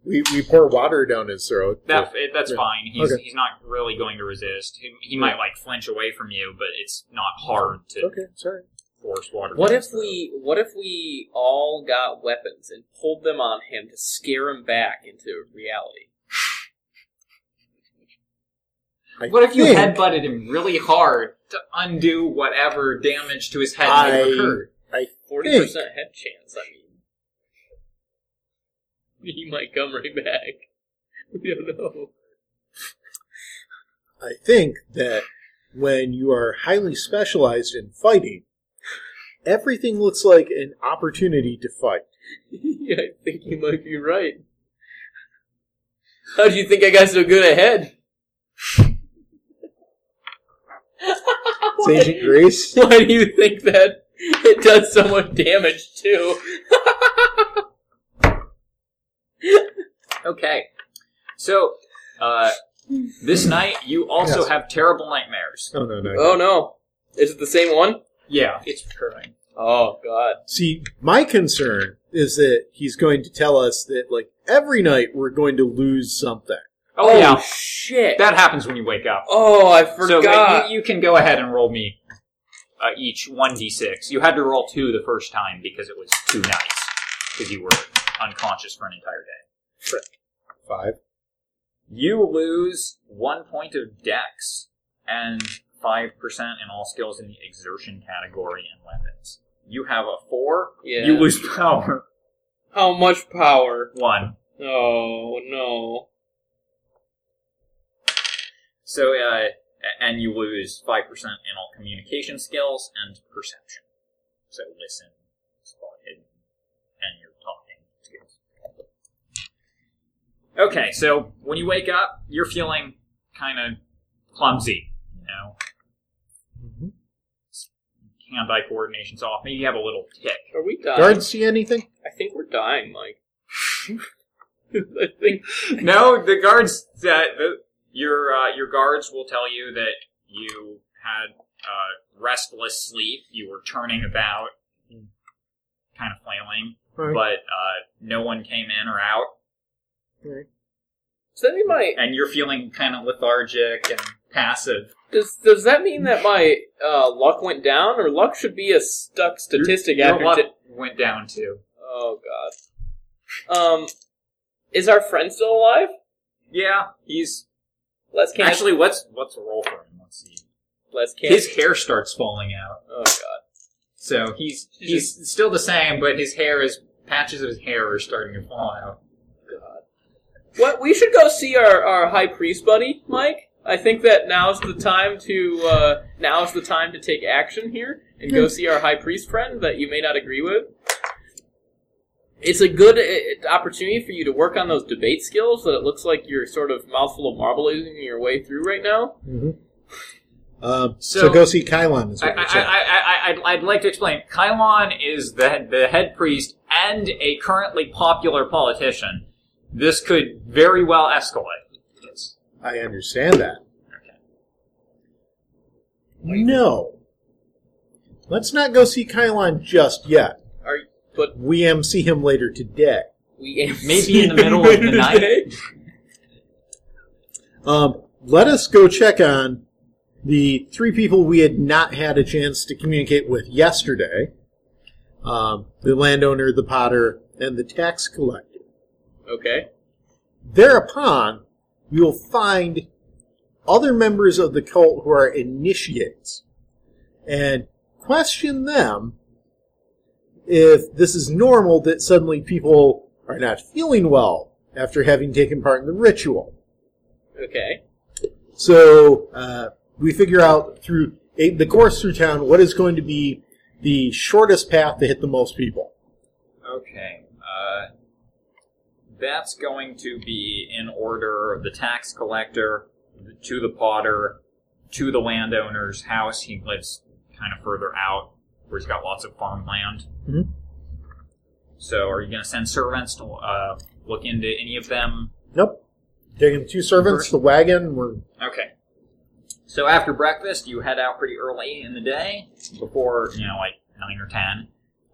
we, we pour water down his throat?
That, it, that's
Yeah.
fine. He's,
Okay.
he's not really going to resist. He, he might like flinch away from you, but it's not hard to
okay, sorry.
force water.
What
down
if
his
we what if we all got weapons and pulled them on him to scare him back into reality?
I
throat. What if you
think
headbutted him really hard to undo whatever damage to his head might have
I-
occurred?
Forty percent head chance, I mean. He might come right back. We don't know.
I think that when you are highly specialized in fighting, everything looks like an opportunity to fight.
yeah, I think you might be right. How do you think I got so good at head?
It's Agent Grace.
Why do you think that it does so much damage too?
Okay. So, uh, this night you also
Yes.
have terrible nightmares.
No, no, no.
Oh no. Is it the same one?
Yeah, it's recurring.
Oh god.
See, my concern is that he's going to tell us that, like, every night we're going to lose something.
Oh, yeah,
shit.
that happens when you wake up.
oh, I
So
forgot.
uh, you, you can go ahead and roll me uh, each one d six. You had to roll two the first time because it was two nights because you were unconscious for an entire day.
Five.
You lose one point of dex and five percent in all skills in the exertion category and weapons. You have a four.
Yeah.
You lose power
How much power?
one.
Oh no.
So uh, a- and you lose five percent in all communication skills and perception. So listen, spot hidden, and your talking skills. Okay, so when you wake up, you're feeling kind of clumsy. You know, hand-eye coordination's off. Maybe you have a little tick.
Are we dying?
Guards see anything?
I think we're dying, Mike. I think
no, the guards. Uh, the, your uh, your guards will tell you that you had uh, restless sleep. You were turning about, kind of flailing,
Right.
but uh, no one came in or out,
does that mean my
and you're feeling kind of lethargic and passive.
does does that mean that my uh, luck went down or luck should be a stuck statistic
Your
after
luck
t-
went down too.
Oh god. Um is our friend still alive?
Yeah, he's
Let's can
actually. Let's let's roll for him. Let's see.
let's can
His hair starts falling out.
Oh god.
So he's he's still the same, but his hair is patches of his hair are starting to fall out.
What we should go see our, our high priest buddy, Mike. I think that now's the time to uh, now's the time to take action here and go see our high priest friend that you may not agree with. It's a good uh, opportunity for you to work on those debate skills that it looks like you're sort of mouthful of marble in your way through right now.
Um, so,
So-
go see Kylon is
I,
what you're saying.
I, I, I, I'd, I'd like to explain. Kylon is the the head priest and a currently popular politician. This could very well escalate.
I understand that. No. Let's not go see Kylon just yet.
Are but
We um, see him later today.
we aim
Maybe in the middle of the night.
Um, let us go check on the three people we had not had a chance to communicate with yesterday um, the landowner, the potter, and the tax collector.
Okay.
Thereupon, you will find other members of the cult who are initiates and question them if this is normal that suddenly people are not feeling well after having taken part in the ritual.
Okay.
So uh, we figure out through eh, the course through town what is going to be the shortest path to hit the most people.
Okay. Uh, that's going to be in order the tax collector to the potter to the landowner's house. He lives kind of further out where he's got lots of farmland.
Mhm.
So, are you going to send servants to uh, look into any of them?
Nope. Taking two servants, the wagon. We're
Okay. So after breakfast, you head out pretty early in the day, before you know, like nine or ten.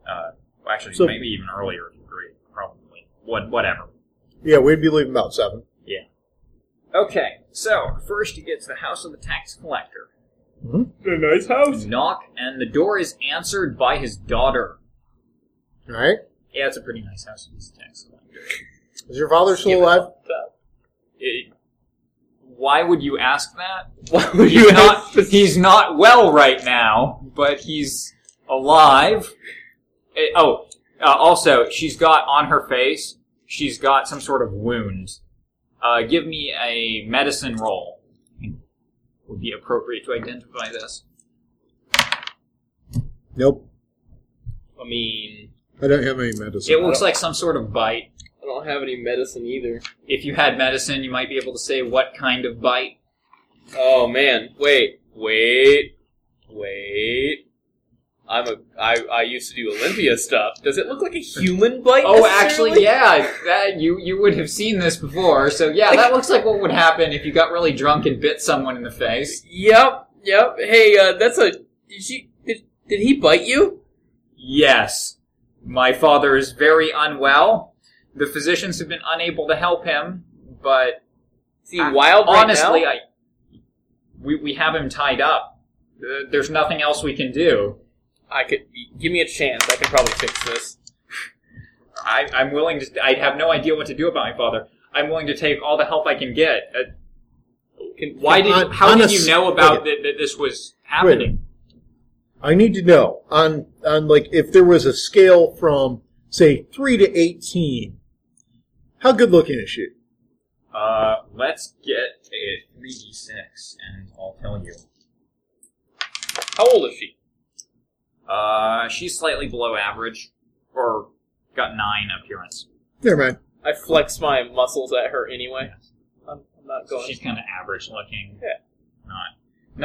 Uh, well, actually,
So-
maybe even earlier if you agree, probably. What, whatever.
yeah, we'd be leaving about seven.
Okay, so first you get to the house of the tax collector.
Hmm? A nice house.
Knock, and the door is answered by his daughter.
All right.
Yeah, it's a pretty nice house. He's a tax collector.
Is your father still
Skip it.
alive?
It- why would you ask that?
Why would
He's
you
not.
not?
He's not well right now, but he's alive. Eh, oh, uh, also, she's got on her face. She's got some sort of wound. Uh, give me a medicine roll. Would be appropriate to identify this.
Nope.
I mean,
I don't have any medicine.
It looks like some sort of bite.
I don't have any medicine either.
If you had medicine, you might be able to say what kind of bite.
Oh man, wait, wait, wait. I'm a. I I used to do Olympia stuff. Does it look like a human bite?
Oh, actually,
necessarily?
yeah, that, you you would have seen this before. So yeah, that looks like what would happen if you got really drunk and bit someone in the face.
Yep, yep. Hey, uh, that's a. Did she? Did, did he bite you?
Yes. My father is very unwell. The physicians have been unable to help him, but
Is he wild right
honestly,
now?
I we, we have him tied up. Uh, There's nothing else we can do.
I could give me a chance. I could probably fix this.
I, I'm willing to. I have no idea what to do about my father. I'm willing to take all the help I can get. Uh,
Can,
why did?
On-
how
on
did
a
you
s-
know about
wait
that, that this was happening?
I need to know on on like if there was a scale from say three to eighteen, how good looking is she?
Uh, let's get a three d six, and I'll tell you.
How old is she?
Uh, she's slightly below average, or got nine appearance.
Never mind.
I flex my muscles at her anyway. I'm, I'm not going.
She's kind of average looking.
Yeah.
Not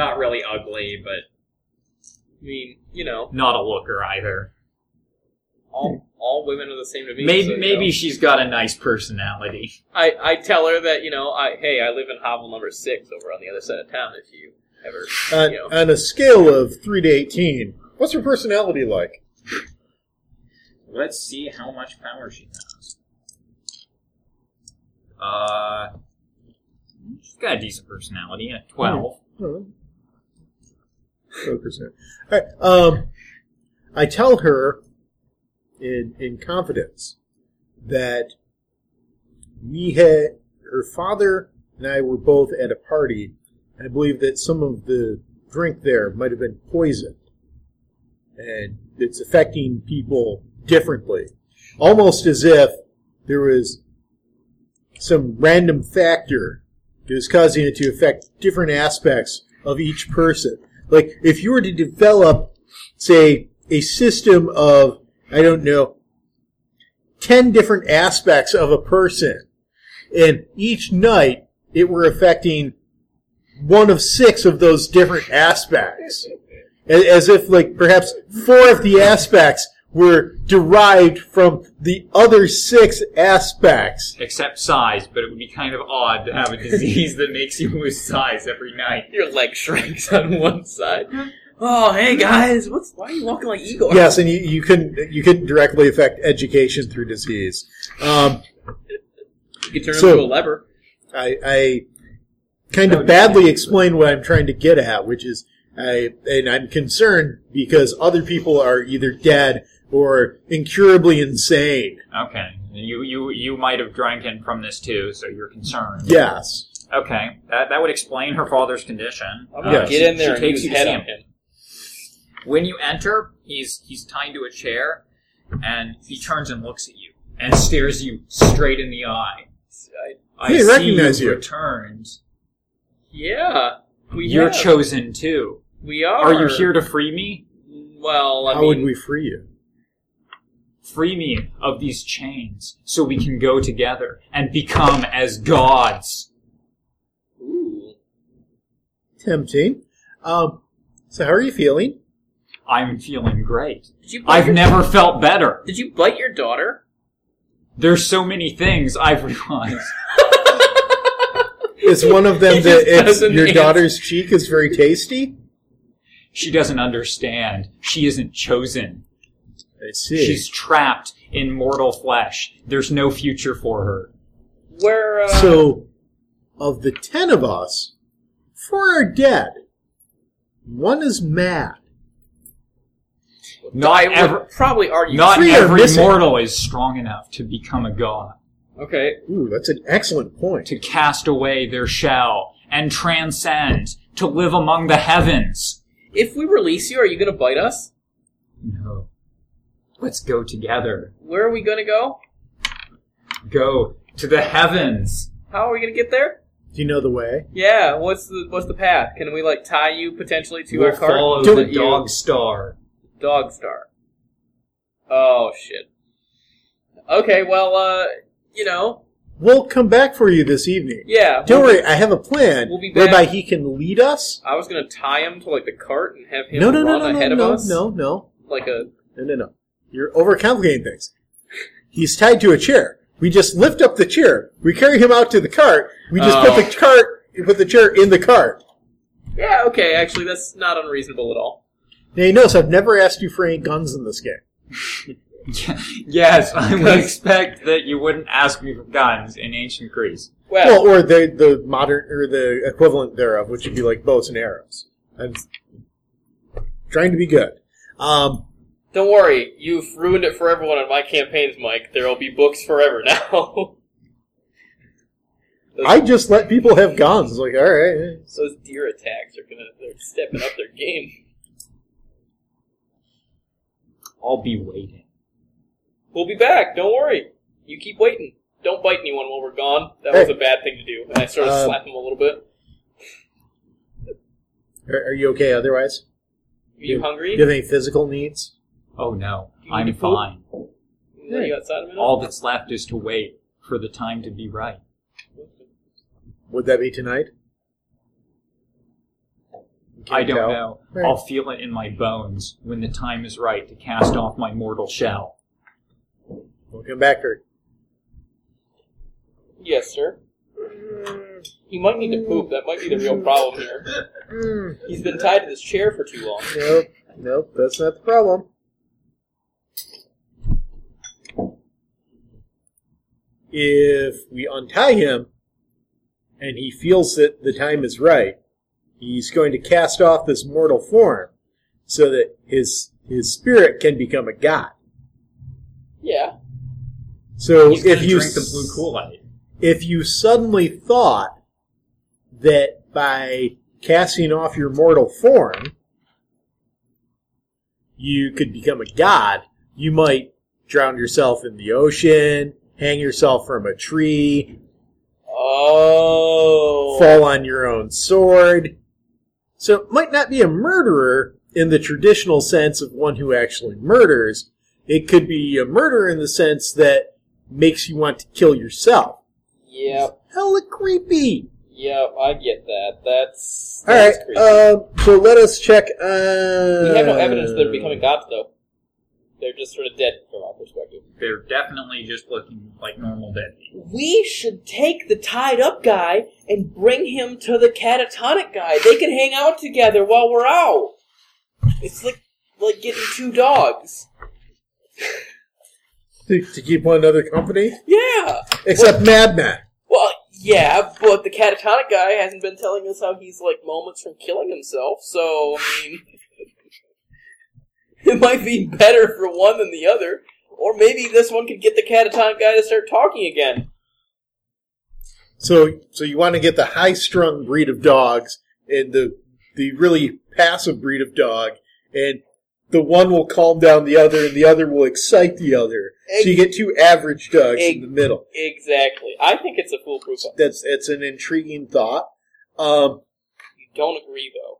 not really ugly, but
I mean, you know,
not a looker either.
all all women are the same to me. so,
Maybe
you
maybe
know.
she's got a nice personality.
I I tell her that you know I hey I live in hovel number six over on the other side of town. If you ever
Uh,
On,
you know
on a scale of three to eighteen, what's her personality like?
Let's see how much power she has. Uh, she's got a decent personality at twelve.
Alright. Focus in. Alright, um, I tell her in in confidence that we had her father and I were both at a party. and I believe that some of the drink there might have been poisoned, and it's affecting people differently, almost as if there was some random factor it was causing it to affect different aspects of each person. Like if you were to develop, say, a system of I don't know, ten different aspects of a person, and each night it were affecting one of six of those different aspects, A- as if like perhaps four of the aspects were derived from the other six aspects.
Except size, but it would be kind of odd to have a disease that makes you lose size every night.
your leg shrinks on one side. Oh hey guys, what's why are you walking like Igor?
Yes, and you, you couldn't you couldn't directly affect education through disease. Um,
you can turn
So-
into a lever.
I, I kind
Oh,
of badly explain what I'm trying to get at, which is I and I'm concerned because other people are either dead or incurably insane.
Okay. You you you might have drank in from this too, so you're concerned.
Yes.
Okay. That, that would explain her father's condition. Uh,
I'm
gonna
gonna
Yes.
get in there
she
and
takes
use
you to
head
see
on
him.
him.
When you enter, he's he's tied to a chair, and he turns and looks at you and stares you straight in the eye. I, I
He
see
recognize
you've
you.
Returned.
Yeah, we
You're
have.
chosen too.
we are.
Are you here to free me?
Well, I
How would
mean,
we free you?
Free me of these chains, so we can go together and become as gods.
ooh,
Tempting. Um, so how are you feeling?
I'm feeling great.
did you? Bite
I've
your,
never felt better.
Did you bite your daughter?
There's so many things I've realized.
Is one of them
He
that
just
it's,
doesn't
your
answer.
daughter's cheek is very tasty?
She doesn't understand. She isn't chosen.
I see.
She's trapped in mortal flesh. There's no future for her.
Where? Uh,
so, of the ten of us, four are dead. One is mad.
Not
I would
ever.
probably argue.
Not
Three are
every
missing.
mortal is strong enough to become a god,
okay.
Ooh, that's an excellent point.
to cast away their shell and transcend, to live among the heavens.
If we release you, are you gonna bite us?
No. Let's go together.
Where are we gonna go?
Go to the heavens.
How are we gonna get there?
Do you know the way?
Yeah. What's the What's the path? Can we like tie you potentially to
We'll
our cart?
follow
Don't
the
you-
dog star.
Dog Star. Oh shit. Okay, well, uh, you know,
We'll come back for you this evening.
yeah.
Don't
we'll-
worry, I have a plan
We'll be back.
whereby he can lead us.
I was gonna tie him to like the cart and have him
No, no, no,
run
no, no,
ahead of
no,
us.
no, no,
Like a
no, no, no. You're overcomplicating things. He's tied to a chair. We just lift up the chair. We carry him out to the cart. We just
Oh.
put the cart, we put the chair in the cart.
yeah. Okay, actually, that's not unreasonable at all.
Now you notice I've never asked you for any guns in this game.
Yes, I would expect that you wouldn't ask me for guns in ancient Greece.
Well,
Well, or the the modern or the equivalent thereof, which would be like bows and arrows. I'm trying to be good. Um,
don't worry. You've ruined it for everyone on my campaigns, Mike. There'll be books forever now. those,
I just let people have guns. Like, all right,
those deer attacks are gonna—they're stepping up their game.
I'll be waiting.
We'll be back. Don't worry. You keep waiting. Don't bite anyone while we're gone. That was
Hey.
a bad thing to do. And I sort of
Um,
slap him a little bit.
are, are you okay? Otherwise,
Are you
Yeah.
hungry?
do you have any physical needs?
Oh no,
You need
I'm
to poop?
fine.
Can we let you outside a minute?
All that's left is to wait for the time to be right.
Would that be tonight?
I don't
tell.
know.
Right.
I'll feel it in my bones when the time is right to cast off my mortal shell.
We'll come back here.
Yes, sir. He might need to poop. That might be the real problem here. He's been tied to this chair for too long.
Nope, nope, that's not the problem. If we untie him and he feels that the time is right, he's going to cast off this mortal form so that his his spirit can become a god.
Yeah.
So
He's gonna
if you
drink the
s-
blue Kool-Aid.
if you suddenly thought that by casting off your mortal form you could become a god, you might drown yourself in the ocean, hang yourself from a tree,
Oh.
fall on your own sword. So it might not be a murderer in the traditional sense of one who actually murders. It could be a murderer in the sense that makes you want to kill yourself.
Yep.
Hella creepy.
Yep. I get that. That's.
All right.
that's crazy.
Um, so let us check. Uh,
we have no evidence they're becoming gods, though. They're just sort of dead from our perspective.
They're definitely just looking like normal dead people.
we should take the tied up guy and bring him to the catatonic guy. They can hang out together while we're out. It's like like getting two dogs.
to, to keep one another company,
Yeah.
except Mad Men.
Well, yeah, but the catatonic guy hasn't been telling us how he's like moments from killing himself. So I mean,
It might be better for one than the other. Or maybe this one could get the catatonic guy to start talking again.
So, so you want to get the high-strung breed of dogs and the the really passive breed of dog, and the one will calm down the other, and the other will excite the other. So you get two average dogs in the middle.
Exactly. I think it's a foolproof.
That's that's an intriguing thought. Um,
You don't agree though.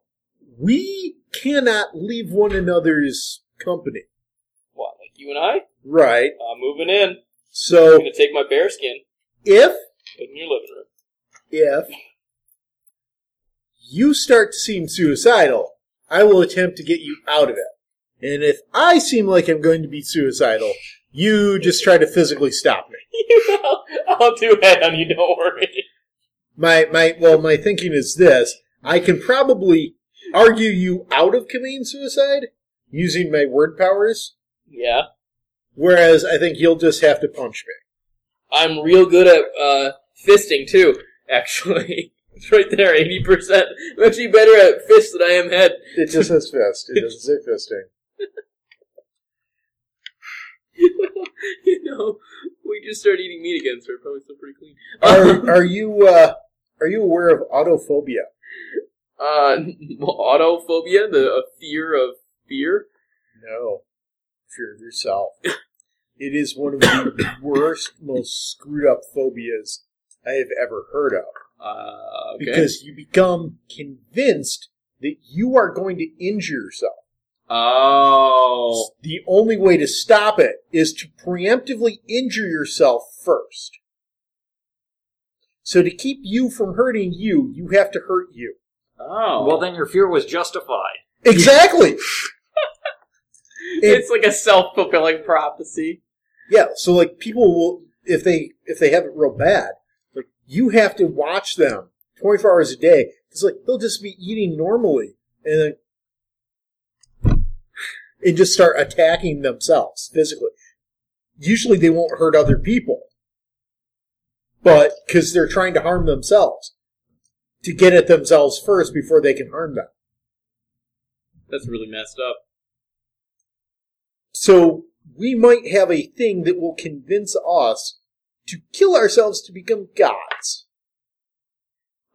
we cannot leave one another's company,
What? Like you and I?
right?
I'm moving in. I'm
So
gonna take my bear skin,
if
put it in your living room.
if you start to seem suicidal, I will attempt to get you out of it. And if I seem like I'm going to be suicidal, you just try to physically stop me.
You know, I'll do it on you. Don't worry.
My my well, my thinking is this: I can probably argue you out of committing suicide using my word powers,
Yeah,
whereas I think you'll just have to punch me.
I'm real good at uh, fisting too. Actually, it's right there, eighty percent. I'm actually better at fist than I am head.
It just says fist. It doesn't say fisting.
you know, we just started eating meat again, so we're probably still pretty clean.
Are are you uh, are you aware of autophobia?
Uh, autophobia, the uh, fear of fear.
No. Fear of yourself. it is one of the worst, most screwed up phobias I have ever heard of.
Uh, okay.
Because you become convinced that you are going to injure yourself.
oh,
The only way to stop it is to preemptively injure yourself first. So to keep you from hurting you, you have to hurt you.
oh.
Well, then your fear was justified.
Exactly.
it's like a self fulfilling prophecy.
Yeah, so like people will if they if they have it real bad, like you have to watch them twenty four hours a day. It's like they'll just be eating normally and then and just start attacking themselves physically. Usually they won't hurt other people, but because they're trying to harm themselves to get at themselves first before they can harm them.
That's really messed up.
So we might have a thing that will convince us to kill ourselves to become gods.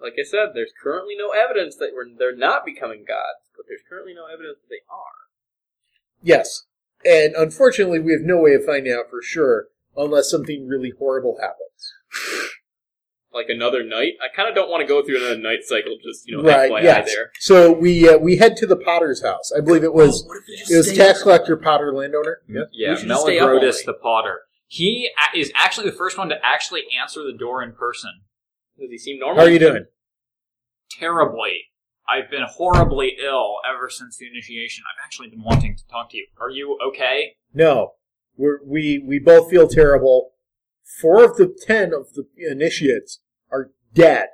Like I said, there's currently no evidence that we're, they're not becoming gods, but there's currently no evidence that they are.
Yes. And unfortunately, we have no way of finding out for sure unless something really horrible happens.
Like another night? I kind of don't want to go through another night cycle, just, you know, FYI
yes.
there.
So we uh, we head to the Potter's house. I believe it was it was tax collector Potter landowner.
Mm-hmm.
Yeah.
Yeah,
should just stay up all
Melagrodus
night.
the Potter. He a- is actually the first one to actually answer the door in person.
Does he seem
How
normal?
are you doing?
Terribly. I've been horribly ill ever since the initiation. I've actually been wanting to talk to you. Are you okay?
No, We're, we we both feel terrible. Four of the ten of the initiates are dead.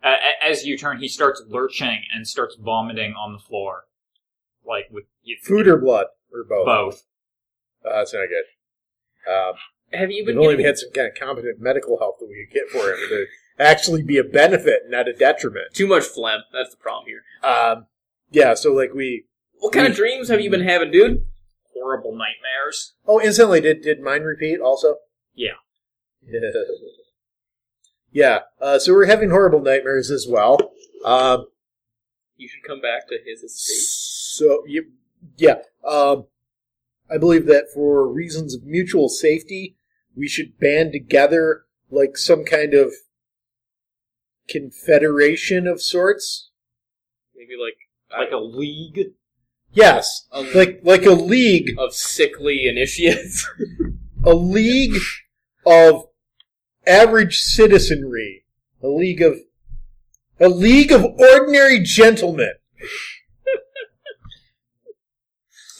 Uh, a- as you turn, he starts lurching and starts vomiting on the floor. Like, with you,
Food or blood or both.
both.
Uh, that's not good. Um,
Have you
We've
been
only
getting,
had some kind of competent medical help that we could get for him to actually be a benefit, not a detriment.
too much phlegm? That's the problem here.
Um, yeah, so like we.
What kind of
Mm.
dreams have you been having, dude?
Horrible nightmares.
Oh, incidentally, did did mine repeat also?
Yeah.
Yeah. Yeah. Uh, so we're having horrible nightmares as well. Um,
You should come back to his estate.
so you, yeah. Um, I believe that for reasons of mutual safety, we should band together like some kind of confederation of sorts.
Maybe like
Like a league.
Yes,
A league.
like like a league,
of sickly initiates.
a league of average citizenry, a league of a league of ordinary gentlemen.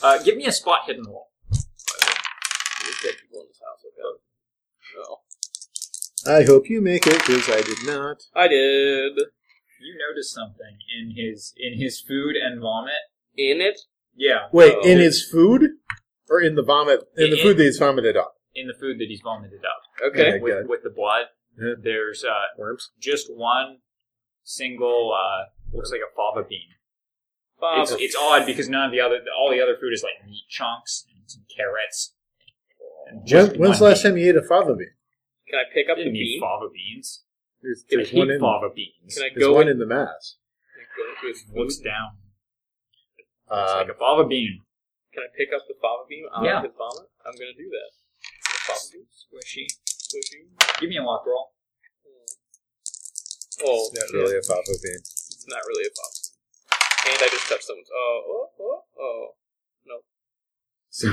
Uh, give me a spot hidden roll.
I hope you make it, because I did not.
I did.
You notice something in his in his food and vomit.
In it?
Yeah, Uh,
Wait,
Oh.
in his food or in the vomit? In the
In-
food that he's vomited up.
in the food that he's vomited up.
Okay.
Okay.
with, with the blood.
Yeah.
There's uh,
Worms.
just one single, uh, looks like a fava bean.
Bob,
It's, it's odd because none of the other all the other food is like meat chunks and some carrots. and just
When, when's the
one
last
bean.
time you ate a fava bean?
can I pick up the
Didn't eat
bean?
fava beans.
There's,
Can I
there's one
eat
in
Fava beans.
Can I
there's
go
one in
in?
the mass.
Can I go into his food?
Looks down. It's
Um,
like a fava bean.
Can I pick up the fava bean out
Yeah.
of his vomit? I'm gonna do that. The fava bean
Squishy.
squishy.
Give me a lock roll.
Oh,
not really a fava bean.
it's not really a fava bean. And I just touched someone's. Oh, oh, oh, oh.
So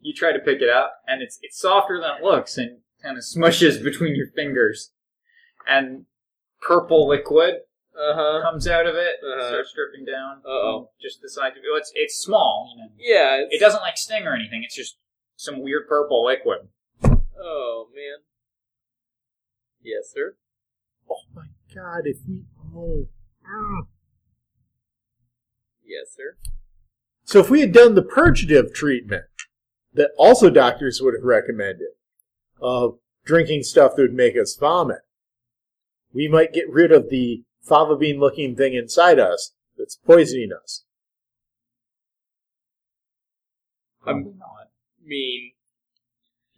you try to pick it up, and it's it's softer than it looks, and kind of smushes between your fingers, and purple liquid
Uh huh.
comes out of it,
Uh-huh.
starts dripping down.
Uh-oh.
Just the size of it. Well, It's it's small. You know.
Yeah. It's,
It doesn't like sting or anything. It's just some weird purple liquid.
Oh man. Yes, sir.
Oh my god, if we oh. ah.
Yes, sir.
So if we had done the purgative treatment that also doctors would have recommended of drinking stuff that would make us vomit, we might get rid of the fava bean looking thing inside us that's poisoning us.
Um,
I'm-
not.
Mean.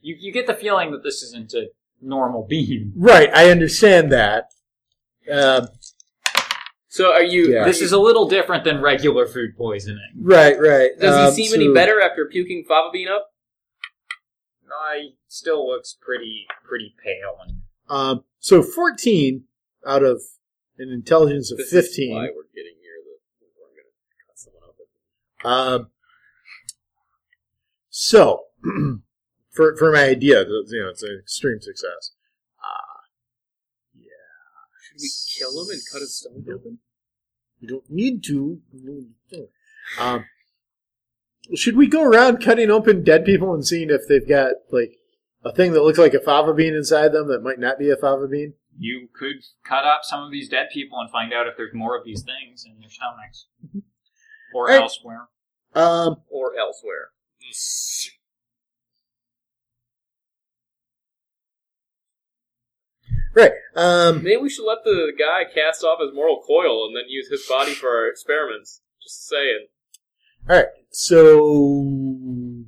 You you get the feeling that this isn't a normal bean.
Right, I understand that. Um,
So are you?
Yeah.
This is a little different than regular food poisoning.
right, right.
Does
Um,
he seem any
so-
better after puking fava bean up?
I still looks pretty pretty pale and
Um, so 14 out of an intelligence of
This is
15.
why we're getting near the. We're gonna cut someone up.
Um, so, for for my idea, th- you know, it's an extreme success.
Should we kill him and cut his stomach open?
You don't need to. Um, should we go around cutting open dead people and seeing if they've got like a thing that looks like a fava bean inside them that might not be a fava bean?
you could cut up some of these dead people and find out if there's more of these things in their stomachs or
Right.
elsewhere.
Um,
Or elsewhere.
right. Um,
Maybe we should let the guy cast off his moral coil and then use his body for our experiments. Just saying.
all right. So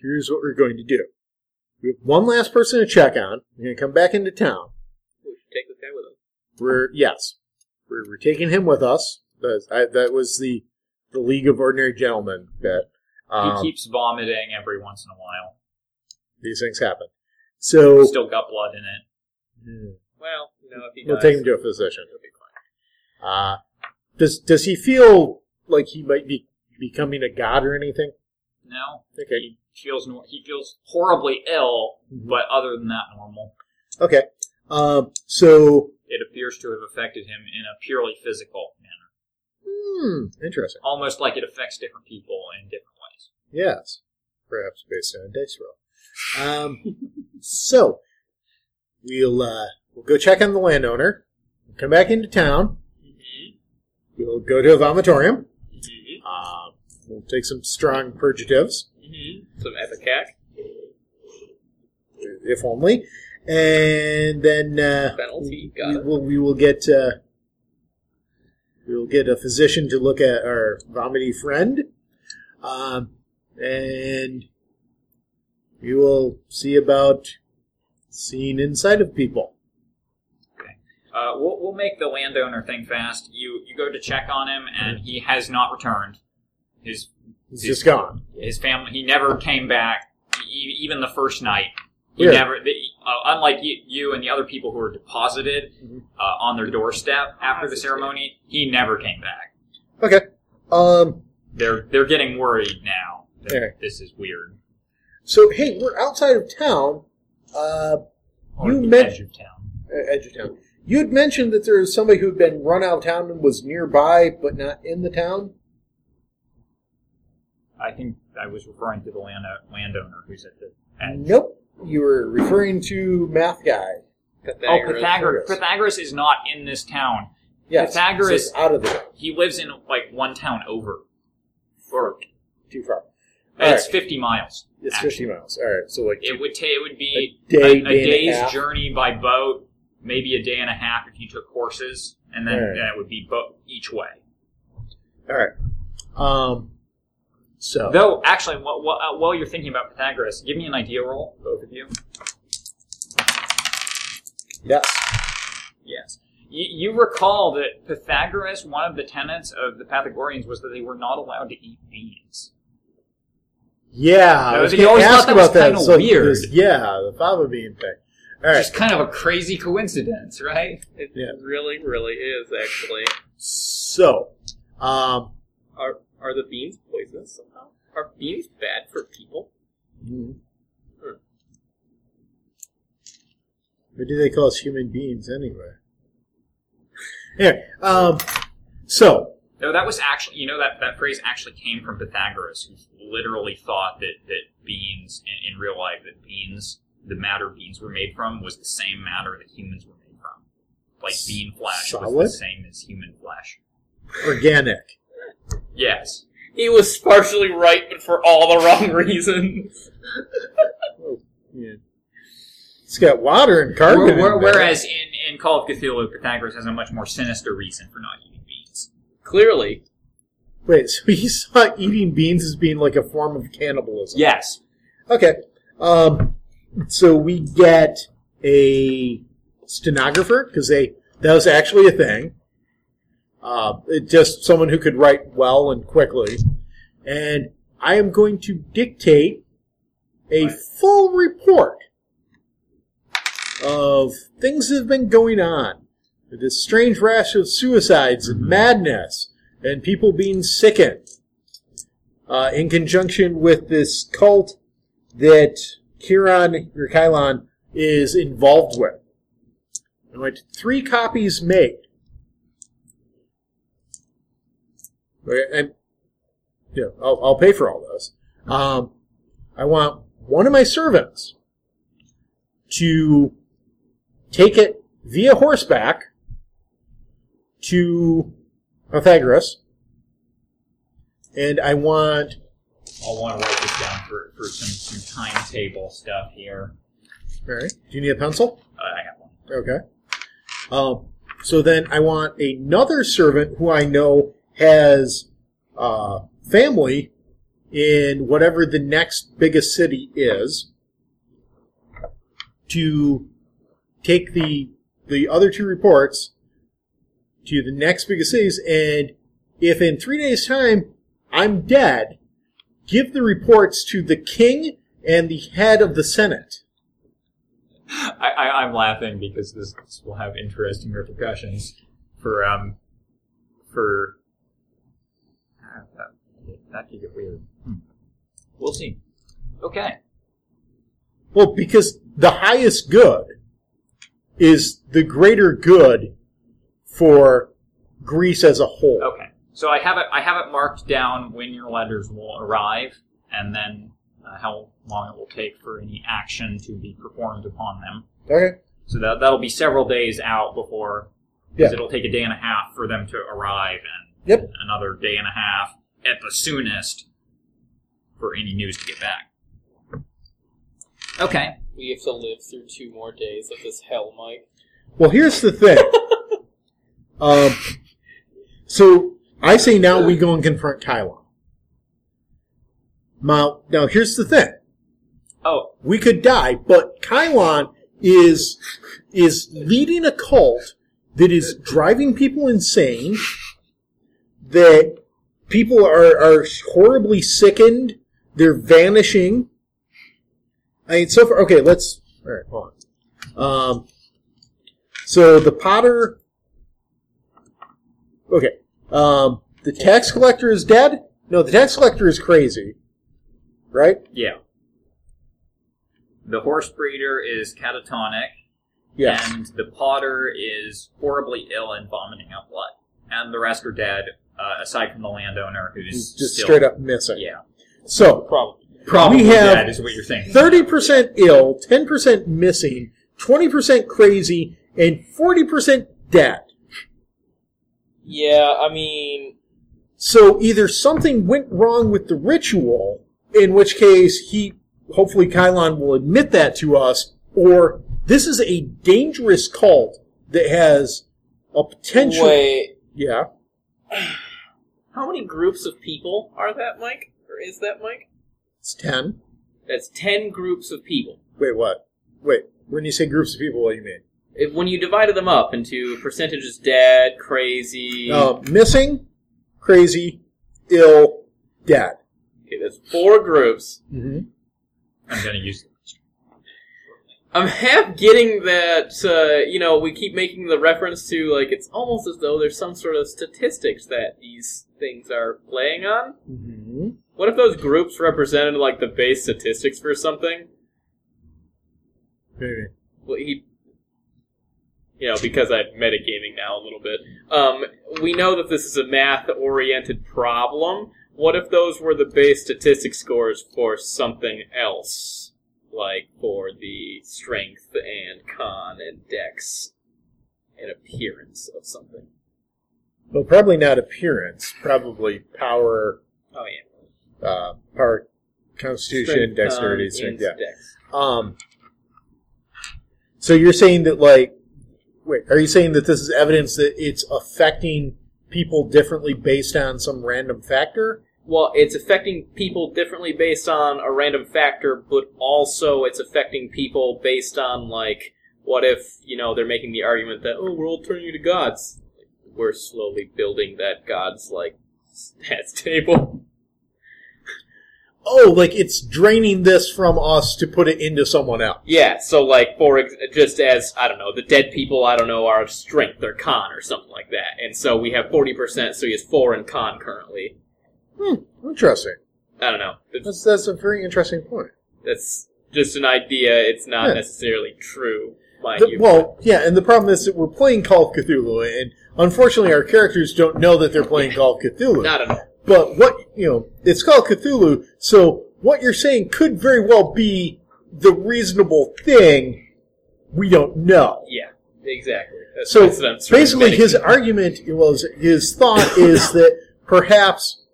here's what we're going to do. We have one last person to check on. We're going to come back into town.
We should take this guy with us.
We're yes, we're, we're taking him with us. That, I, that was the the League of Ordinary Gentlemen that um,
he keeps vomiting every once in a while.
these things happen. So
Still got blood in it.
mm,
Well, you know, if he
we'll
dies,
take him to a physician.
it'll be fine.
Uh, does does he feel like he might be becoming a god or anything?
No,
Okay. Mm-hmm.
feels nor- he feels horribly ill, but other than that, normal.
Okay. Um, so
It appears to have affected him in a purely physical manner,
hmm, interesting.
almost like it affects different people in different ways.
Yes, perhaps based on a dice roll. Um, so we'll uh, we'll go check on the landowner. We'll come back into town. We'll go to a vomitorium.
Mm-hmm.
Um, we'll take some strong purgatives,
Mm-hmm. Some epicac,
if only, and then uh,
penalty, got
we
it.
will we will get uh, we will get a physician to look at our vomity friend, um, and we will see about seeing inside of people.
Uh, we'll, we'll make the landowner thing fast. You you go to check on him, and he has not returned. His
He's just gone.
his family he never came back e- even the first night he
Really?
never the, uh, unlike you, you and the other people who were deposited
Mm-hmm.
uh, on their doorstep after the ceremony he never came back
Okay. Um.
they're they're getting worried now that
Okay.
this is weird
So hey, we're outside of town. Uh,
Or
You
the
men-
edge of town
uh, edge of town. You had mentioned that there was somebody who had been run out of town and was nearby but not in the town.
i think i was referring to the land, uh, landowner who's at the edge
Nope. You were referring to math guy.
oh
Pythagoras.
pythagoras pythagoras is not in this town
Yes.
Pythagoras-
so out of the
he lives in like one town over or
too far.
it's
Alright.
50 miles
It's
actually.
50 miles. All right, so like
It would ta- it would be
A day,
a, a
day and a
day's
half.
journey by boat, maybe a day and a half if you took horses, and then
Alright.
that would be boat each way.
all right. Um, so
Though, actually, while, while, uh, while you're thinking about Pythagoras, give me an idea roll, both of you.
yes,
Yes. You, you recall that Pythagoras, one of the tenets of the Pythagoreans, was that they were not allowed to eat beans.
yeah, I
No,
was
you
going to
always
ask
thought that was
about that.
kinda
So
weird.
this- yeah, the fava bean thing. All right,
Just kind of a crazy coincidence, right?
It
Yeah.
really, really is actually.
so um,
Are are the beans poisonous somehow? Are beans bad for people?
hmm. What do they call us human beings anyway? Anyway, um, so
No, that was actually, you know, that, that phrase actually came from Pythagoras, who literally thought that, that beans, in, in real life, that beans, the matter beans were made from, was the same matter that humans were made from. Like bean flesh
Solid?
was the same as human flesh.
organic.
Yes.
He was partially right, but for all the wrong reasons.
Yeah. It's got water and carbon.
Where- where-
in there.
whereas in, in Call of Cthulhu, Pythagoras has a much more sinister reason for not eating beans.
Clearly,
wait, so he saw eating beans as being like a form of cannibalism.
Yes.
Okay. Um, so we get a stenographer because they that was actually a thing. Uh, it- just someone who could write well and quickly, and I am going to dictate a full report of things that have been going on. This strange rash of suicides and madness, and people being sickened, uh, in conjunction with this cult that Kiron or Kylon is involved with. I went three copies made. Okay, And you know, I'll, I'll pay for all those. Um, I want one of my servants to take it via horseback to Pythagoras, and I want
I'll want to write this down for, for some, some timetable stuff here.
all right. Do you need a pencil?
Uh, I got one.
Okay. Um, so then I want another servant who I know has uh, family in whatever the next biggest city is to take the the other two reports to the next biggest cities and if in three days time I'm dead, give the reports to the king and the head of the senate.
I, I, I'm laughing because this, this will have interesting repercussions for um for uh, that, that could get weird. Hmm. We'll see. Okay.
Well, because the highest good is the greater good for Greece as a whole.
Okay. So I have it. I have it marked down when your letters will arrive, and then uh, how long it will take for any action to be performed upon them.
Okay.
So that that'll be several days out before, because
Yeah.
it'll take a day and a half for them to arrive, and
Yep.
another day and a half at the soonest for any news to get back. Okay.
We have to live through two more days of this hell, Mike.
Well, here's the thing. um, so I say now we go and confront Kylon. Now, now here's the thing.
Oh,
We could die, but Kylon is is leading a cult that is driving people insane. That people are are horribly sickened. They're vanishing. I mean, so far, okay. Let's all right. Hold on. Um, so the Potter. Okay. Um, the tax collector is dead. No, the tax collector is crazy. Right.
yeah. The horse breeder is catatonic,
Yeah.
and the potter is horribly ill and vomiting up blood. And the rest are dead, uh, aside from the landowner, who's
He's just
still,
straight up missing.
Yeah,
So
Probably.
probably
have
dead is what you're saying.
thirty percent ill, ten percent missing, twenty percent crazy, and forty percent dead.
Yeah, I mean,
So either something went wrong with the ritual, in which case he hopefully Kylon will admit that to us, or this is a dangerous cult that has a potential
wait.
Yeah.
How many groups of people are that, Mike? Or is that, Mike?
It's ten.
That's 10 groups of people.
Wait, what? Wait, when you say groups of people, what do you mean?
If, when you divided them up into percentages dead, crazy.
Uh, missing, crazy, ill, dead.
Okay, that's four groups.
Mm-hmm.
I'm going to use
I'm half getting that, uh, you know, we keep making the reference to, like, it's almost as though there's some sort of statistics that these things are playing on.
Mm-hmm.
What if those groups represented, like, the base statistics for something?
Maybe.
Well, he, you know, because I'm metagaming now a little bit. Um, we know that this is a math-oriented problem. What if those were the base statistic scores for something else, like for the strength and con and dex and appearance of something?
Well, probably not appearance. Probably power,
Oh yeah,
uh, power, constitution,
Strength, con,
dexterity,
and
strength. Yeah.
dex.
Um. So you're saying that, like, wait, are you saying that this is evidence that it's affecting people differently based on some random factor?
Well, it's affecting people differently based on a random factor, but also it's affecting people based on like what if, you know, they're making the argument that oh, we're all turning you to gods. We're slowly building that gods like stats table.
Oh, like it's draining this from us to put it into someone else.
Yeah, so like for ex- just as I don't know, the dead people I don't know are strength, they're con or something like that, and so we have forty percent, so he has four in con currently.
Hmm, interesting.
I don't know. It's-
That's that's a very interesting point.
That's just an idea. It's not
Yeah.
necessarily true. Mind
The-
you.
well, yeah, and the problem is that we're playing Call of Cthulhu, and unfortunately, our characters don't know that they're playing Call of Cthulhu.
not at all.
But what you know, it's called Cthulhu, so what you're saying could very well be the reasonable thing. We don't know.
Yeah, exactly. That's,
So
that's what I'm sort of
basically, his
meditating.
argument was his thought is that perhaps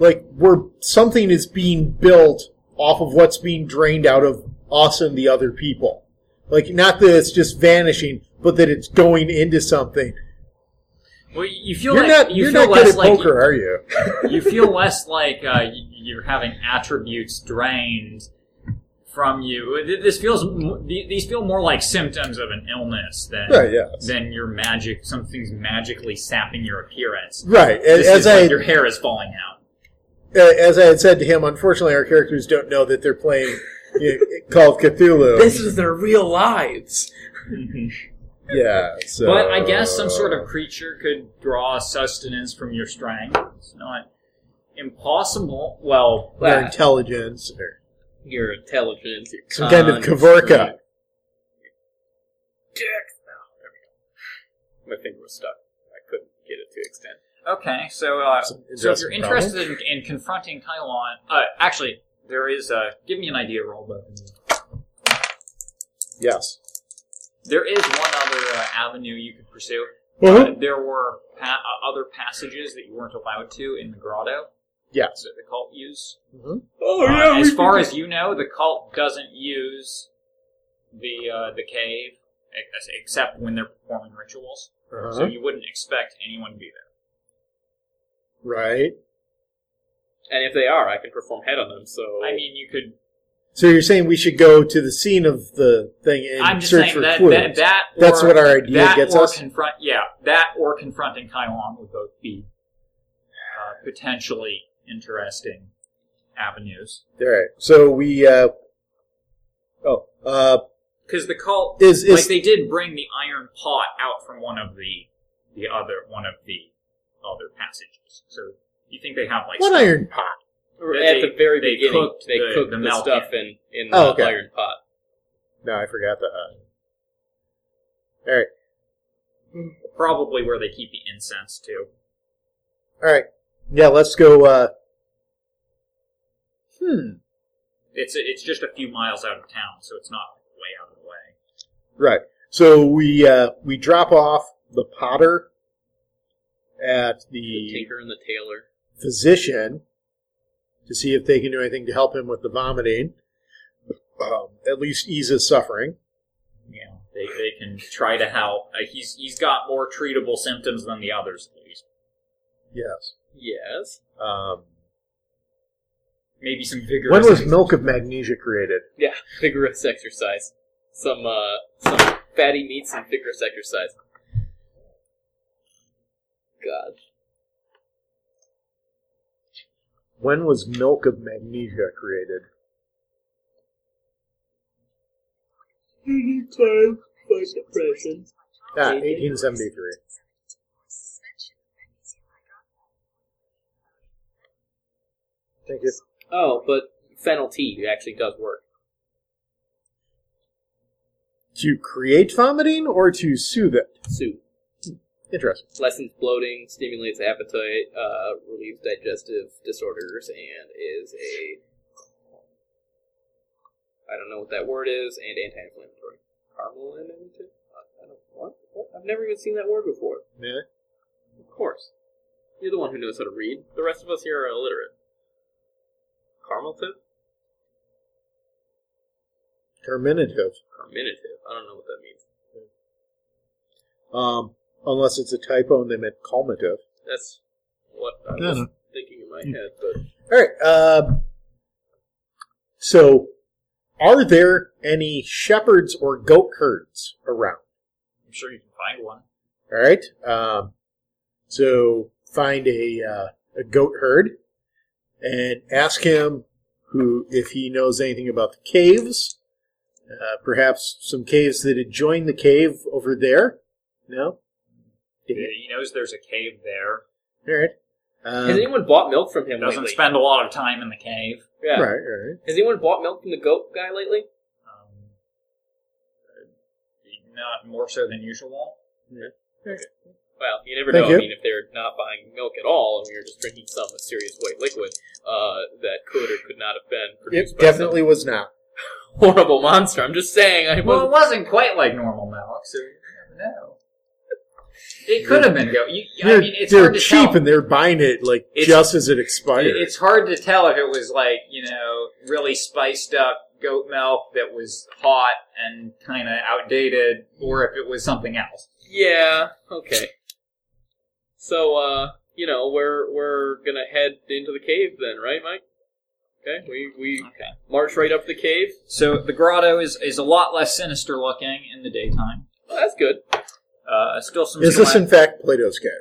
like we're something is being built off of what's being drained out of us and the other people. Like not that it's just vanishing, but that it's going into something.
Well, you feel
You're
like,
not
you
you are
feel
not good
less
at
like
poker, are you?
you feel less like uh, y- you're having attributes drained from you. Th- This feels m- th- these feel more like symptoms of an illness than
Right, yes.
than your magic. Something's magically sapping your appearance.
Right.
This
as
is
I
like your hair is falling out.
uh, as I had said to him, unfortunately, our characters don't know that they're playing you know, Call of Cthulhu.
This is their real lives.
Yeah. So.
But I guess some sort of creature could draw sustenance from your strength. It's not impossible. Well,
Or intelligence, or
your intelligence, your Uh,
some kind of
Uh,
con,
Kavorka.
your- My finger was stuck. I couldn't get it to extend.
okay. So, uh,
Some
so if you're
interesting
interested in, in confronting Kylon, uh, actually, there is a give me an idea roll, but
Yes.
There is one other uh, avenue you could pursue. Uh,
Mm-hmm.
there were pa- uh, other passages that you weren't allowed to in the grotto
Yes.
that the cult used.
Oh
Uh,
yeah,
as
we-
far as you know, the cult doesn't use the uh, the cave ex- except when they're performing rituals. So
Mm-hmm.
Uh-huh.
you wouldn't expect anyone to be there.
Right.
And if they are, I can perform head on them. So
I mean, you could.
So you're saying we should go to the scene of the thing and
I'm just
search
saying
for
that
clues?
that, that or,
That's what our idea
that
gets
or
us?
Confront, yeah, that or confronting Kaiwan would both be uh, potentially interesting avenues.
All right. So we. Uh, oh. Uh,
Because the cult
Is- is-
like they did bring the iron pot out from one of the the other one of the other passages. So you think they have like
what
stuff-
iron pot?
at the very
they
beginning,
cooked
they
the-
cooked
the
the,
milk
stuff in in the
Oh, okay.
iron pot.
No, I forgot the. Uh, all right.
probably where they keep the incense too.
All right. Yeah. Let's go. Uh, hmm.
It's it's just a few miles out of town, so it's not way out of the way.
Right. So we uh, we drop off the potter at
The
the
tinker and the tailor.
physician to see if they can do anything to help him with the vomiting, um, at least ease his suffering.
You know, they they can try to help. Uh, he's he's got more treatable symptoms than the others at least.
Yes.
Yes.
Um,
Maybe some vigorous.
when was milk of magnesia created?
Yeah, vigorous exercise. Some uh, some fatty meats and vigorous exercise. God,
When was milk of magnesia created?
Time for depression.
Ah, 1873. Thank you.
Oh, but fennel tea actually does work.
To create vomiting or to soothe it?
Soup
Interesting.
lessens bloating, stimulates appetite, uh, relieves digestive disorders, and is a I don't know what that word is, and anti-inflammatory. Carmelinate? I don't what? what? I've never even seen that word before.
Really?
Of course. You're the one who knows how to read. The rest of us here are illiterate. Carminative?
Carminative.
Carminative. I don't know what that means.
Um, unless it's a typo and they meant calmative.
That's what I
No,
was
no.
thinking in my head, but
All right. Um, so, are there any shepherds or goat herds around?
I'm sure you can find one.
All right. Um, so find a uh, a goat herd and ask him who if he knows anything about the caves. Uh, perhaps some caves that adjoin the cave over there. No. Damn it.
He knows there's a cave there.
All right. Um,
has anyone bought milk from him
Doesn't
lately?
spend a lot of time in the cave.
yeah.
Right. All right.
Has anyone bought milk from the goat guy lately?
Um, uh, not more so than usual.
Well, you never
Thank
know.
you.
I mean, if they're not buying milk at all and you're just drinking some mysterious white liquid uh, that could or could not have been
It
produced by
definitely was not.
some horrible monster. I'm just saying. I
Well, it
was
wasn't quite like normal milk, so you never know. It could have been goat. You, I mean, it's
they're
hard to
cheap
tell.
and they're buying it like
It's-
just as it expires.
It- It's hard to tell if it was like you know really spiced up goat milk that was hot and kind of outdated, or if it was something else.
yeah. Okay. So, uh, you know, we're we're gonna head into the cave then, right, Mike? Okay. We we
Okay.
march right up the cave.
So the grotto is is a lot less sinister looking in the daytime.
Well, that's good.
Uh, still some.
Is this
slight-
in fact Plato's cave?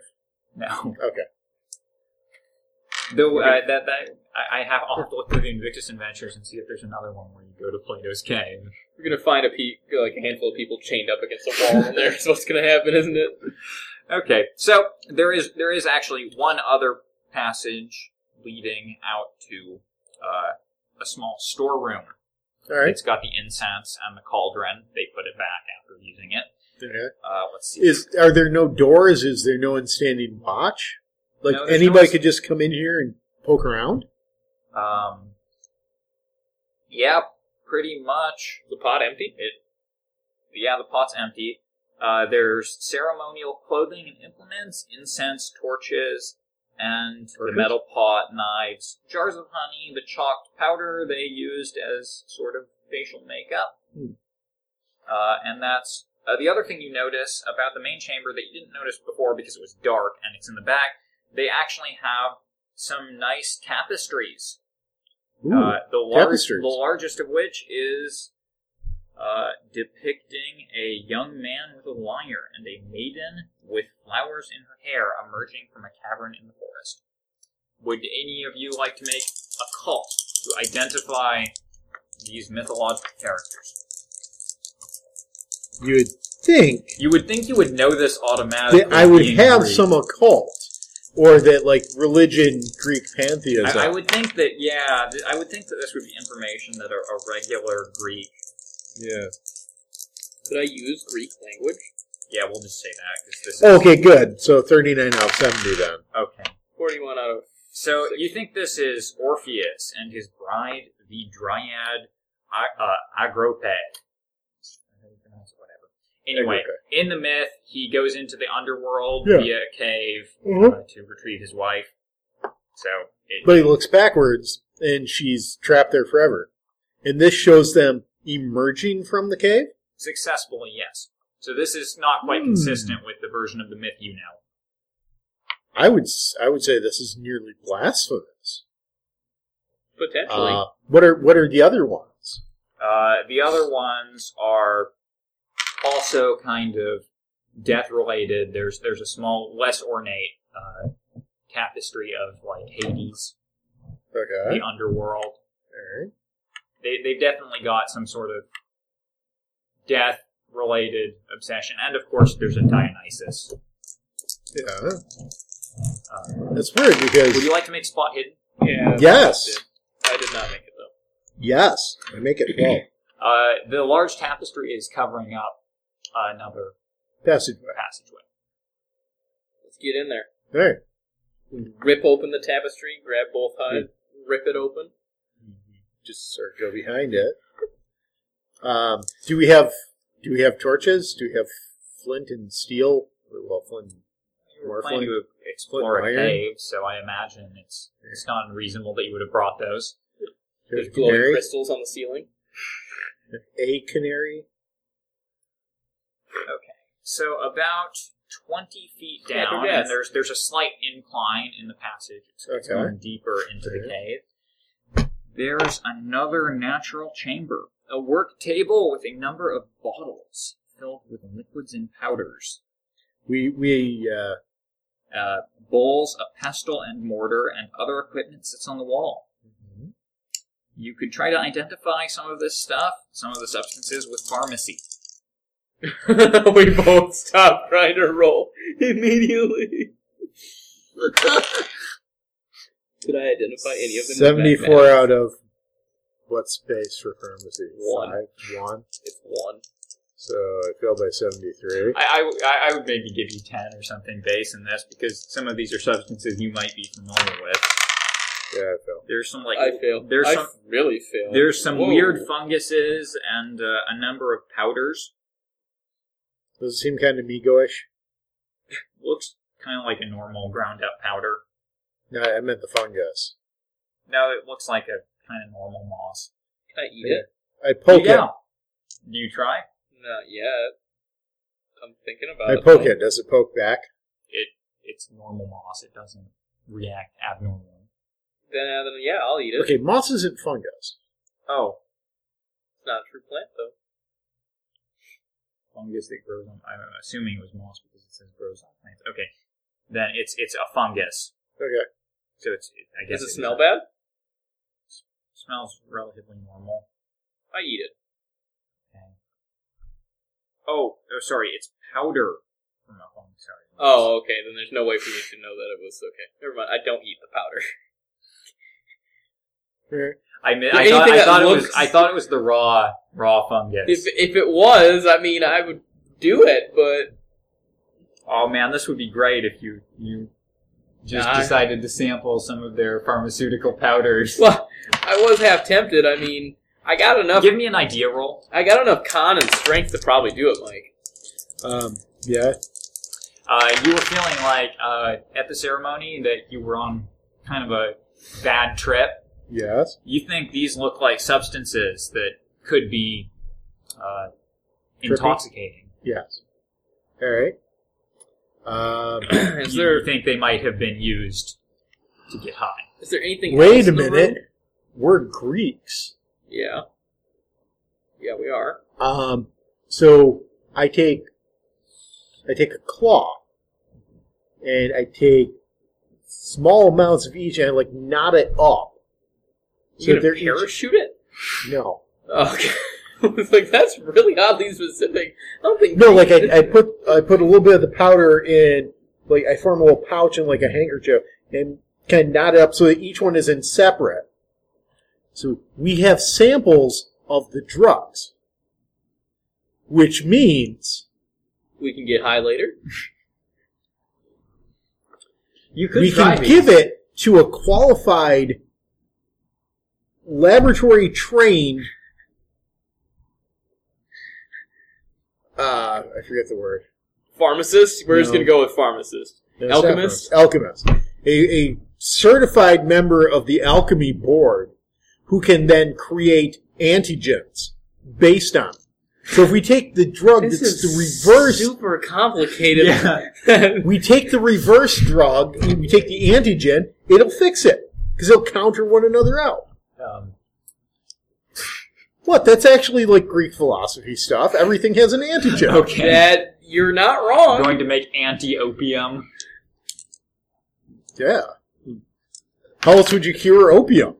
no?
Okay.
Though uh, that that I, I have I'll have to look through the Invictus Adventures and see if there's another one where you go to Plato's cave.
We're gonna find a pe- like a handful of people chained up against a wall in there. Is what's gonna happen, isn't it?
Okay, so there is there is actually one other passage leading out to uh, a small storeroom.
All right.
It's got the incense and the cauldron. They put it back after using it.
Okay.
Uh, let's see.
Is are there no doors? Is there no one standing watch? Like
No, there's no
anybody
one-
could just come in here and poke around.
um, yeah, pretty much.
Is the pot empty?
It, yeah, the pot's empty. Uh, there's ceremonial clothing and implements, incense, torches, and the
Torches?
metal pot, knives, jars of honey, the chalked powder they used as sort of facial makeup.
Hmm.
Uh, and that's uh, the other thing you notice about the main chamber that you didn't notice before because it was dark and it's in the back. They actually have some nice tapestries
Ooh,
uh, the, lar-
tapestries.
the largest of which is uh, depicting a young man with a lyre and a maiden with flowers in her hair emerging from a cavern in the forest. Would any of you like to make a cult to identify these mythological characters?
you would think
You would think you would know this automatically.
that I would
being
have
Greek.
some occult, or that like religion, Greek pantheism.
I, I would think that yeah, th- I would think that this would be information that a, a regular Greek.
yeah.
Could I use Greek language?
Yeah, we'll just say that 'cause this is
Okay, good. So thirty nine out of seventy then.
okay.
41 out of.
So you think this is Orpheus and his bride, the Dryad A- uh, Agrope. How do you pronounce it? Whatever. Anyway, in the myth, he goes into the underworld
Yeah.
via a cave uh, to retrieve his wife. So it,
But he looks backwards, and she's trapped there forever. And this shows them emerging from the cave.
successfully, yes. So this is not quite
Hmm.
consistent with the version of the myth you know.
I would s- I would say this is nearly blasphemous.
Potentially.
Uh, what are what are the other ones?
Uh, the other ones are also kind of death related. There's there's a small, less ornate uh, tapestry of like Hades,
Okay.
the underworld.
All right.
They they've definitely got some sort of death related obsession, and of course there's a Dionysus.
Yeah.
Uh,
That's weird because
would you like to make spot hidden?
yeah.
yes,
I did not make it though.
yes, I make it well.
Uh, the large tapestry is covering up another
Passageway.
passageway.
Let's get in there.
All right.
Rip open the tapestry. Grab both hides. Rip it open.
Just sort of go behind it. Um, do we have do we have torches? Do we have flint and steel? Or, well, flint.
We
More
were planning
flint-
to explore a
flint iron?
cave, so I imagine it's it's not unreasonable that you would have brought those.
There's glowing
canary,
crystals on the ceiling.
a canary.
So about twenty feet
Yeah,
down,
yes.
and there's there's a slight incline in the passage. It's it's
Okay.
going deeper into the
Okay.
cave. There's another natural chamber, a work table with a number of bottles filled with liquids and powders.
We we uh,
Uh, bowls, a pestle and mortar, and other equipment sits on the wall. Mm-hmm. You could try to identify some of this stuff, some of the substances, with pharmacy.
we both stopped trying to roll immediately. Could I identify any of them? with that
seventy-four
map?
out of what space for pharmacy?
One.
Five, one.
It's one.
So I failed by seventy-three.
I, I, I would maybe give you 10 or something base in this because some of these are substances you might be familiar with.
Yeah, I failed.
There's some like
I fail.
There's
I
some
really fail.
there's some
Whoa.
weird funguses and uh, a number of powders.
Does it seem kind of Mego-ish?
Looks kind of like a normal ground up powder.
No, I meant the fungus.
No, it looks like a kind of normal moss.
Can I eat it?
I poke
Yeah. Do you try?
Not yet. I'm thinking about
it. I
it.
poke
though.
it. Does it poke back?
It's normal moss. It doesn't react abnormally.
Then, uh, then yeah, I'll eat it.
Okay, moss isn't fungus.
Oh,
It's not a true plant though.
fungus that grows on. I'm assuming it was moss because it says grows on plants. Okay, then it's it's a fungus.
Okay.
So it's I guess
Does it
is
smell
a-
bad?
smells relatively normal.
I eat it.
Okay. Oh, oh, sorry, it's powder from a fungus. Sorry.
Oh, okay. Then there's no way for me to know that it was okay. Never mind. I don't eat the powder.
Alright.
I, mi-
If
I thought,
anything
I
that
thought it was
looks-
I thought it was the raw raw fungus.
If if it was, I mean, I would do it, but
oh man, this would be great if you you just
Nah.
decided to sample some of their pharmaceutical powders.
well, I was half tempted. I mean, I got enough.
Give me an idea roll.
I got enough con and strength to probably do it, Mike.
Um, yeah.
Uh, you were feeling like uh, at the ceremony that you were on kind of a bad trip.
Yes.
You think these look like substances that could be uh,
Trippy?
intoxicating.
Yes. All right. Um,
is
you,
there
you think they might have been used to get high?
is there anything?
wait
else
a
in the
minute.
room?
We're Greeks.
Yeah. Yeah, we are.
Um, so I take I take a claw, and I take small amounts of each, and I like knot it up.
You
So
gonna
they're each,
parachute it?
no,
Okay. it's like that's really oddly specific. I don't think
no. Like I, I put I put a little bit of the powder in, like I form a little pouch in like a handkerchief, and kind of knot it up so that each one is in separate. So we have samples of the drugs, which means
we can get high later.
You could
we can give it to a qualified laboratory trained uh I forget the word.
Pharmacist. We're just
No.
gonna go with pharmacist.
No, it's not
Alchemist.
pharmacist. Alchemist. A, a certified member of the alchemy board who can then create antigens based on it. So if we take the drug
This
that's
is
the reverse,
super complicated.
we take the reverse drug, we take the antigen, it'll fix it because they'll counter one another out.
Um,
What? That's actually like Greek philosophy stuff. Everything has an antigen.
Okay.
that you're not wrong.
Going to make anti-opium.
Yeah. How else would you cure opium?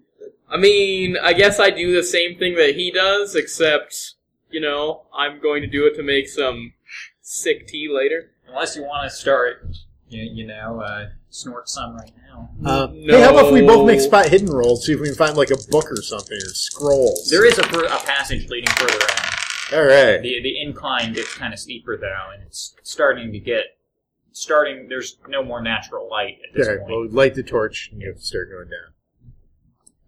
I mean, I guess I do the same thing that he does, except, you know, I'm going to do it to make some sick tea later.
Unless you want to start, you, you know, uh, snort some right now.
Uh,
No.
Hey, how about if we both make spot hidden rolls, see if we can find like a book or something, or scrolls.
There is a, fur- a passage leading further in.
All right.
The, the incline gets kind of steeper, though, and it's starting to get... Starting, there's no more natural light at this
All right.
point.
Well, light the torch and you start going down.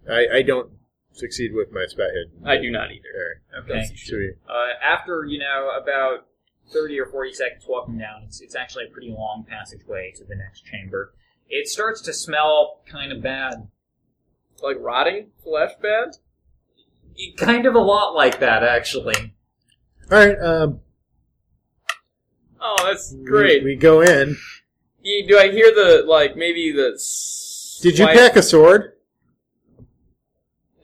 I, I don't succeed with my spot hidden.
I do not either.
All
okay.
right. So we-
Uh, after you know about thirty or forty seconds walking down, it's, it's actually a pretty long passageway to the next chamber. It starts to smell kind of bad,
Like rotting flesh bad?
kind of a lot like that actually.
All right. Um,
Oh, that's
we-
great.
We, go in.
You- do I hear the, like, maybe the. s-
Did you
slight-
pack a sword?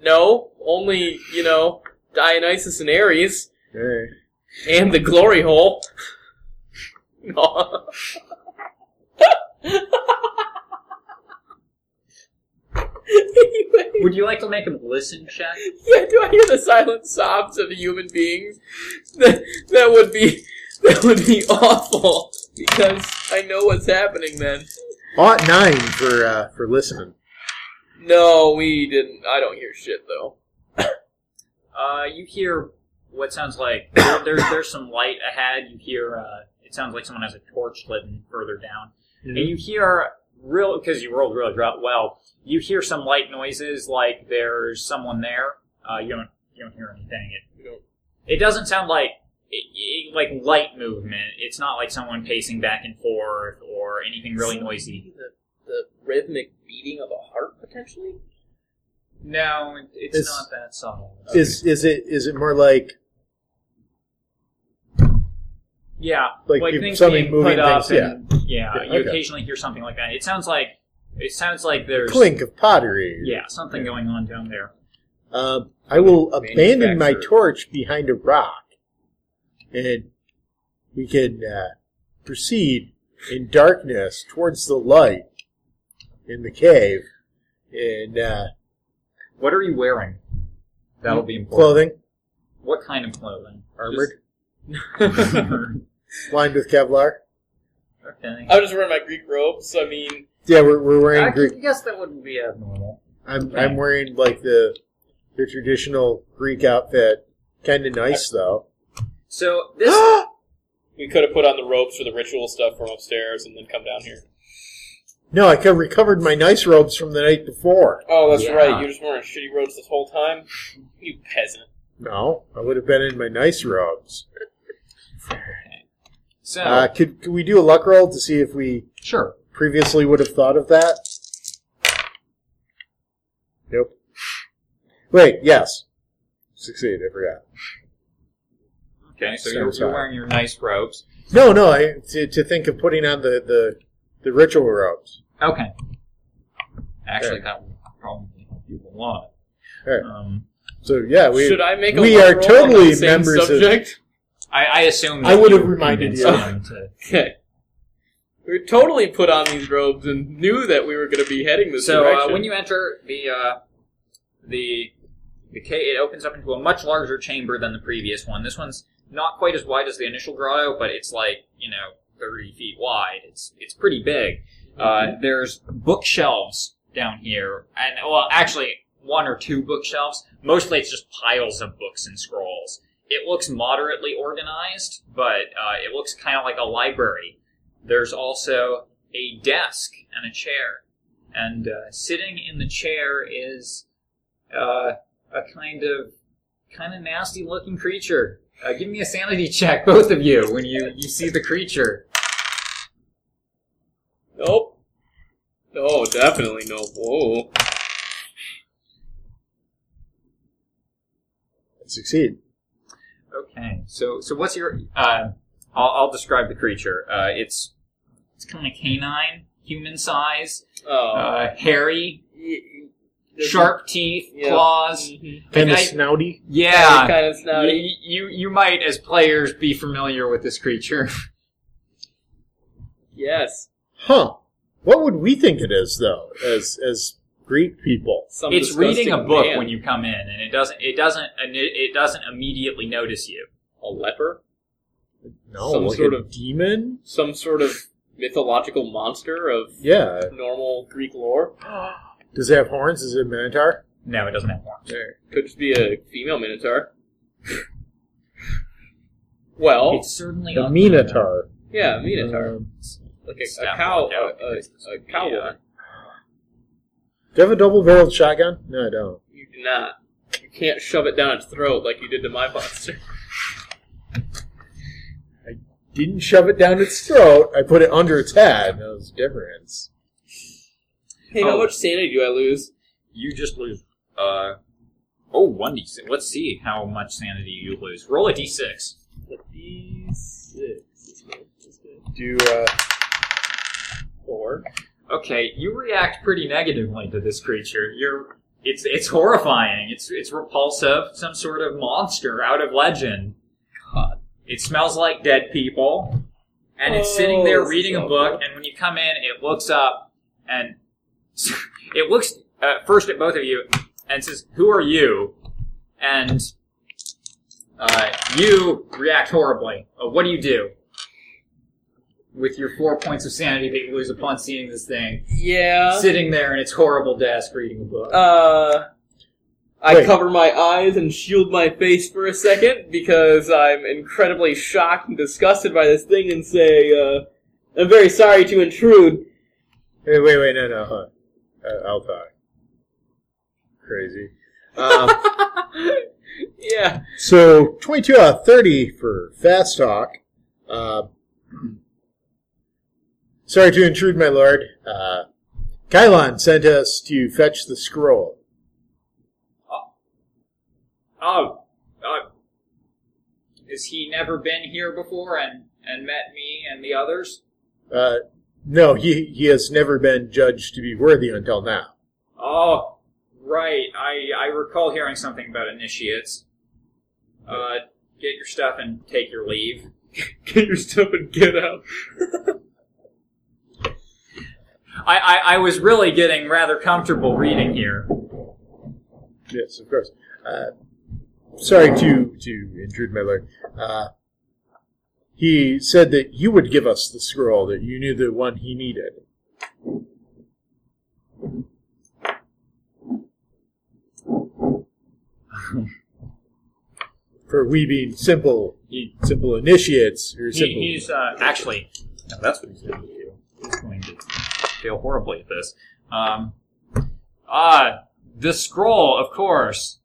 No, only, you know, Dionysus and Ares
All right.
and the glory hole. no. anyway.
Would you like to make a listen check?
Yeah, do I hear the silent sobs of the human beings? That, that would be that would be awful because I know what's happening then.
Ought nine for uh, for listening.
No, we didn't. I don't hear shit though.
Uh, you hear what sounds like there, there's there's some light ahead. You hear uh, it sounds like someone has a torch lit further down, and you hear real because you rolled really dro- well. You hear some light noises like there's someone there. Uh, you don't you don't hear anything. It it doesn't sound like it, it, like light movement. It's not like someone pacing back and forth or anything really noisy.
The, the rhythmic beating of a heart potentially.
No, it- it's,
It's-
not that subtle.
Is is it is it more like
Yeah,
Like,
like,
if
things
somebody
being
moving
put up.
things,
and, yeah,
Yeah,
you
okay.
occasionally hear something like that. It sounds like it sounds like there's
clink of pottery?
yeah something going on down there.
Uh, I will abandon my
Manufacturer.
torch behind a rock, and we can uh, proceed in darkness towards the light in the cave. And uh,
What are you wearing? That'll be important.
clothing,
What kind of clothing?
armored,
Armored.
lined with Kevlar.
okay.
I was just wearing my Greek robes. I mean,
Yeah, we're, we're
I
wearing Greek.
could guess that wouldn't be abnormal.
I'm
okay.
I'm wearing like the the traditional Greek outfit. Kind of nice though.
So this
we could have put on the robes for the ritual stuff from upstairs and then come down here.
No, I co- recovered my nice robes from the night before.
Oh, that's
Yeah.
right. You were just wearing shitty robes this whole time. You peasant.
No, I would have been in my nice robes.
so
Uh, could, could we do a luck roll to see if we
sure.
previously would have thought of that? Nope. Wait, yes. Succeed, I forgot.
Okay, so
So
you're, you're
sorry.
wearing your nice robes.
No, no, I, to, to think of putting on the, the, the ritual robes.
Okay. Actually, that would probably help you a lot.
Alright.
Um,
So, yeah, we.
Should I make a
we
luck
are
roll on
totally
the same
members of-
subject?
I, I assume
I
that
would have
you
reminded
convinced
you.
them to-
Okay. We were totally put on these robes and knew that we were going to be heading this
so
direction.
uh, when you enter the uh, the the cave, it opens up into a much larger chamber than the previous one. This one's not quite as wide as the initial grotto, but it's like you know thirty feet wide. It's it's pretty big. Uh, there's bookshelves down here, and well, actually one or two bookshelves. Mostly, it's just piles of books and scrolls. It looks moderately organized, but uh, it looks kind of like a library. There's also a desk and a chair and uh, sitting in the chair is uh, a kind of kind of nasty looking creature. Uh, give me a sanity check, both of you, when you, you see the creature.
nope. Oh, definitely no. Whoa.
Succeed.
Okay. So so what's your? Uh, I'll, I'll describe the creature. Uh, it's it's kind of canine, human size,
Oh.
uh, hairy,
Y- y-
sharp teeth,
Yeah.
claws.
Mhm.
And the
I-
snouty.
Yeah.
Kind of snouty.
You, you you might as players be familiar with this creature.
Yes.
Huh. What would we think it is though, as as Greek people?
Some
it's reading a
disgusting
book
man.
when you come in, and it doesn't it doesn't it doesn't immediately notice you.
a leper,
No,
Some
like
sort
a
of-
demon?
some sort of mythological monster of
Yeah.
normal Greek lore.
Does it have horns? Is it a minotaur?
No, it doesn't have horns.
Could just be a female minotaur. well,
It's certainly
A
ugly.
minotaur.
yeah, minotaur,
Um,
like a, a
Snap
cow,
one out,
a, a,
because
a cow
yeah.
woman.
do you have a double barreled shotgun? No, I don't.
You do not. You can't shove it down its throat like you did to my monster.
Didn't shove it down its throat. I put it under its head. That was the difference.
Hey,
Oh.
how much sanity do I lose?
You just lose. Uh, oh, one d six. Let's see how much sanity you lose. Roll a d six.
Do uh,
Four.
Okay, you react pretty negatively to this creature. You're it's it's horrifying. It's it's repulsive. Some sort of monster out of legend.
God.
It smells like dead people, and it's sitting there
Oh,
reading a
so
book.
good.
And when you come in, it looks up and it looks uh, first at both of you and says, "Who are you?" And uh, you react horribly. Uh, what do you do with your four points of sanity that you lose upon seeing this thing
Yeah.
sitting there in its horrible desk reading a book?
Uh, I
Wait.
cover my eyes and shield my face for a second because I'm incredibly shocked and disgusted by this thing and say, uh, I'm very sorry to intrude.
Hey, wait, wait, no, no, huh? Uh, I'll talk. Crazy. Um,
yeah.
so, 22 out of 30 for Fast Talk. Uh, sorry to intrude, my lord. Uh, Kylon sent us to fetch the scroll.
Oh, uh, has he never been here before and and met me and the others?
Uh, no, he, he has never been judged to be worthy until now.
Oh, right. I I recall hearing something about initiates. Uh, get your stuff and take your leave.
Get your stuff and get out.
I, I, I was really getting rather comfortable reading here.
Yes, of course. Uh, sorry to, to intrude, my lord. Uh, he said that you would give us the scroll, that you knew the one he needed. For we being simple,
He,
simple initiates, or
he-
simple.
he's uh, actually, no, that's what he's going to do. He's going to fail horribly at this. Um, uh, the scroll, of course.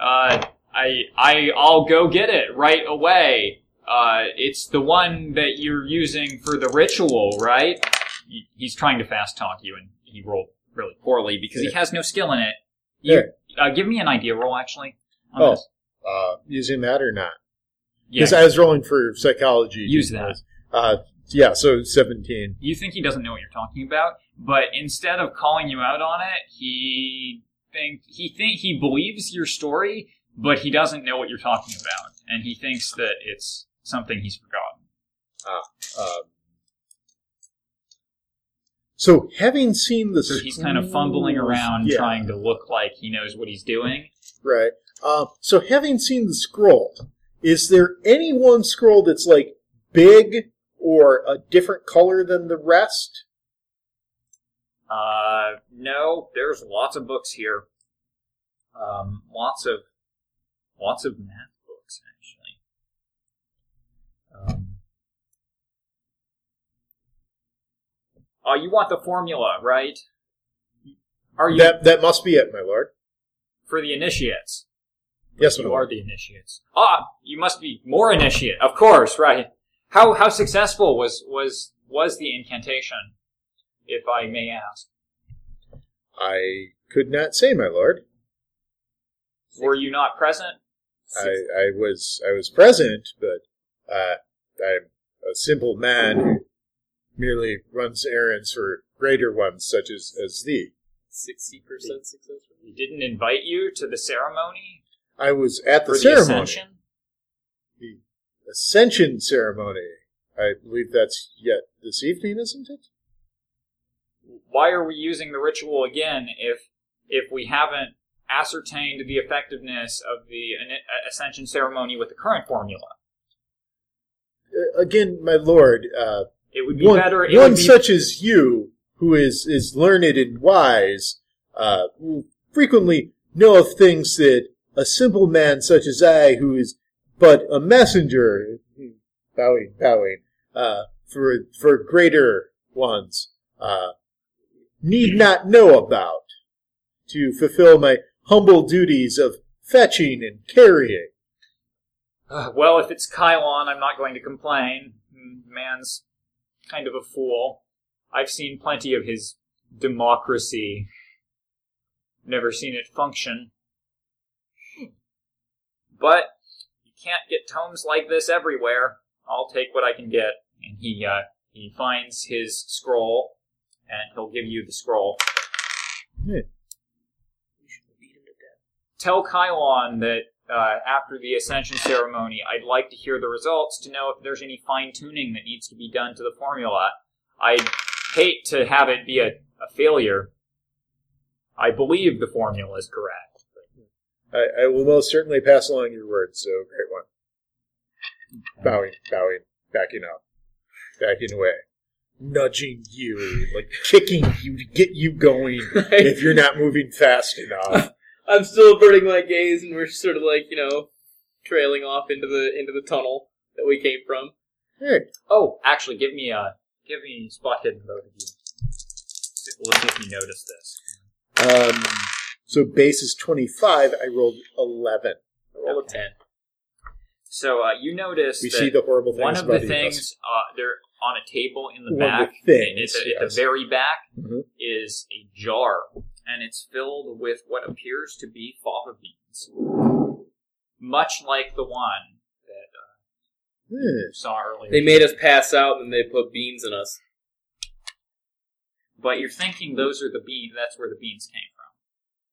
Uh, I, I, I'll go get it right away. Uh, it's the one that you're using for the ritual, right? He- He's trying to fast talk you, and he rolled really poorly because he has no skill in it. You, uh, give me an idea roll, actually. on
Oh,
this.
uh, using that or not?
Yeah.
Because I was rolling for psychology.
Use that.
Uh, yeah, so 17.
You think he doesn't know what you're talking about, but instead of calling you out on it, he think he think he believes your story, but he doesn't know what you're talking about, and he thinks that it's something he's forgotten.
Um, so, having seen this,
So he's kind of fumbling around
Yeah,
trying to look like he knows what he's doing.
Right. Uh, so, having seen the scroll, is there any one scroll that's like big or a different color than the rest?
Uh, no, there's lots of books here. Um, lots of, lots of math books actually. Um, oh, you want the formula, right? Are you
That that must be it, my lord.
for the initiates?
Yes, my
You
lord.
are the initiates. Ah, you must be more initiate, of course, right? How how successful was was was the incantation, if I may ask?
I could not say, my lord.
Were you not present?
I, I was I was present, but uh, I'm a simple man who merely runs errands for greater ones such as, as thee.
Sixty percent success rate.
He didn't invite you to the ceremony
I was at the
or the
ceremony,
ascension.
the ascension ceremony. I believe that's yet this evening, isn't it?
Why are we using the ritual again if if we haven't ascertained the effectiveness of the an- ascension ceremony with the current formula?
Uh, Again, my lord, uh,
It would be
one,
better. It
one
would be,
such as you, who is, is learned and wise, uh, will frequently know of things that a simple man such as I, who is but a messenger, bowing, bowing, uh, for, for greater ones, uh, need not know about to fulfill my humble duties of fetching and carrying.
Uh, well, if it's Kylon, I'm not going to complain. Mm, Man's kind of a fool. I've seen plenty of his democracy. Never seen it function. But you can't get tomes like this everywhere. I'll take what I can get. And he uh, he finds his scroll, and he'll give you the scroll. tell Kylon that uh, after the ascension ceremony, I'd like to hear the results to know if there's any fine tuning that needs to be done to the formula. I'd hate to have it be a, a failure. I believe the formula is correct.
I, I will most certainly pass along your words, so great one. Bowing, bowing, backing up, backing away, nudging you, like kicking you to get you going if you're not moving fast enough.
I'm still averting my gaze, and we're sort of like you know, trailing off into the into the tunnel that we came from.
Hey,
Oh, actually, give me a give me spot hidden both of you. Let's see if you notice this.
um, so base is 25, I rolled 11.
Roll a ten.
So uh, you notice
We
that
see the horrible things
one of
about
the
these us.
things uh, they're on a table in the
One of
back
the
and
things,
it's at,
yes.
the very back
Mhm.
is a jar and it's filled with what appears to be fava beans much like the one that uh,
Hmm.
you saw earlier
They made us pass out, and they put beans in us.
but you're thinking those are the beans that's where the beans came from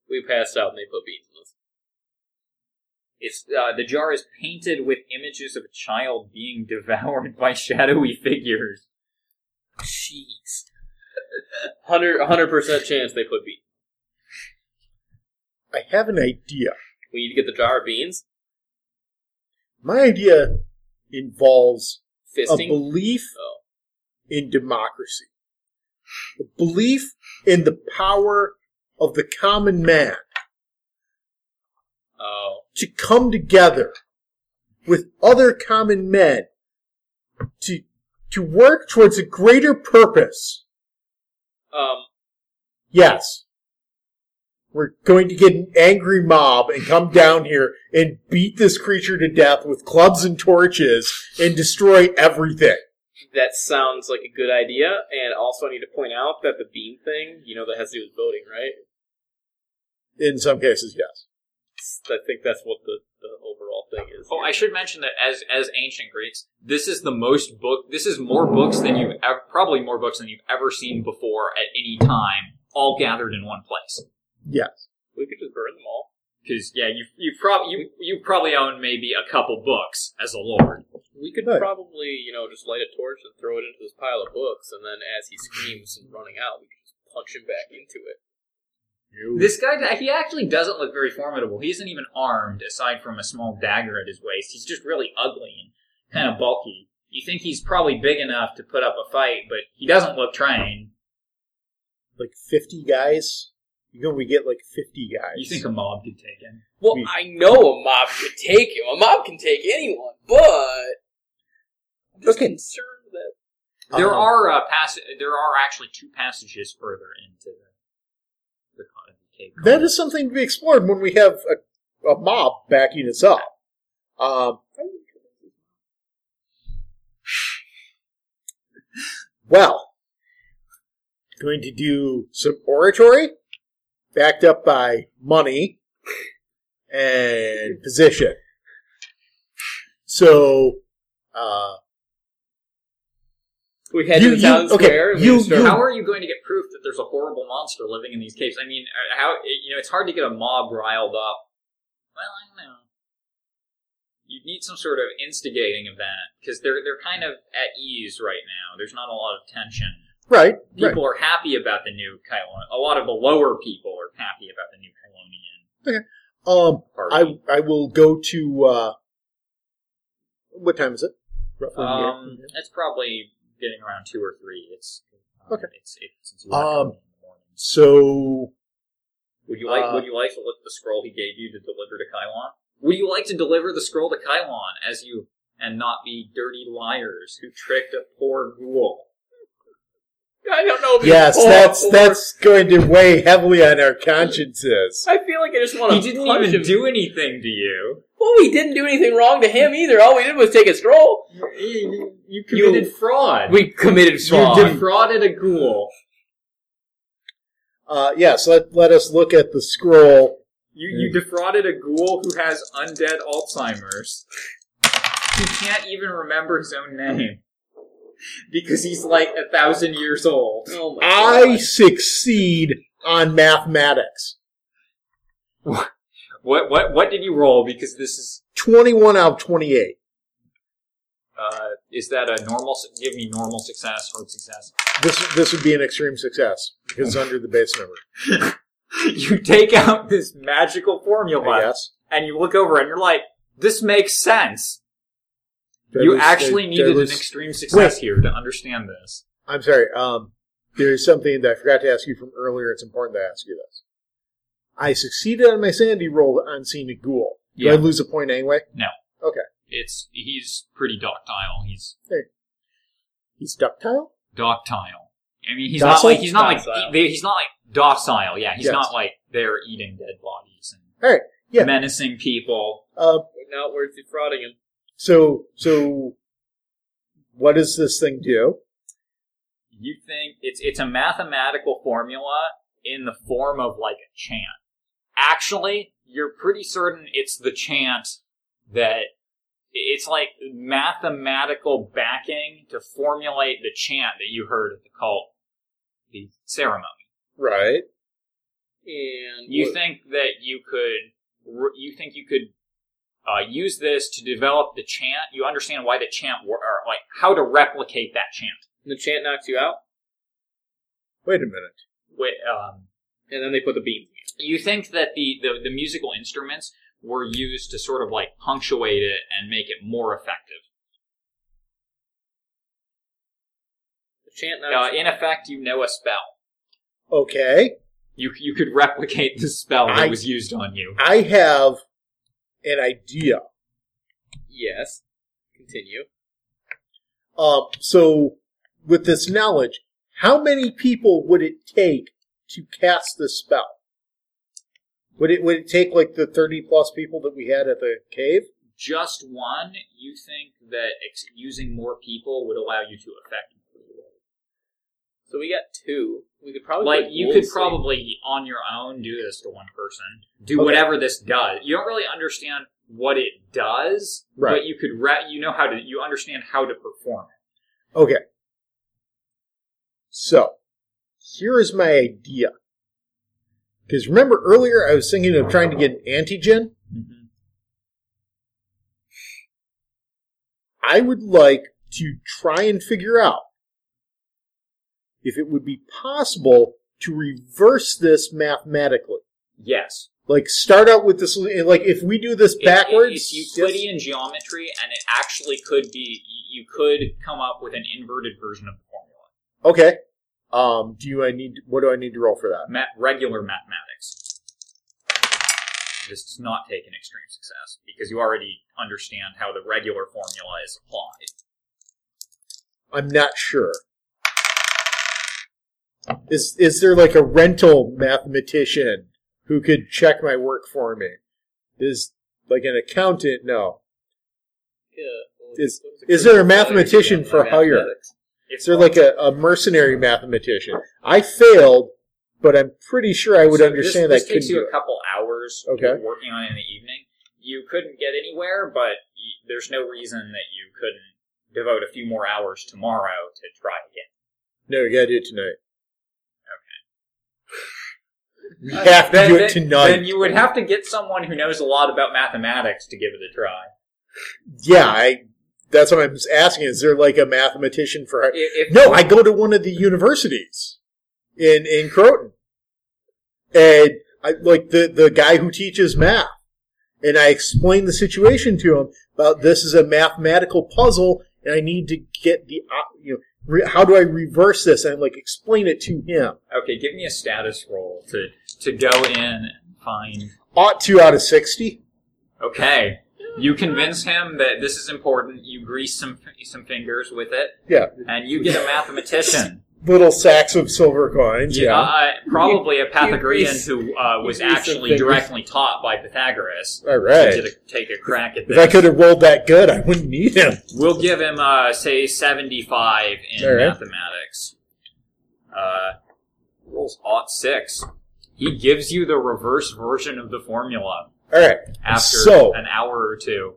We passed out, and they put beans in us.
it's uh, the jar is painted with images of a child being devoured by shadowy figures
Jeez. Hundred hundred percent chance they put beans.
I have an idea.
We need to get the jar of beans.
My idea involves a
Fisting.
belief
Oh.
in democracy, the belief in the power of the common man
Oh.
to come together with other common men to to work towards a greater purpose.
Um.
Yes. We're going to get an angry mob and come down here and beat this creature to death with clubs and torches and destroy everything.
That sounds like a good idea, and also I need to point out that the bean thing, you know, that has to do with voting, right?
In some cases, yes.
I think that's what the, the overall thing is.
Oh, I should mention that as as ancient Greeks, this is the most book. This is more books than you've ever, probably more books than you've ever seen before at any time, all gathered in one place.
Yes.
we could just burn them all.
Because yeah, you you probably you, you probably own maybe a couple books as a lord.
We could
Right.
probably, you know, just light a torch and throw it into this pile of books, and then as he screams and running out, we could just punch him back into it.
You-
This guy, he actually doesn't look very formidable. He isn't even armed aside from a small dagger at his waist. He's just really ugly and kind of bulky. You think he's probably big enough to put up a fight, but he doesn't look trained.
like 50 guys. You know, we get like 50 guys.
You think a mob could take him?
Well,
We-
I know a mob could take him. A mob can take anyone, but I'm just
Okay.
concerned that
There
Uh,
are uh, pass- There are actually two passages further into the the con- the cave.
that is something to be explored when we have a, a mob backing us up. Um, well, going to do some oratory, backed up by money and position. So, uh,
We head
You-
to
you-
the town
okay,
square. and we
you-
start-
you-
How are you going to get proof that there's a horrible monster living in these caves? I mean, uh, how you know it's hard to get a mob riled up. Well, I don't know. You need some sort of instigating of that because they're they're kind of at ease right now. There's not a lot of tension.
right, right.
People are happy about the new Kylon. A lot of the lower people are happy about the new Kylonian
Um, I
party.
I will go to. Uh, what time is it? Roughly.
um, it's probably getting around two or three. It's um,
Okay.
It's, it's, it's eleven
Um,
in the morning.
So
Would you like?
Uh,
would you like to look at the scroll he gave you to deliver to Kylon? Would you like to deliver the scroll to Kylon as you and not be dirty liars who tricked a poor ghoul?
I don't know. If
yes,
it's
that's
or-
that's going to weigh heavily on our consciences.
I feel like I just want to.
He didn't even do anything to you.
Well, we didn't do anything wrong to him either. All we did was take a scroll.
You, you committed fraud.
We committed
you
fraud.
defrauded a ghoul.
Uh, yes, let let us look at the scroll.
You you defrauded a ghoul who has undead Alzheimer's. He can't even remember his own name because he's like a thousand years old.
Oh my
I succeed on mathematics.
What what what did you roll? Because this is
Twenty-one out of twenty-eight.
Uh, is that a normal? su- Give me normal success, hard success.
This this would be an extreme success because it's under the base number.
you take out this magical
I
formula
guess.
and you look over and you're like, "This makes sense."
Did I
you
lose-
actually
did I
needed an
lose-
extreme success here to understand this.
I'm sorry. Um, there's something that I forgot to ask you from earlier. It's important that I ask you this. I succeeded on my sanity roll on seeing a ghoul. Do I
Yeah.
lose a point anyway?
It's he's pretty docile. He's
He's ductile.
doctile. I mean, he's
Docile?
not like he's not like
Docile.
they- he's not like docile. Yeah, he's
Yes.
not like they're eating dead bodies and
All right. Yeah.
menacing people.
Uh,
now we're defrauding him.
so so, what does this thing do?
you think it's it's a mathematical formula in the form of like a chant. Actually, you're pretty certain it's the chant that it's like mathematical backing to formulate the chant that you heard at the cult the ceremony.
Right.
And
You
what-
think that you could you think you could uh, use this to develop the chant? You understand why the chant wor- or like how to replicate that chant.
the chant knocks you out,
Wait a minute.
With, um,
and then they put the beam.
you think that the, the, the musical instruments were used to sort of like punctuate it and make it more effective.
The chant
Uh,
knocks.
in effect, you know a spell.
Okay.
You, you could replicate the spell that
I-
was used on you.
I have an idea.
yes. Continue.
Uh, so with this knowledge, how many people would it take to cast this spell? Would it would it take like the thirty plus people that we had at the cave?
Just one, you think that ex- using more people would allow you to affect
So we got two. We could probably
like
put
you
wolves
could
in.
probably on your own do this to one person do
Okay.
whatever this does you don't really understand what it does
Right.
but you could re- you know how to you understand how to perform it
Okay. So here is my idea. Because remember earlier I was thinking of trying to get an antigen. I would like to try and figure out if it would be possible to reverse this mathematically.
yes
Like start out with this, like if we do this
It- it-
backwards,
it's euclidean geometry and it actually could be you could come up with an inverted version of the formula
yes- okay. Um, do you, I need, what do I need to roll for that?
Ma- regular mathematics this does not take an extreme success because you already understand how the regular formula is applied
I'm not sure. Is, is there like a rental mathematician who could check my work for me? Is like an accountant? No.
Yeah. Well,
Is-
what
is there a
Christian
mathematician
letter?
for hire?
Mathematics.
It's
Is there like a, a mercenary mathematician? I failed, but I'm pretty sure I would
So
understand
this,
that
This takes
could
you a couple hours
Okay.
working on it in the evening. you couldn't get anywhere, but y- there's no reason that you couldn't devote a few more hours tomorrow to try again.
No, we gotta do it tonight. Okay. we
Uh,
have to
then-
do
then-
it tonight.
Then you would have to get someone who knows a lot about mathematics to give it a try.
yeah, I. That's what I'm just asking. Is there like a mathematician for?
I- If,
No, I go to one of the universities in in Croton, and I like the the guy who teaches math, and I explain the situation to him about this is a mathematical puzzle, and I need to get the op- you know re- how do I reverse this and like explain it to him.
okay, give me a status roll to to go in and find.
Ought to out of sixty.
Okay, you convince him that this is important. You grease some some fingers with it,
Yeah,
and you get a mathematician.
little sacks of silver coins. Yeah,
Uh, probably a Pythagorean
grease-
who uh, was
you grease some
actually
fingers.
directly taught by Pythagoras.
all right.
To take a crack at
If I
this.
could have rolled that good, I wouldn't need him.
We'll give him, uh, say, 75 in
All right.
mathematics. Uh, rolls ought 6. He gives you the reverse version of the formula
All right.
after
So-
an hour or two.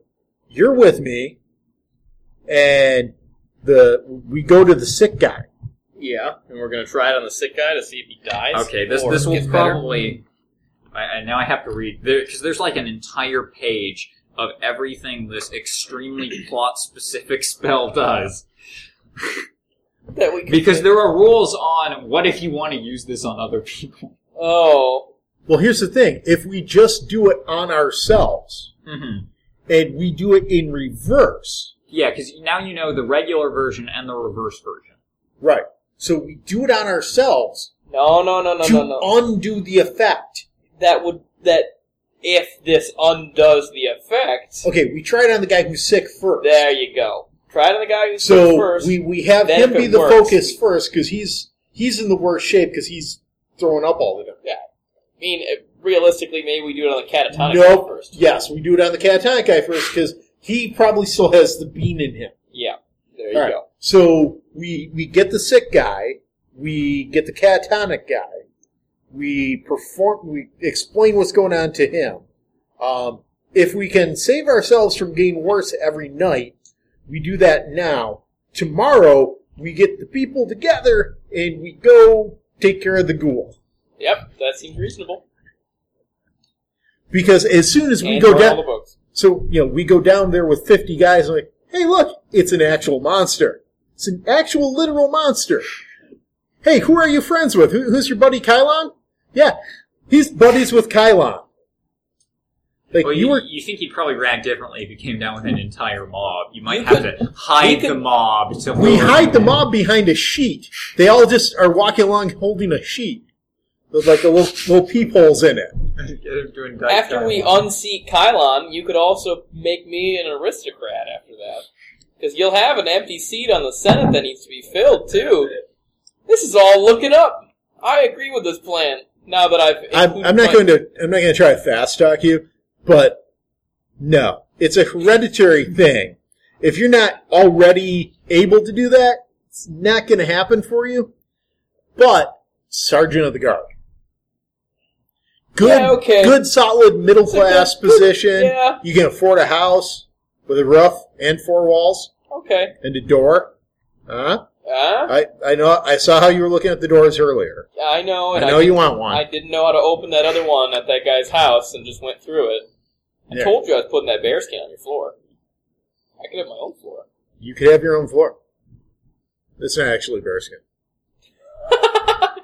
you're with me, and the we go to the sick guy.
Yeah, and we're gonna try it on the sick guy to see if he dies.
Okay, this
or
this will
gets better.
probably. I, I, now I have to read because there's like an entire page of everything this extremely plot specific spell does.
That we could-
Because there are rules on what if you want to use this on other people.
oh,
Well, here's the thing: if we just do it on ourselves
Mm-hmm.
hmm
and we do it in reverse,
Yeah, because now you know the regular version and the reverse version.
right? So we do it on ourselves
no, no, no, no,
to
no, no.
undo the effect.
That would that if this undoes the effect.
Okay, we try it on the guy who's sick first.
There you go. Try to the guy who's
so
first.
we we have
then
him
if
be
it
the
works,
focus
we-
first because he's he's in the worst shape because he's throwing up all the time.
I mean, it- realistically, maybe we do it on the catatonic
Nope.
first.
Yes, we do it on the catatonic guy first because he probably still has the bean in him.
Yeah. There you
All right.
go.
So we we get the sick guy, we get the catatonic guy, we perform, we explain what's going on to him. Um, if we can save ourselves from getting worse every night, we do that now. Tomorrow we get the people together and we go take care of the ghoul.
Yep, that seems reasonable.
Because as soon as we
and
go
burn all the
down,
books.
so you know we go down there with fifty guys. And like, hey, look, it's an actual monster. It's an actual literal monster. Hey, who are you friends with? Who, who's your buddy, Kylon? Yeah, he's buddies with Kylon. Like
well,
you were,
you think he'd probably react differently if you came down with an entire mob. You might
You
have
could-
to hide
you
the
could-
mob. To
we
lower
hide the
him.
mob behind a sheet. They all just are walking along holding a sheet with like the little, little peepholes in it.
Get him to indict
After we
Kylon.
unseat Kylon, you could also make me an aristocrat after that. Because you'll have an empty seat on the Senate that needs to be filled, too. This is all looking up. I agree with this plan. Now that I've.
I'm, I'm not going to. I'm not going to try to fast talk you, but no, it's a hereditary thing. If you're not already able to do that, it's not going to happen for you. But sergeant of the guard, good,
Yeah, okay.
good, solid middle
It's a good-
class
good-
position.
yeah.
You can afford a house with a roof and four walls
Okay.
and a door. Huh?
Uh,
I I know. I saw how you were looking at the doors earlier.
I know,
I
and
know you want one.
I didn't know how to open that other one at that guy's house and just went through it. I
Yeah.
told you I was putting that bear skin on your floor. I could have my own floor.
You could have your own floor. It's not actually bearskin.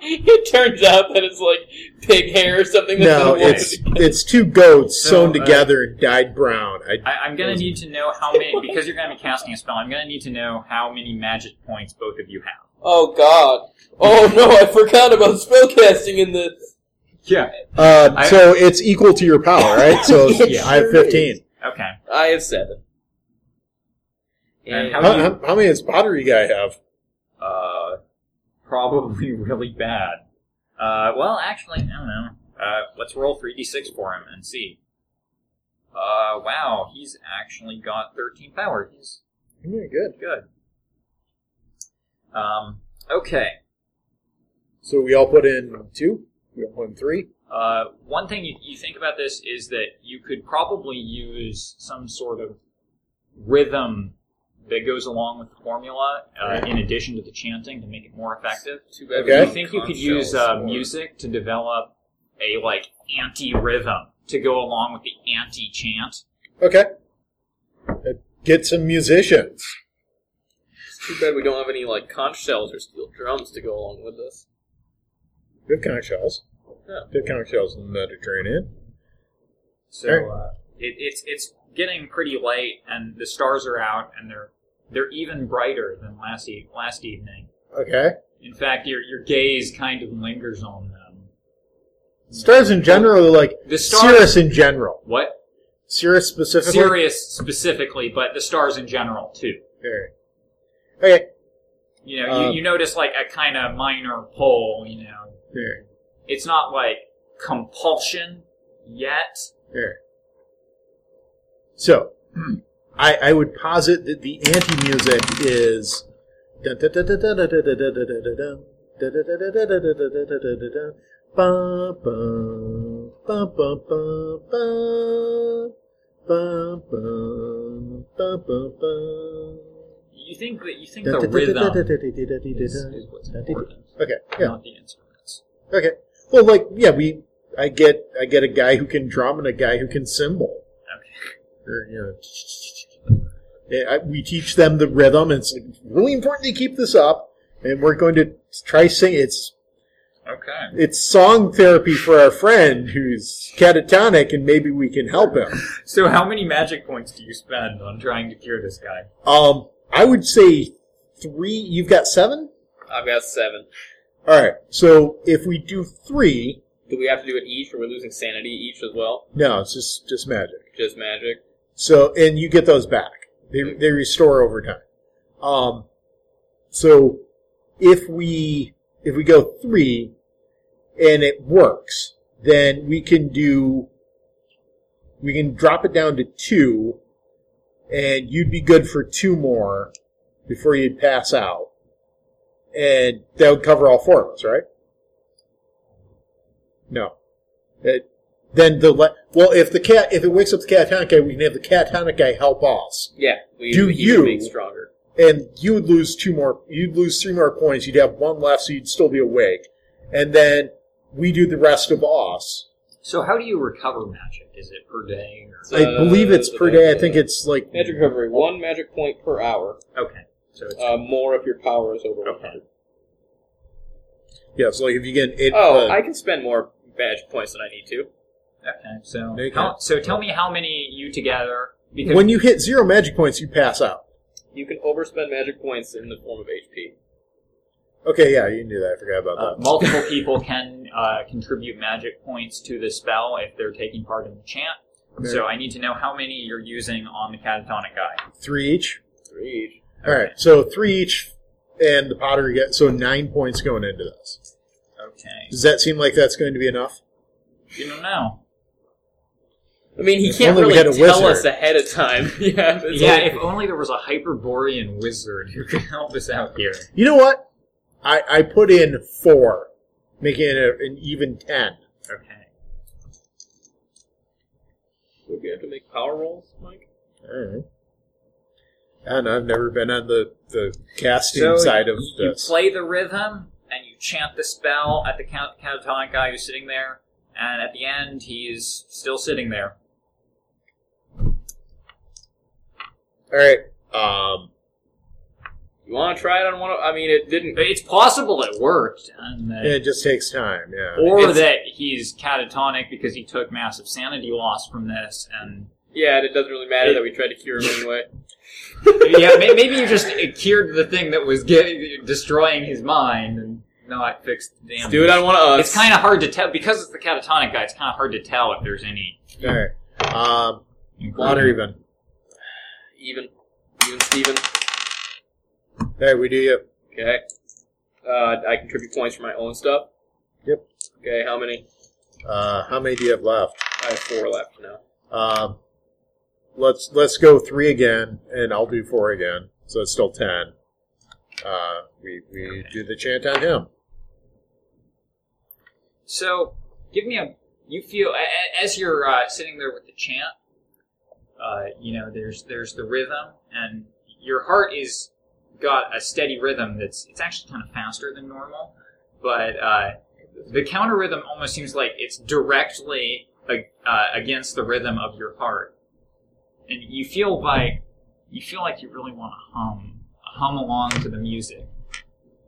it turns out that it's like pig hair or something. That's
No,
been woven
it's
together.
it's two goats
So,
sewn
uh,
together and dyed brown. I,
I, I'm gonna need to know how many because you're gonna be casting a spell. I'm gonna need to know how many magic points both of you have.
Oh God! Oh no! I forgot about spellcasting in the.
Yeah.
uh,
I-
so it's equal to your power, right? So
Yeah.
I have fifteen.
Okay.
I have seven.
And
How,
how do you?
how, how many does pottery guy have?
Uh, probably really bad. Uh, well, actually, I don't know. Uh, let's roll three d six for him and see. Uh, wow, he's actually got thirteen power. He's
Hmm, good.
good. Um, okay.
So we all put in two. We all put in three.
Uh, one thing you, you think about this is that you could probably use some sort of rhythm that goes along with the formula uh, in addition to the chanting to make it more effective.
Too bad
Okay.
we
I
need
think you could
conch
use
shells
uh,
for-
music to develop a like anti-rhythm to go along with the anti-chant.
Okay. Uh, Get some musicians.
It's too bad we don't have any like conch shells or steel drums to go along with this.
Good conch shells.
Yeah.
Good conch shells in the Mediterranean.
So uh, it, it's it's getting pretty late, and the stars are out, and they're they're even brighter than last e- last evening.
Okay.
In fact, your your gaze kind of lingers on them.
Stars in general are like
The stars.
Cirrus in general.
What?
Cirrus specifically.
Sirius specifically, but the stars in general too.
Alright. Okay.
You know,
Um,
you, you notice like a kind of minor pull. You know,
Alright.
it's not like compulsion yet.
Alright. So, I, I would posit that the anti music is.
You think that you think the rhythm is, is what's important,
Okay, yeah,
not the instruments.
okay. Well, like, yeah, we. I get, I get a guy who can drum and a guy who can cymbal.
Okay.
or you know, yeah, I- we teach them the rhythm. And it's like, really important they keep this up, and we're going to try sing. It's
Okay.
it's song therapy for our friend who's catatonic, and maybe we can help him.
So, how many magic points do you spend on trying to cure this guy?
Um, I would say three. You've got seven.
I've got seven.
All right. So if we do three,
Do we have to do it each, or we're losing sanity each as well?
no, it's just just magic.
Just magic.
So, and you get those back. They, they restore over time. Um, so if we if we go three and it works, then we can do we can drop it down to two, and you'd be good for two more before you'd pass out, and that would cover all four of us, right? No. It, then the le- well, if the cat if it wakes up the catatonic guy, we can have the catatonic guy help us,
Yeah. We,
Do
we keep
you-
being stronger?
and you would lose two more. You'd lose three more points. You'd have one left, so you'd still be awake, and then we do the rest of us.
So, how do you recover magic? Is it per day? Or...
I
Uh,
believe it's per day. I think it's like
Magic recovery, one magic point per hour.
Okay. So, it's,
Uh, more if your power is over
Okay.
100.
yeah. So like if you get it,
Oh,
uh,
I can spend more badge points than I need to.
okay. So,
They
how,
can-
so tell me how many you together. Because
when you hit zero magic points, you pass out.
You can overspend magic points in the form of HP.
Okay, yeah, you can do that. I forgot
uh,
about that.
multiple people can uh, contribute magic points to the spell if they're taking part in the chant. So, I need to know how many you're using on the catatonic
Oh.
guy.
Three each.
Three each.
All right, so three each, and the Potter get so nine points going into this.
Okay.
Does that seem like that's going to be enough?
You don't know.
I mean, he
If
can't
only we
really
had
tell
a wizard.
us ahead of time. yeah. that's
Yeah,
all-
if only there was a Hyperborean wizard who could help us out here.
You know what? I I put in four, making it a, an even ten.
Okay.
Would we have to make power rolls, Mike?
All right. I don't know. I've never been on the the casting
So
side of
you, you
this.
play the rhythm and you chant the spell at the count- catatonic guy who's sitting there, and at the end he is still sitting there.
All right. Um.
You want to try it on one? Of, I mean, it didn't.
But It's possible it worked, and that,
It just takes time. Yeah.
or
it's-
that he's catatonic because he took massive sanity loss from this, and
Yeah, and it doesn't really matter that we tried to cure him anyway.
yeah, may- maybe you just cured the thing that was getting, destroying his mind and not fixed the damage.
Do it on one of us.
It's kind of hard to tell because it's the catatonic guy. It's kind of hard to tell if there's any.
All right. Um. Odd or even.
even, even Steven.
All right. We do you.
Okay. Uh, I contribute points for my own stuff.
Yep.
Okay, how many?
Uh, how many do you have left?
I have four left now.
Um, let's let's go three again, and I'll do four again. So it's still ten. Uh, we we do the chant on him.
So, give me a You feel a- a- as you're uh, sitting there with the chant. Uh, you know, there's there's the rhythm, and your heart is got a steady rhythm. That's it's actually kind of faster than normal, but uh, the counter rhythm almost seems like it's directly a- uh, against the rhythm of your heart, and you feel like you feel like you really want to hum hum along to the music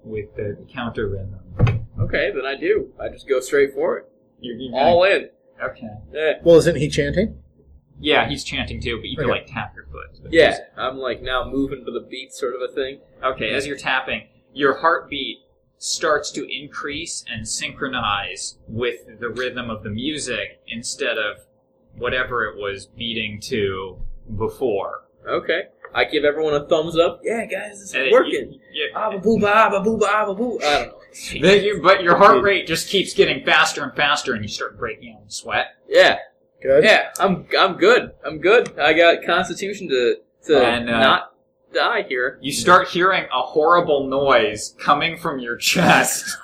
with the counter rhythm.
Okay, then I do. I just go straight for it.
You're, you're gonna-
All in. Eh.
okay.
Yeah.
Well, isn't he chanting?
Yeah, he's chanting too, but you can
Okay.
like tap your foot.
Yeah, I'm like now moving to the beat sort of a thing.
Okay, as you're tapping, your heartbeat starts to increase and synchronize with the rhythm of the music instead of whatever it was beating to before.
Okay. I give everyone a thumbs up. Yeah, guys, this
And
is
it-
working.
you-
Ah, ba boo ba, ba boo ba, ba boo. I don't know.
you- then you- but your heart rate just keeps getting faster and faster, and you start breaking out in sweat.
Yeah,
Good.
yeah. I'm I'm good. I'm good. I got Constitution to to
And, uh,
not die here.
You start hearing a horrible noise coming from your chest.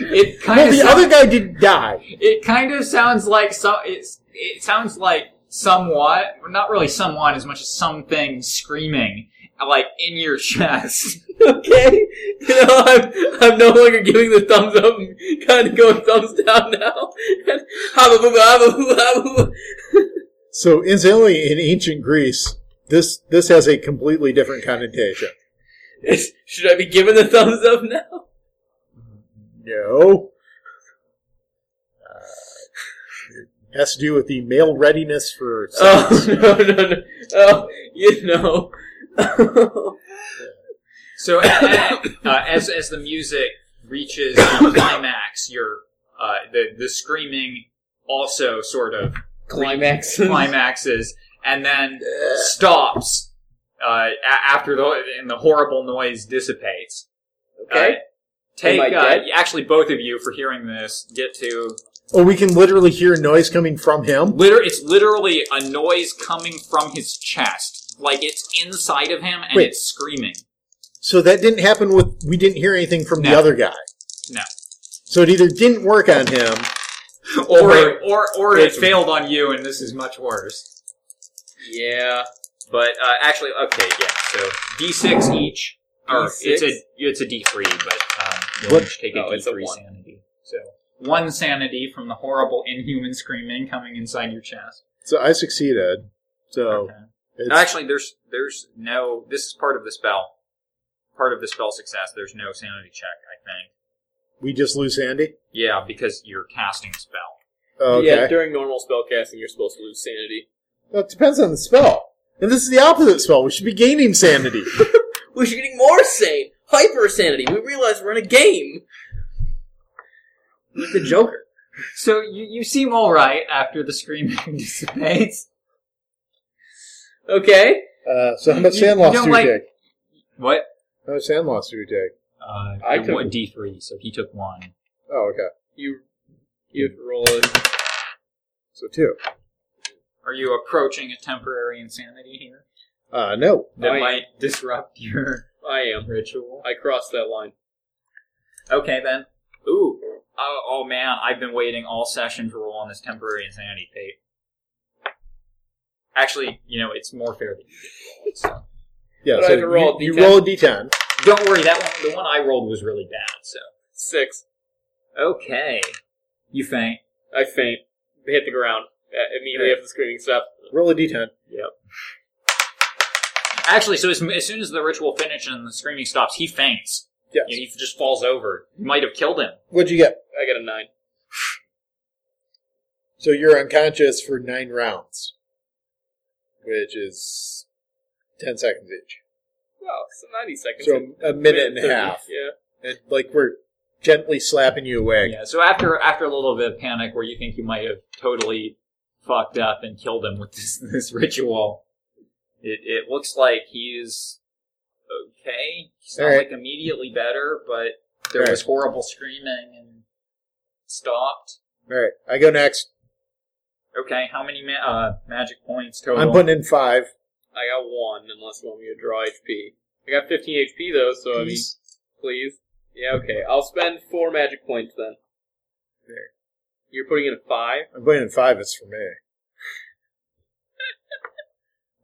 it kind
Well,
of
the other guy did die.
It kind of sounds like some. It's, it sounds like somewhat, not really someone as much as something screaming, like in your chest.
Okay. You know, I'm I'm no longer giving the thumbs up. I'm kind of going thumbs down now. Ah, ba boo ba, ba boo ba, ba boo.
So incidentally, in ancient Greece, this this has a completely different connotation.
Is- Should I be giving the thumbs up now?
No. Uh, it has to do with the male readiness for.
Oh no no no! Oh, you know.
So uh, as as the music reaches the climax, your uh, the the screaming also sort of
Climax.
climaxes and then stops uh, a- after the and the horrible noise dissipates.
Okay.
Uh, take
Am I
uh,
dead?
actually both of you for hearing this. Get to
Oh, we can literally hear noise coming from him.
liter. It's literally a noise coming from his chest, like it's inside of him and
Wait.
it's screaming.
So that didn't happen with. We didn't hear anything from the
No.
other guy.
No,
So it either didn't work on him.
or
Or-
or or, it
It's-
failed on you, and this is much worse.
Yeah.
But uh, actually, okay, yeah. So D six each. Or
D6?
it's a it's a D three, but um, you'll
What-
each take a
no,
D
Oh, it's a
three
one.
sanity. So one sanity from the horrible inhuman screaming coming inside your chest.
So I succeeded. So
Oh.
Okay.
it's,
Actually, there's there's no. This is part of the spell. Part of the spell success. There's no sanity check. I think.
we just lose Andy.
Yeah, because you're casting a spell.
Okay.
Yeah, during normal spellcasting, you're supposed to lose sanity.
Well, it depends on the spell. And this is the opposite spell. We should be gaining sanity.
We're getting more sane, hyper sanity. We realize we're in a game with the Joker.
So you you seem all right after the screaming dissipates.
Okay.
Uh, so how much
You-
sand
you
loss
don't
do we
like-
take?
What?
How much sand loss do we take?
Uh,
I
I
took-
took D three, so he took one.
Oh, okay.
You you have to roll it.
So two.
Are you approaching a temporary insanity here
Uh, no.
that
I-
might disrupt your
I am.
ritual?
I crossed that line.
Okay then. Ooh. Oh, oh man, I've been waiting all session to roll on this temporary insanity fate. Actually, you know, it's more fair that you get to roll it,
Yeah.
But I
so
have to roll a
you, you
D10.
roll a d10.
so. Don't worry, that one the one I rolled was really bad, so.
Six.
Okay. You faint.
I faint. Hit the ground uh, immediately after the screaming stop.
Roll a d10.
Yep. Actually, so as, as soon as the ritual finishes and the screaming stops, he faints.
Yes.
You know, he just falls over. You might have killed him.
What'd you get?
I got a nine.
So you're unconscious for nine rounds, which is ten seconds each.
Wow, it's ninety seconds.
So a minute and a
30,
half.
Yeah.
And, like we're gently slapping you awake.
Yeah, so after after a little bit of panic where you think you might have totally fucked up and killed him with this this ritual, it, it looks like he's okay. He's not
All right.
like immediately better, but there
All right.
was horrible screaming and stopped.
All right. I go next.
Okay, how many ma- uh, magic points total?
I'm putting in five.
I got one, unless you want me to draw HP. I got 15 HP though, so I mean, please. Yeah, okay. I'll spend four magic points then. You're putting in a five.
I'm playing in five. It's for me.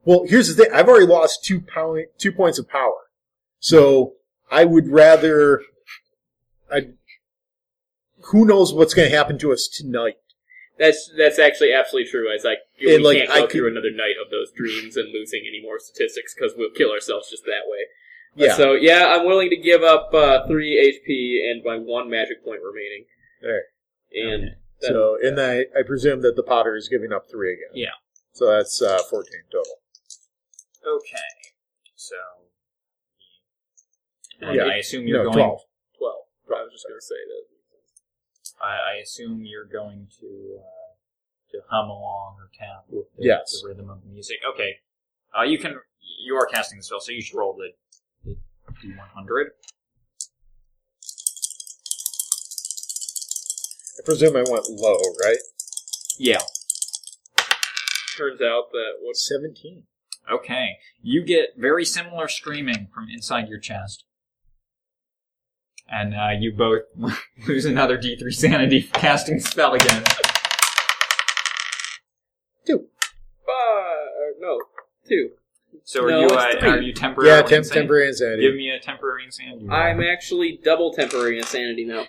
Well, here's the thing. I've already lost two pound, two points of power. So I would rather, I, who knows what's going to happen to us tonight?
That's that's actually absolutely true. It's like we
And, like,
can't
I
go
could-
through another night of those dreams and losing any more statistics because we'll kill ourselves just that way. Uh,
Yeah.
So yeah, I'm willing to give up uh, three HP and my one magic point remaining.
Alright.
And
So, and I, I presume that the Potter is giving up three again.
Yeah.
So that's uh, 14 total.
Okay. So. And
Yeah.
I assume
no,
you're going.
12.
twelve. I was just gonna say that.
I, I assume you're going to uh, to hum along or tap with the,
Yes.
the rhythm of the music. Okay, uh, you can. You are casting the spell, so you should roll the the d100.
I presume I went low, right?
Yeah.
Turns out that what's
17.
Okay. You get very similar screaming from inside your chest. And uh, you both lose another D3 sanity for casting the spell again.
five? No, two.
So are
No,
you
it's
uh,
three.
are you temporary?
Yeah, temp- temporary insanity.
Give me a temporary insanity. roll.
I'm actually double temporary insanity now.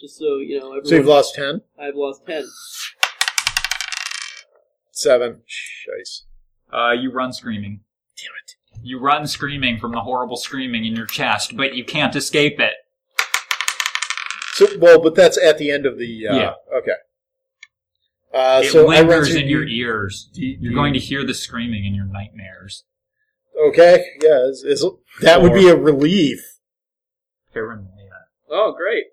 Just so you know, everyone,
so you've lost 10?
I've lost ten.
7. Jeez.
Uh, you run screaming. Damn it. You run screaming from the horrible screaming in your chest, but you can't escape it.
So, well, but that's at the end of the. Uh,
Yeah.
Okay. Uh,
it
so I run
lingers
through
in your
D-
ears.
D-
You're going to hear the screaming in your nightmares.
Okay. Yeah. Is, is, that would be a relief.
Paranoia.
Oh, great.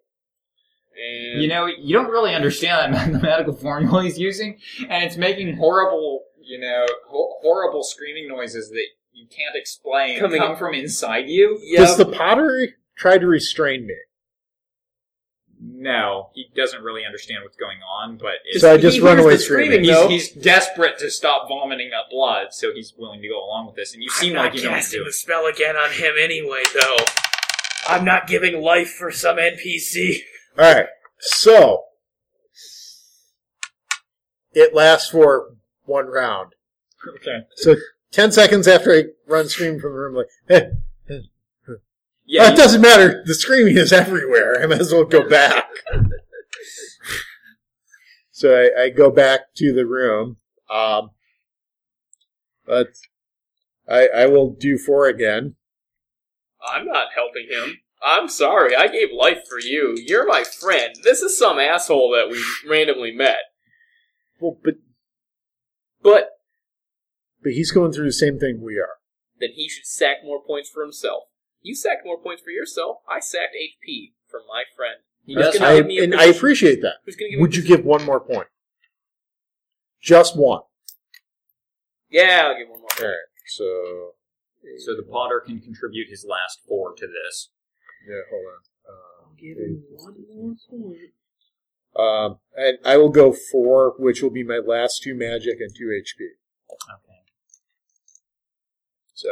And
You know, you don't really understand that mathematical formula he's using, and it's making horrible, you know, ho- horrible screaming noises that you can't explain
Coming-
come from inside you.
yeah,
Does the Potter try to restrain me?
No, he doesn't really understand what's going on, but it's,
So I just
he
run
hears
away
the screaming,
screaming.
he's,
though.
he's desperate to stop vomiting up blood, so he's willing to go along with this. And you seem like you know what to do.
spell again on him anyway, though. I'm not giving life for some NPC.
All right. So it lasts for one round.
Okay.
So ten seconds after I run screaming from the room, like, eh,
Yeah,
it doesn't matter. The screaming is everywhere. I might as well go back. so I, I go back to the room. Um, but I, I will do four again.
I'm not helping him. I'm sorry. I gave life for you. You're my friend. This is some asshole that we randomly met.
Well, but
But
but he's going through the same thing we are.
then he should sack more points for himself. You sacked more points for yourself. I sacked HP for my friend. He's
Yes,
gonna
I,
give me a
and I
position-
appreciate that.
Who's gonna give me
Would you give one more point? Just one.
Yeah, I'll give one more.
All right. So
So the Potter can contribute his last four to this.
yeah, hold on. Um, Um, and I will go four, which will be my last two magic and two HP.
Okay.
So,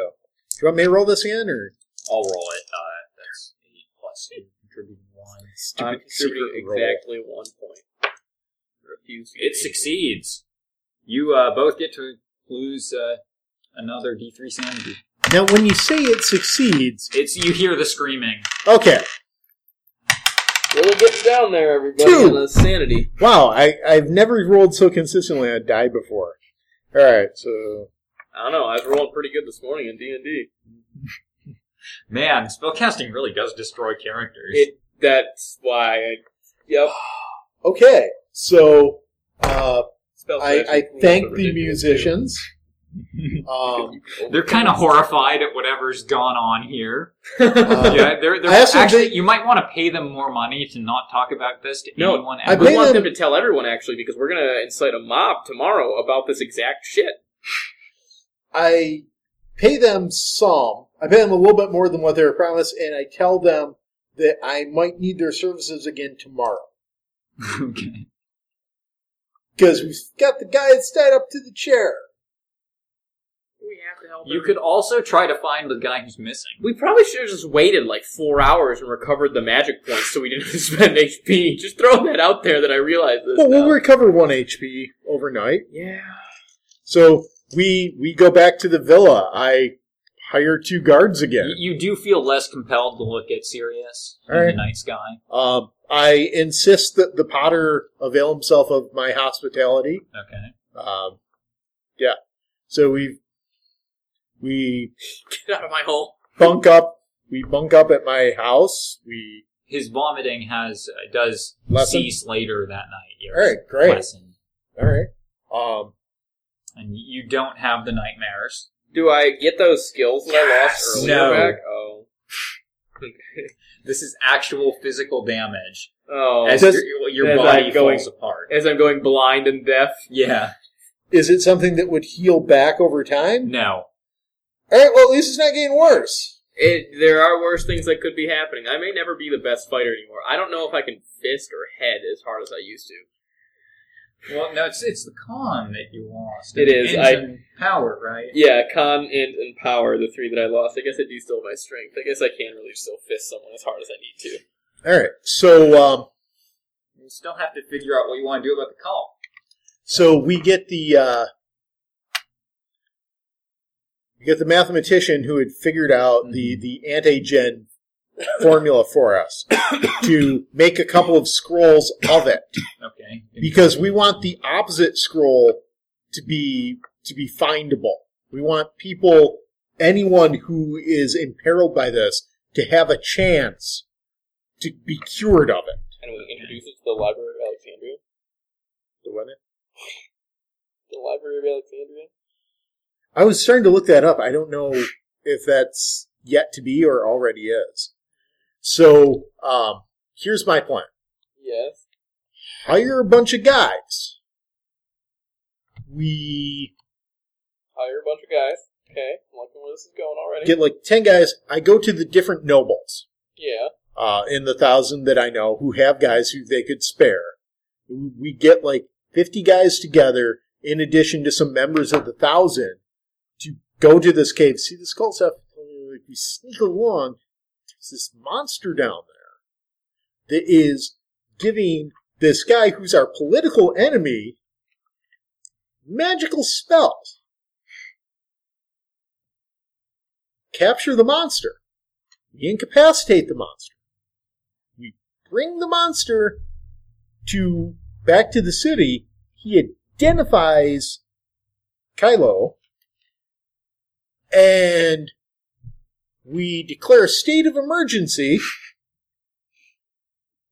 do you want me to roll this again, or
I'll roll it. Uh, that's eight plus you contributing one. Uh,
I'm
stupid
contributing
secret roll?
exactly one point. Refuse.
It succeeds. You uh, both get to lose uh, another D3 sanity.
Now, when you say it succeeds,
It's you hear the screaming.
okay.
Little gets down there, everybody.
Two.
On the sanity.
Wow, I I've never rolled so consistently. I died before. All right, so
I don't know. I was rolling pretty good this morning in D and D.
Man, spellcasting really does destroy characters.
It. That's why. I, yep.
okay, so uh,
Spell
I I
magic rules are
thank the
ridiculous, too.
musicians. Um,
they're kind of horrified at whatever's gone on here.
uh,
yeah, they're, they're
I also
actually.
think-
you might want to pay them more money to not talk about this to
No,
anyone.
I
ever.
We
blame
want
them-
them to tell everyone actually because we're gonna incite a mob tomorrow about this exact shit.
I pay them some. I pay them a little bit more than what they were promised, and I tell them that I might need their services again tomorrow.
okay.
Because we've got the guy that's tied up to the chair.
We have to
help.
You
him.
could also try to find the guy who's missing.
We probably should have just waited like four hours and recovered the magic points so we didn't spend HP. Just throwing that out there that I realized this.
Well, we'll
now.
recover one HP overnight.
yeah.
So we we go back to the villa. I hire two guards again.
You, you do feel less compelled to look at Sirius in the
Alright.
night sky.
Um, I insist that the Potter avail himself of my hospitality.
Okay.
Um, yeah. So we we
Get out of my hole.
bunk up. We bunk up at my house. We
His vomiting has uh, does
Lesson?
cease later that night. Yes.
all right, great,
Lesson.
all right. Um,
And you don't have the nightmares.
Do I get those skills that I lost
Yes.
earlier
No.
back? Oh.
This is actual physical damage
Oh.
as
Does-
your, your
as
body
I'm going-
falls apart.
as I'm going blind and deaf.
Yeah.
is it something that would heal back over time?
No.
All right. Well, at least it's not getting worse.
It, there are worse things that could be happening. I may never be the best fighter anymore. I don't know if I can fist or head as hard as I used to.
Well, no, it's it's the con that you lost.
It is,
Ends
I-
in power, right?
Yeah, con, int, and power, the three that I lost. I guess I do still have my strength. I guess I can really still fist someone as hard as I need to.
All right. So um,
You still have to figure out what you want to do about the call.
So we get the uh, we get the mathematician who had figured out the the antigen formula for us to make a couple of scrolls of it
Okay.
because we want the opposite scroll to be to be findable. We want people, anyone who is imperiled by this, to have a chance to be cured of it.
And we introduce it to the Library of Alexandria. The Library of Alexandria?
I was starting to look that up. I don't know if that's yet to be or already is. So um, here's my plan:
Yes.
hire a bunch of guys. We
Hire a bunch of guys. Okay. I'm liking where this is going already.
get like ten guys. I go to the different nobles
yeah.
uh, in the thousand that I know who have guys who they could spare. We get like fifty guys together, in addition to some members of the thousand, to go to this cave, see this cult stuff. Like we sneak along. There's this monster down there that is giving this guy who's our political enemy magical spells. Capture the monster. We incapacitate the monster. We bring the monster to back to the city. He identifies Kylo, and we declare a state of emergency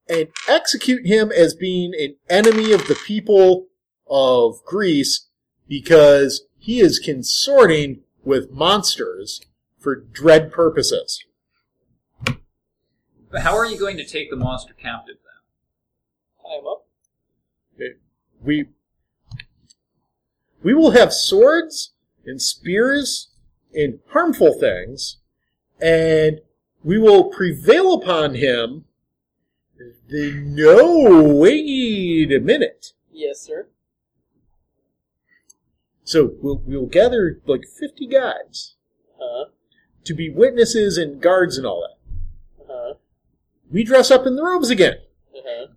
and execute him as being an enemy of the people of Greece because he is consorting with monsters for dread purposes.
But how are you going to take the monster captive then?
Tie him up.
we we will have swords and spears and harmful things and we will prevail upon him the no wait a minute
Yes, sir.
so we'll, we'll gather like 50 guys
Huh?
to be witnesses and guards and all that
Uh-huh.
we dress up in the robes again
Uh-huh.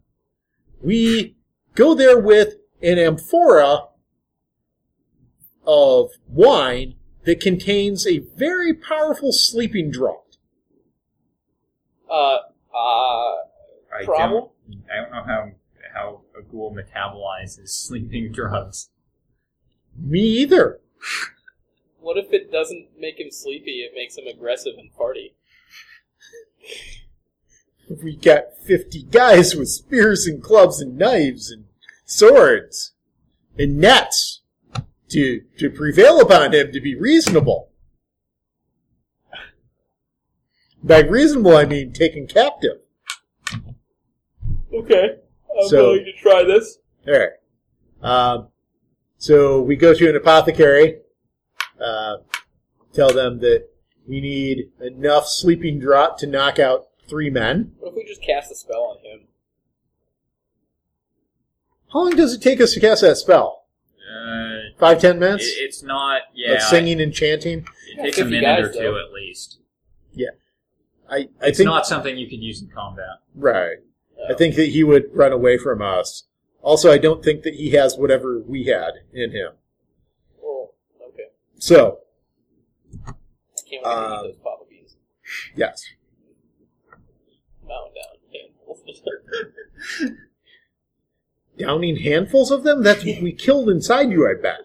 we go there with an amphora of wine that contains a very powerful sleeping draught.
Uh, uh,
I
Problem?
don't. I don't know how how a ghoul metabolizes sleeping drugs.
Me either.
what if it doesn't make him sleepy? It makes him aggressive and party.
We got 50 guys with spears and clubs and knives and swords and nets to, to prevail upon him to be reasonable. By reasonable, I mean taken captive.
Okay. I'm
So-
willing to try this.
All right. Um, so we go to an apothecary, uh, tell them that we need enough sleeping draught to knock out three men.
What if we just cast a spell on him?
How long does it take us to cast that spell?
Uh,
Five, ten
it,
minutes
it's not. Yeah.
of singing and chanting?
got
takes a
50
minute
guys,
or two
though.
at least.
I, I
It's
think
not something you could use in combat.
right. I think that he would run away from us. Also, I don't think that he has whatever we had in him.
Well, okay.
So
I can't wait to
Um,
eat those Papa Beans.
yes,
Mountain down. handfuls.
downing handfuls of them. That's what we killed inside you. I bet.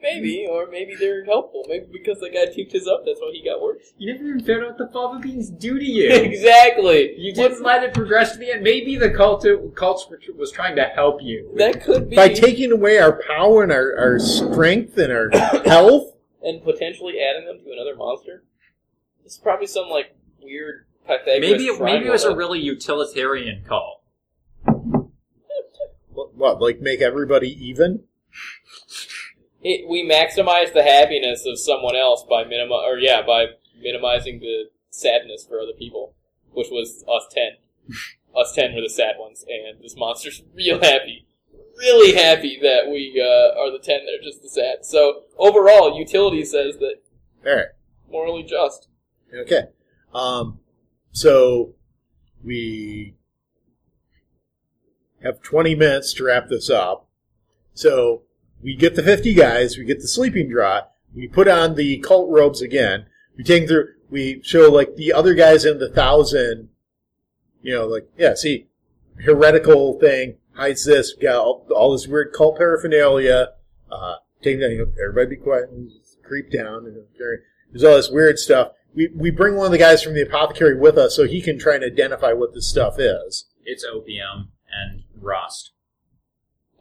maybe, or maybe they're helpful. Maybe because the guy tuked his up, that's why he got worse.
You never even found out what the fava beans do to you.
exactly.
You didn't let it progress to the end. Maybe the cult cults were- was trying to help you.
That could be.
By taking away our power and our, our strength and our health,
and potentially adding them to another monster. It's probably some like weird Pythagoras.
Maybe it, maybe it was a
triangle.
really utilitarian call.
what, what like make everybody even?
It, we maximize the happiness of someone else by minimi or yeah, by minimizing the sadness for other people, which was us ten. us ten were the sad ones, and this monster's real happy, really happy that we uh, are the ten that are just the sad. So overall, utility says that
All right.
morally just.
Okay. Um, so we have 20 minutes to wrap this up. So we get the 50 guys, we get the sleeping draught, we put on the cult robes again, we take them through, we show like the other guys in the thousand, you know, like, yeah, see, heretical thing hides this, we got all, all this weird cult paraphernalia, uh, take them down, you know, everybody be quiet and just creep down and there's all this weird stuff. We, we bring one of the guys from the apothecary with us so he can try and identify what this stuff is.
It's opium and rust.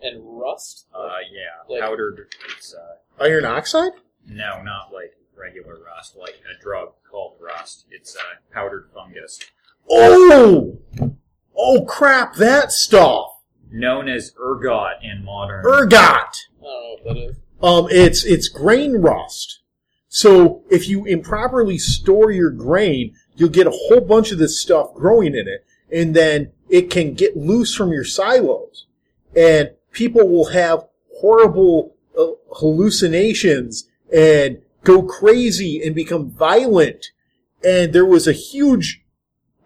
And rust?
Uh, yeah,
Like-
powdered. It's, uh,
Iron oxide?
no, not like regular rust, like a drug called rust. It's uh, powdered fungus,
Oh! Oh crap, that stuff!
known as ergot in modern.
Er- Ergot!
I don't know what that is.
Um, it's, it's grain rust. So if you improperly store your grain, you'll get a whole bunch of this stuff growing in it, and then it can get loose from your silos. And people will have horrible uh, hallucinations and go crazy and become violent. And there was a huge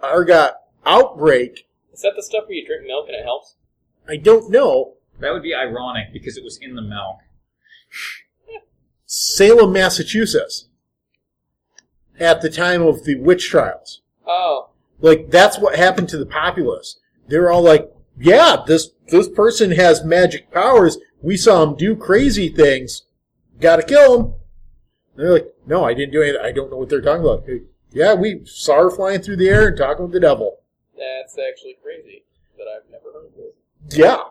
Argot outbreak.
Is that the stuff where you drink milk and it helps?
I don't know.
that would be ironic because it was in the milk.
Salem, Massachusetts. At the time of the witch trials.
Oh,
Like that's what happened to the populace. They're all like, "Yeah, this this person has magic powers. We saw him do crazy things. Got to kill him." And they're like, "No, I didn't do anything. I don't know what they're talking about." Like, yeah, we saw her flying through the air and talking with the devil.
that's actually crazy that I've never heard of this.
Yeah.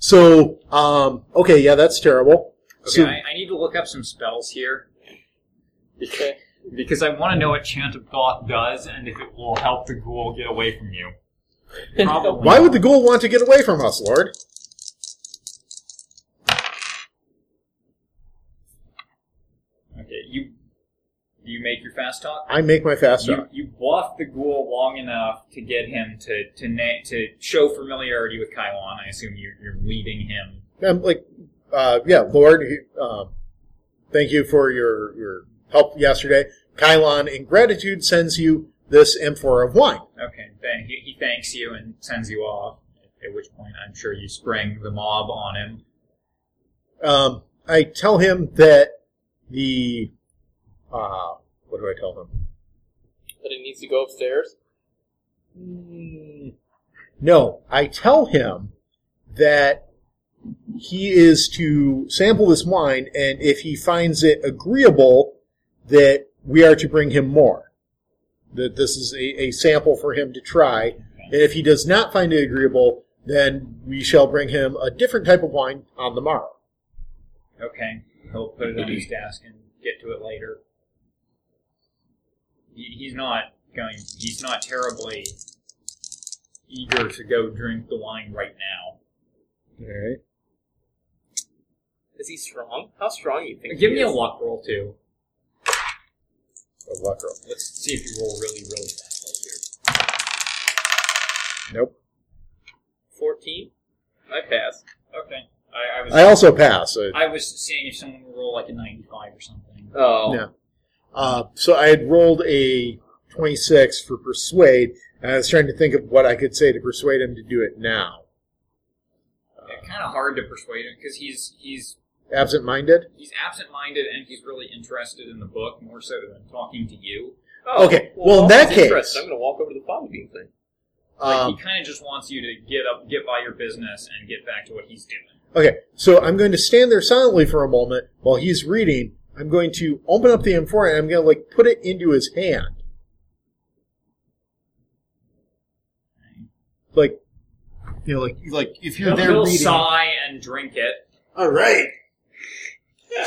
So, um, okay, yeah, that's terrible.
Okay,
So-
I, I need to look up some spells here
Okay.
because I want to know what Chant of Thought does and if it will help the ghoul get away from you. Probably.
Why would the ghoul want to get away from us, Lord?
Okay, you you make your fast talk.
I make my fast
You,
talk.
you bluff the ghoul long enough to get him to to na- to show familiarity with Kylon. I assume you're, you're leading him.
I'm like, uh, yeah, Lord, he- um, thank you for your, your help yesterday. Kylon, in gratitude, sends you this amphora of wine.
Okay, then he, he thanks you and sends you off. At which point, I'm sure you spring the mob on him.
Um, I tell him that the, uh, what do I tell him?
That he needs to go upstairs?
Hmm. No, I tell him that he is to sample this wine, and if he finds it agreeable, that we are to bring him more. That this is a, a sample for him to try, and if he does not find it agreeable, then we shall bring him a different type of wine on the morrow.
Okay, he'll put it on his desk and get to it later. He, he's not going. He's not terribly eager to go drink the wine right now.
All right.
Is he strong? How strong do you think?
Give
he
me a
is?
luck roll too.
Of luck roll.
Let's see if you roll really, really fast here.
Nope.
Fourteen.
I pass.
Okay. I, I was.
I also pass. uh,
I was seeing if someone would roll like a ninety-five or something.
Oh,
No. Uh, so I had rolled a 26 for persuade, and I was trying to think of what I could say to persuade him to do it now.
kind of hard to persuade him because he's he's
Absent minded?
he's absent-minded and he's really interested in the book more so than talking to you.
Oh,
Okay, well, in that
that's
case-
interesting. I'm going to walk over to the fava bean thing.
Like
Um,
he kind of just wants you to get up, get by your business, and get back to what he's doing.
Okay, so I'm going to stand there silently for a moment while he's reading. I'm going to open up the M4 and I'm going to like put it into his hand. Like, you know, like like if you're there
He'll
reading.
sigh and drink it.
All right.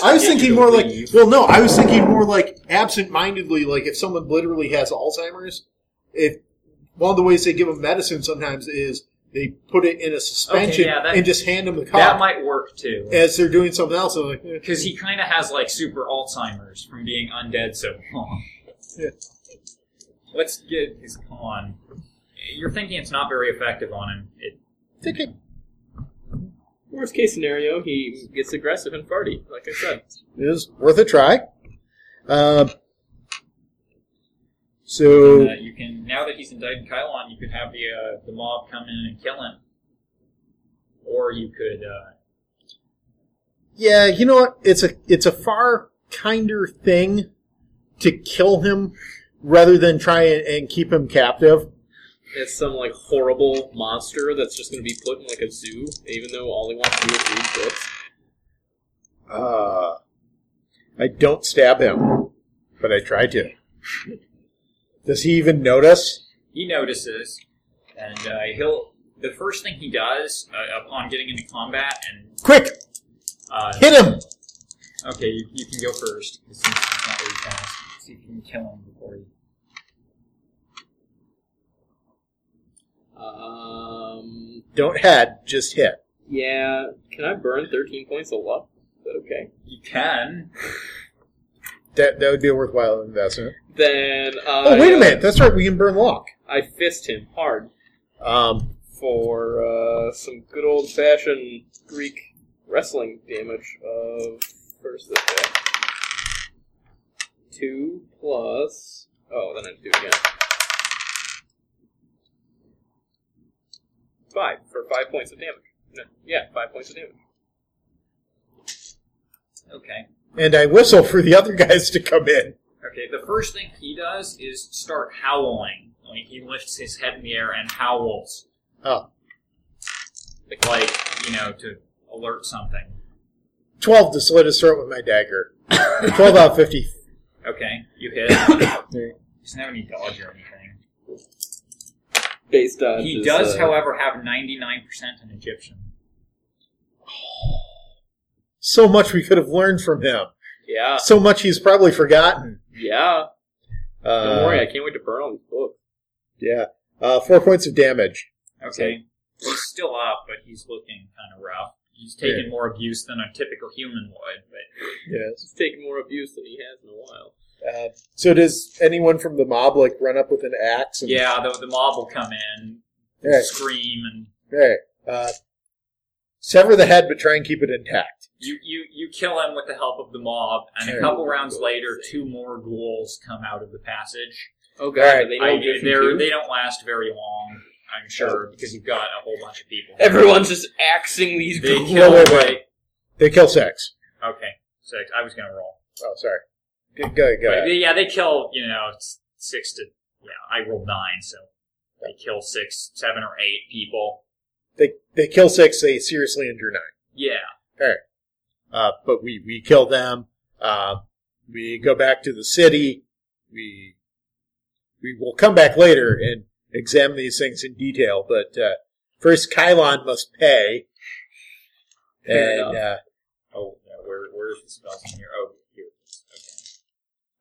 I was thinking more like, well, no, I was thinking more like absent-mindedly, like if someone literally has Alzheimer's, if one of the ways they give them medicine sometimes is they put it in a suspension
yeah, that-
and just hand them the cop
That might work too.
as they're doing something else. I'm like, eh.
Because he kind of has like super Alzheimer's from being undead so long.
Yeah.
Let's get his come on. You're thinking it's not very effective on him. It,
Thinking,
Worst case scenario, he gets aggressive and farty, like I said.
is worth a try. Um, so
uh, you can now that he's indicted in Kylon, you could have the uh, the mob come in and kill him, or you could. Uh,
yeah, you know what? It's a it's a far kinder thing to kill him rather than try and, and keep him captive.
It's some like horrible monster that's just going to be put in like a zoo, even though all he wants to do is read books.
Uh, I don't stab him, but I try to. Does he even notice?
he notices, and uh, he'll. The first thing he does uh, upon getting into combat and
Quick,
uh,
hit him!
Okay, you, you can go first. It's not very fast. So you can kill him before you.
Um,
Don't head, just hit.
yeah. Can I burn 13 points of luck? Is that okay?
You can.
That that would be a worthwhile investment.
Then. Uh,
Oh, wait a minute. That's right. We can burn lock.
I fist him hard
Um,
for uh, some good old fashioned Greek wrestling damage of first this guy. Two plus. Oh, then I have to do it again. Five for five points of damage. No, yeah, five points of damage.
Okay.
and I whistle for the other guys to come in.
Okay, the first thing he does is start howling. Like, he lifts his head in the air and howls.
Oh.
Like, you know, to alert something.
Twelve to slit his throat with my dagger. Twelve out of fifty.
Okay, you hit. he doesn't have any dodge or anything.
Base dodge.
He
is,
does,
uh,
however, have 99% in Egyptian.
So much we could have learned from him.
Yeah,
So much he's probably forgotten.
yeah.
Uh,
Don't worry, I can't wait to burn all these books.
Yeah. Uh, four points of damage.
Okay. He's still up, but he's looking kind of rough. He's taking more abuse than a typical human would, but
Yes.
He's taking more abuse than he has in a while.
Uh, so does anyone from the mob like run up with an axe? And,
Yeah, the, the mob will come in,
All right.
scream, and
all right. Uh, sever the head, but try and keep it intact.
you, you, you kill him with the help of the mob. And
Sure.
a couple rounds later, two more ghouls come out of the passage.
Oh
God, Alright,
they
I,
don't give him
they're-
two?
they don't last very long, I'm sure, because you've got a whole bunch of people.
Everyone's just axing these.
They
ghouls.
kill
Wait, wait,
away.
They kill six.
Okay, six. I was going to roll.
Oh, sorry. Good, good,
But
good.
they- yeah, they kill, you know, s- six to. Yeah, I rolled nine, so they kill six, seven, or eight people.
They they kill six. They seriously injure nine.
Yeah.
Uh, but we we kill them. Uh, we go back to the city. We we will come back later and examine these things in detail. But uh, first, Kylon must pay.
Fair
and uh,
Oh, no, where, where is the spells in here? Oh, here it is. Okay.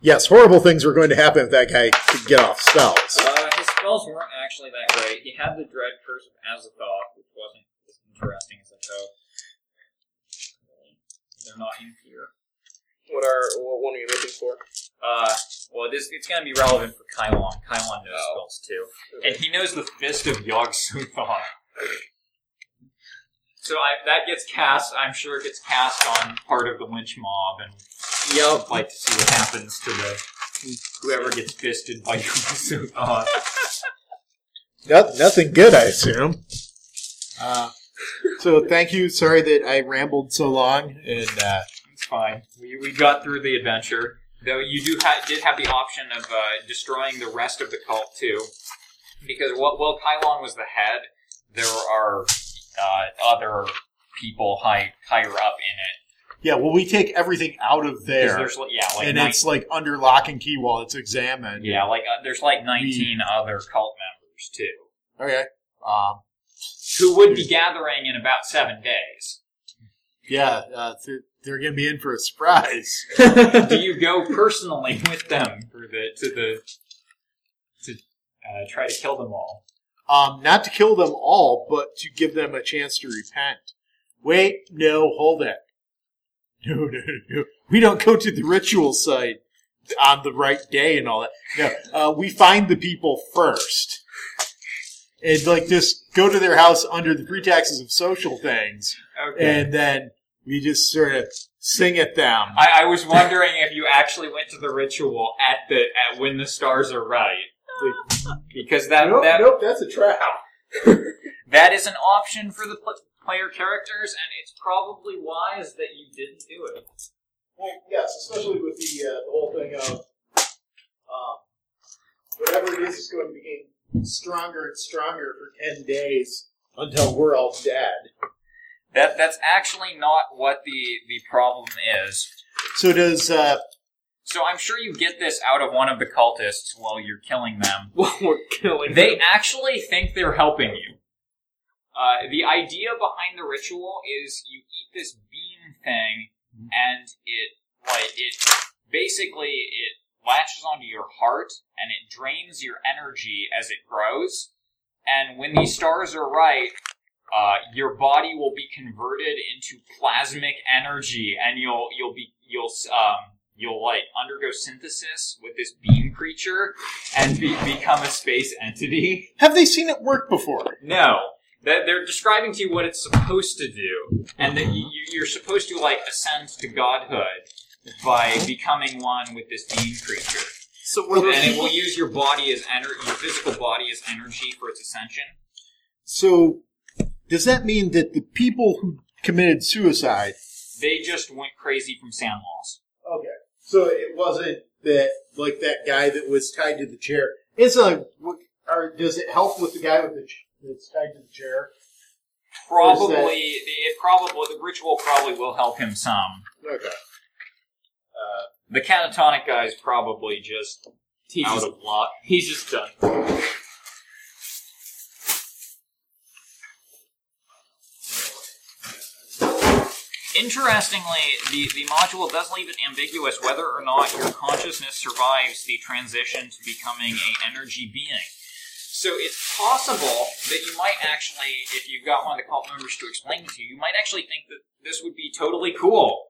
yes, horrible things were going to happen if that guy could get off spells.
Uh, his spells weren't actually that great. He had the Dread Curse of Azathoth, which wasn't as interesting as I hoped. They're not in here.
What are what one are you looking for?
Uh, well, this it's going to be relevant for Kylon. Kylon knows
Oh.
spells too, and he knows the Fist of Yog Sothoth. So I, that gets cast. I'm sure it gets cast on part of the lynch mob, and
Yep.
I'd like to see what happens to the whoever gets fisted by Ubisoft. Uh,
Noth- nothing good, I assume. Uh, so thank you. Sorry that I rambled so long. And uh,
it's fine. We, we got through the adventure.
Though you do ha- did have the option of uh, destroying the rest of the cult too, because while, while Kylon was the head, there are uh, other people high, higher up in
yeah, well, we take everything out of
it. 'Cause
there,
There's, like- yeah, like
and
nine-
it's like under lock and key while it's examined.
yeah, like uh, there's like 19
Hmm.
other cult members too,
Okay.
um, who would
Hmm.
be gathering in about seven days.
Yeah, uh, th- they're going to be in for a surprise.
do you go personally with them for the to the to uh, try to kill them all?
Um, not to kill them all, but to give them a chance to repent. Wait, no, hold it. No, no, no. We don't go to the ritual site on the right day and all that. No, uh, we find the people first. And like just go to their house under the pretexts of social things, and then we just sort of sing at them.
I, I was wondering if you actually went to the ritual at the at when the stars are right, because that that
nope, that's a trap.
that is an option for the pl- player characters, and it's probably wise that you didn't do it.
Well, yes, especially with the, uh, the whole thing of um, whatever it is is going to be getting stronger and stronger for 10 days until we're all dead.
That that's actually not what the the problem is.
So does, uh,
So I'm sure you get this out of one of the cultists while you're killing them.
Well, we're killing.
They
them.
actually think they're helping you. Uh, the idea behind the ritual is you eat this bean thing, and it like it basically it latches onto your heart and it drains your energy as it grows. And when these stars are right, uh, your body will be converted into plasmic energy, and you'll you'll be you'll um you'll like undergo synthesis with this bean creature and be, become a space entity.
have they seen it work before?
No, that they're describing to you what it's supposed to do, and that you, you're supposed to like ascend to godhood by becoming one with this being creature,
So we're
and it will use your body as energy, your physical body as energy for its ascension.
So does that mean that the people who committed suicide.
They just went crazy from sand loss.
Okay. So it wasn't that, like that guy that was tied to the chair. It's a, or does it help with the guy with the ch- that's tied to the chair? Or is that-
Probably, it probably the ritual probably will help him some.
Okay.
The catatonic guy's probably just
he's
out
just,
of luck.
he's just done.
Interestingly, the, the module does leave it ambiguous whether or not your consciousness survives the transition to becoming an energy being. So it's possible that you might actually, if you got one of the cult members to explain to you, you might actually think that this would be totally cool.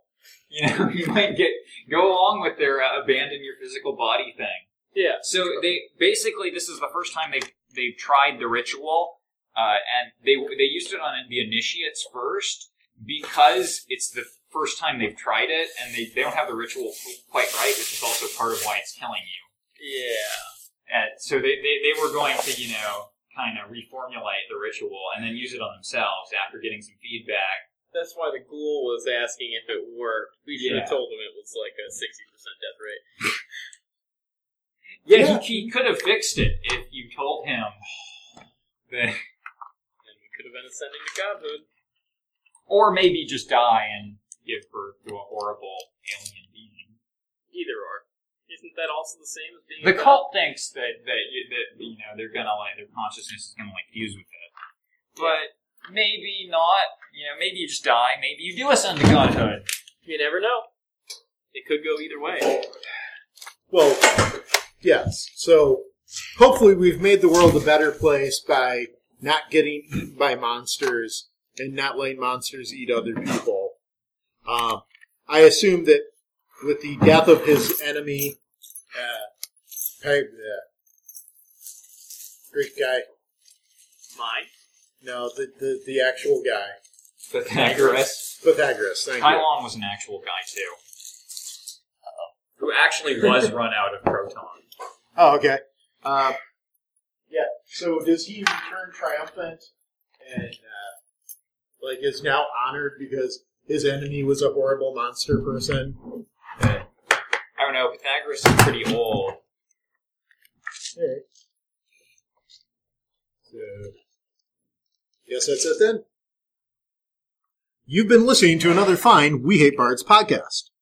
You know, you might get go along with their uh, abandon your physical body thing.
Yeah.
So they basically this is the first time they have they've tried the ritual, uh, and they they used it on the initiates first because it's the first time they've tried it, and they, they don't have the ritual quite right, which is also part of why it's killing you.
Yeah.
And so they, they they were going to you know kind of reformulate the ritual and then use it on themselves after getting some feedback.
That's why the ghoul was asking if it worked. We should
Yeah.
have told him it was like a sixty percent death rate.
Yeah, He, he could have fixed it if you told him that.
and we could have been ascending to godhood.
or maybe just die and give birth to a horrible alien being.
Either or. Isn't that also the same as being
The
a god?
cult thinks that that you, that you know they're gonna like their consciousness is gonna like fuse with it, but maybe not. You know, maybe you just die. Maybe you do ascend to godhood.
You never know. It could go either way.
Well, yes. So hopefully we've made the world a better place by not getting eaten by monsters and not letting monsters eat other people. Um, I assume that with the death of his enemy, uh, hey, uh, Greek guy,
Mine.
no, the, the, the actual guy,
Pythagoras.
Pythagoras, thank you.
Kylon was an actual guy too. who actually was run out of proton.
Oh, okay. Uh, yeah. So does he return triumphant and uh, like is now honored because his enemy was a horrible monster person?
I don't know. Pythagoras is pretty old.
Alright. So, guess that's it then. You've been listening to another fine We Hate Bards podcast.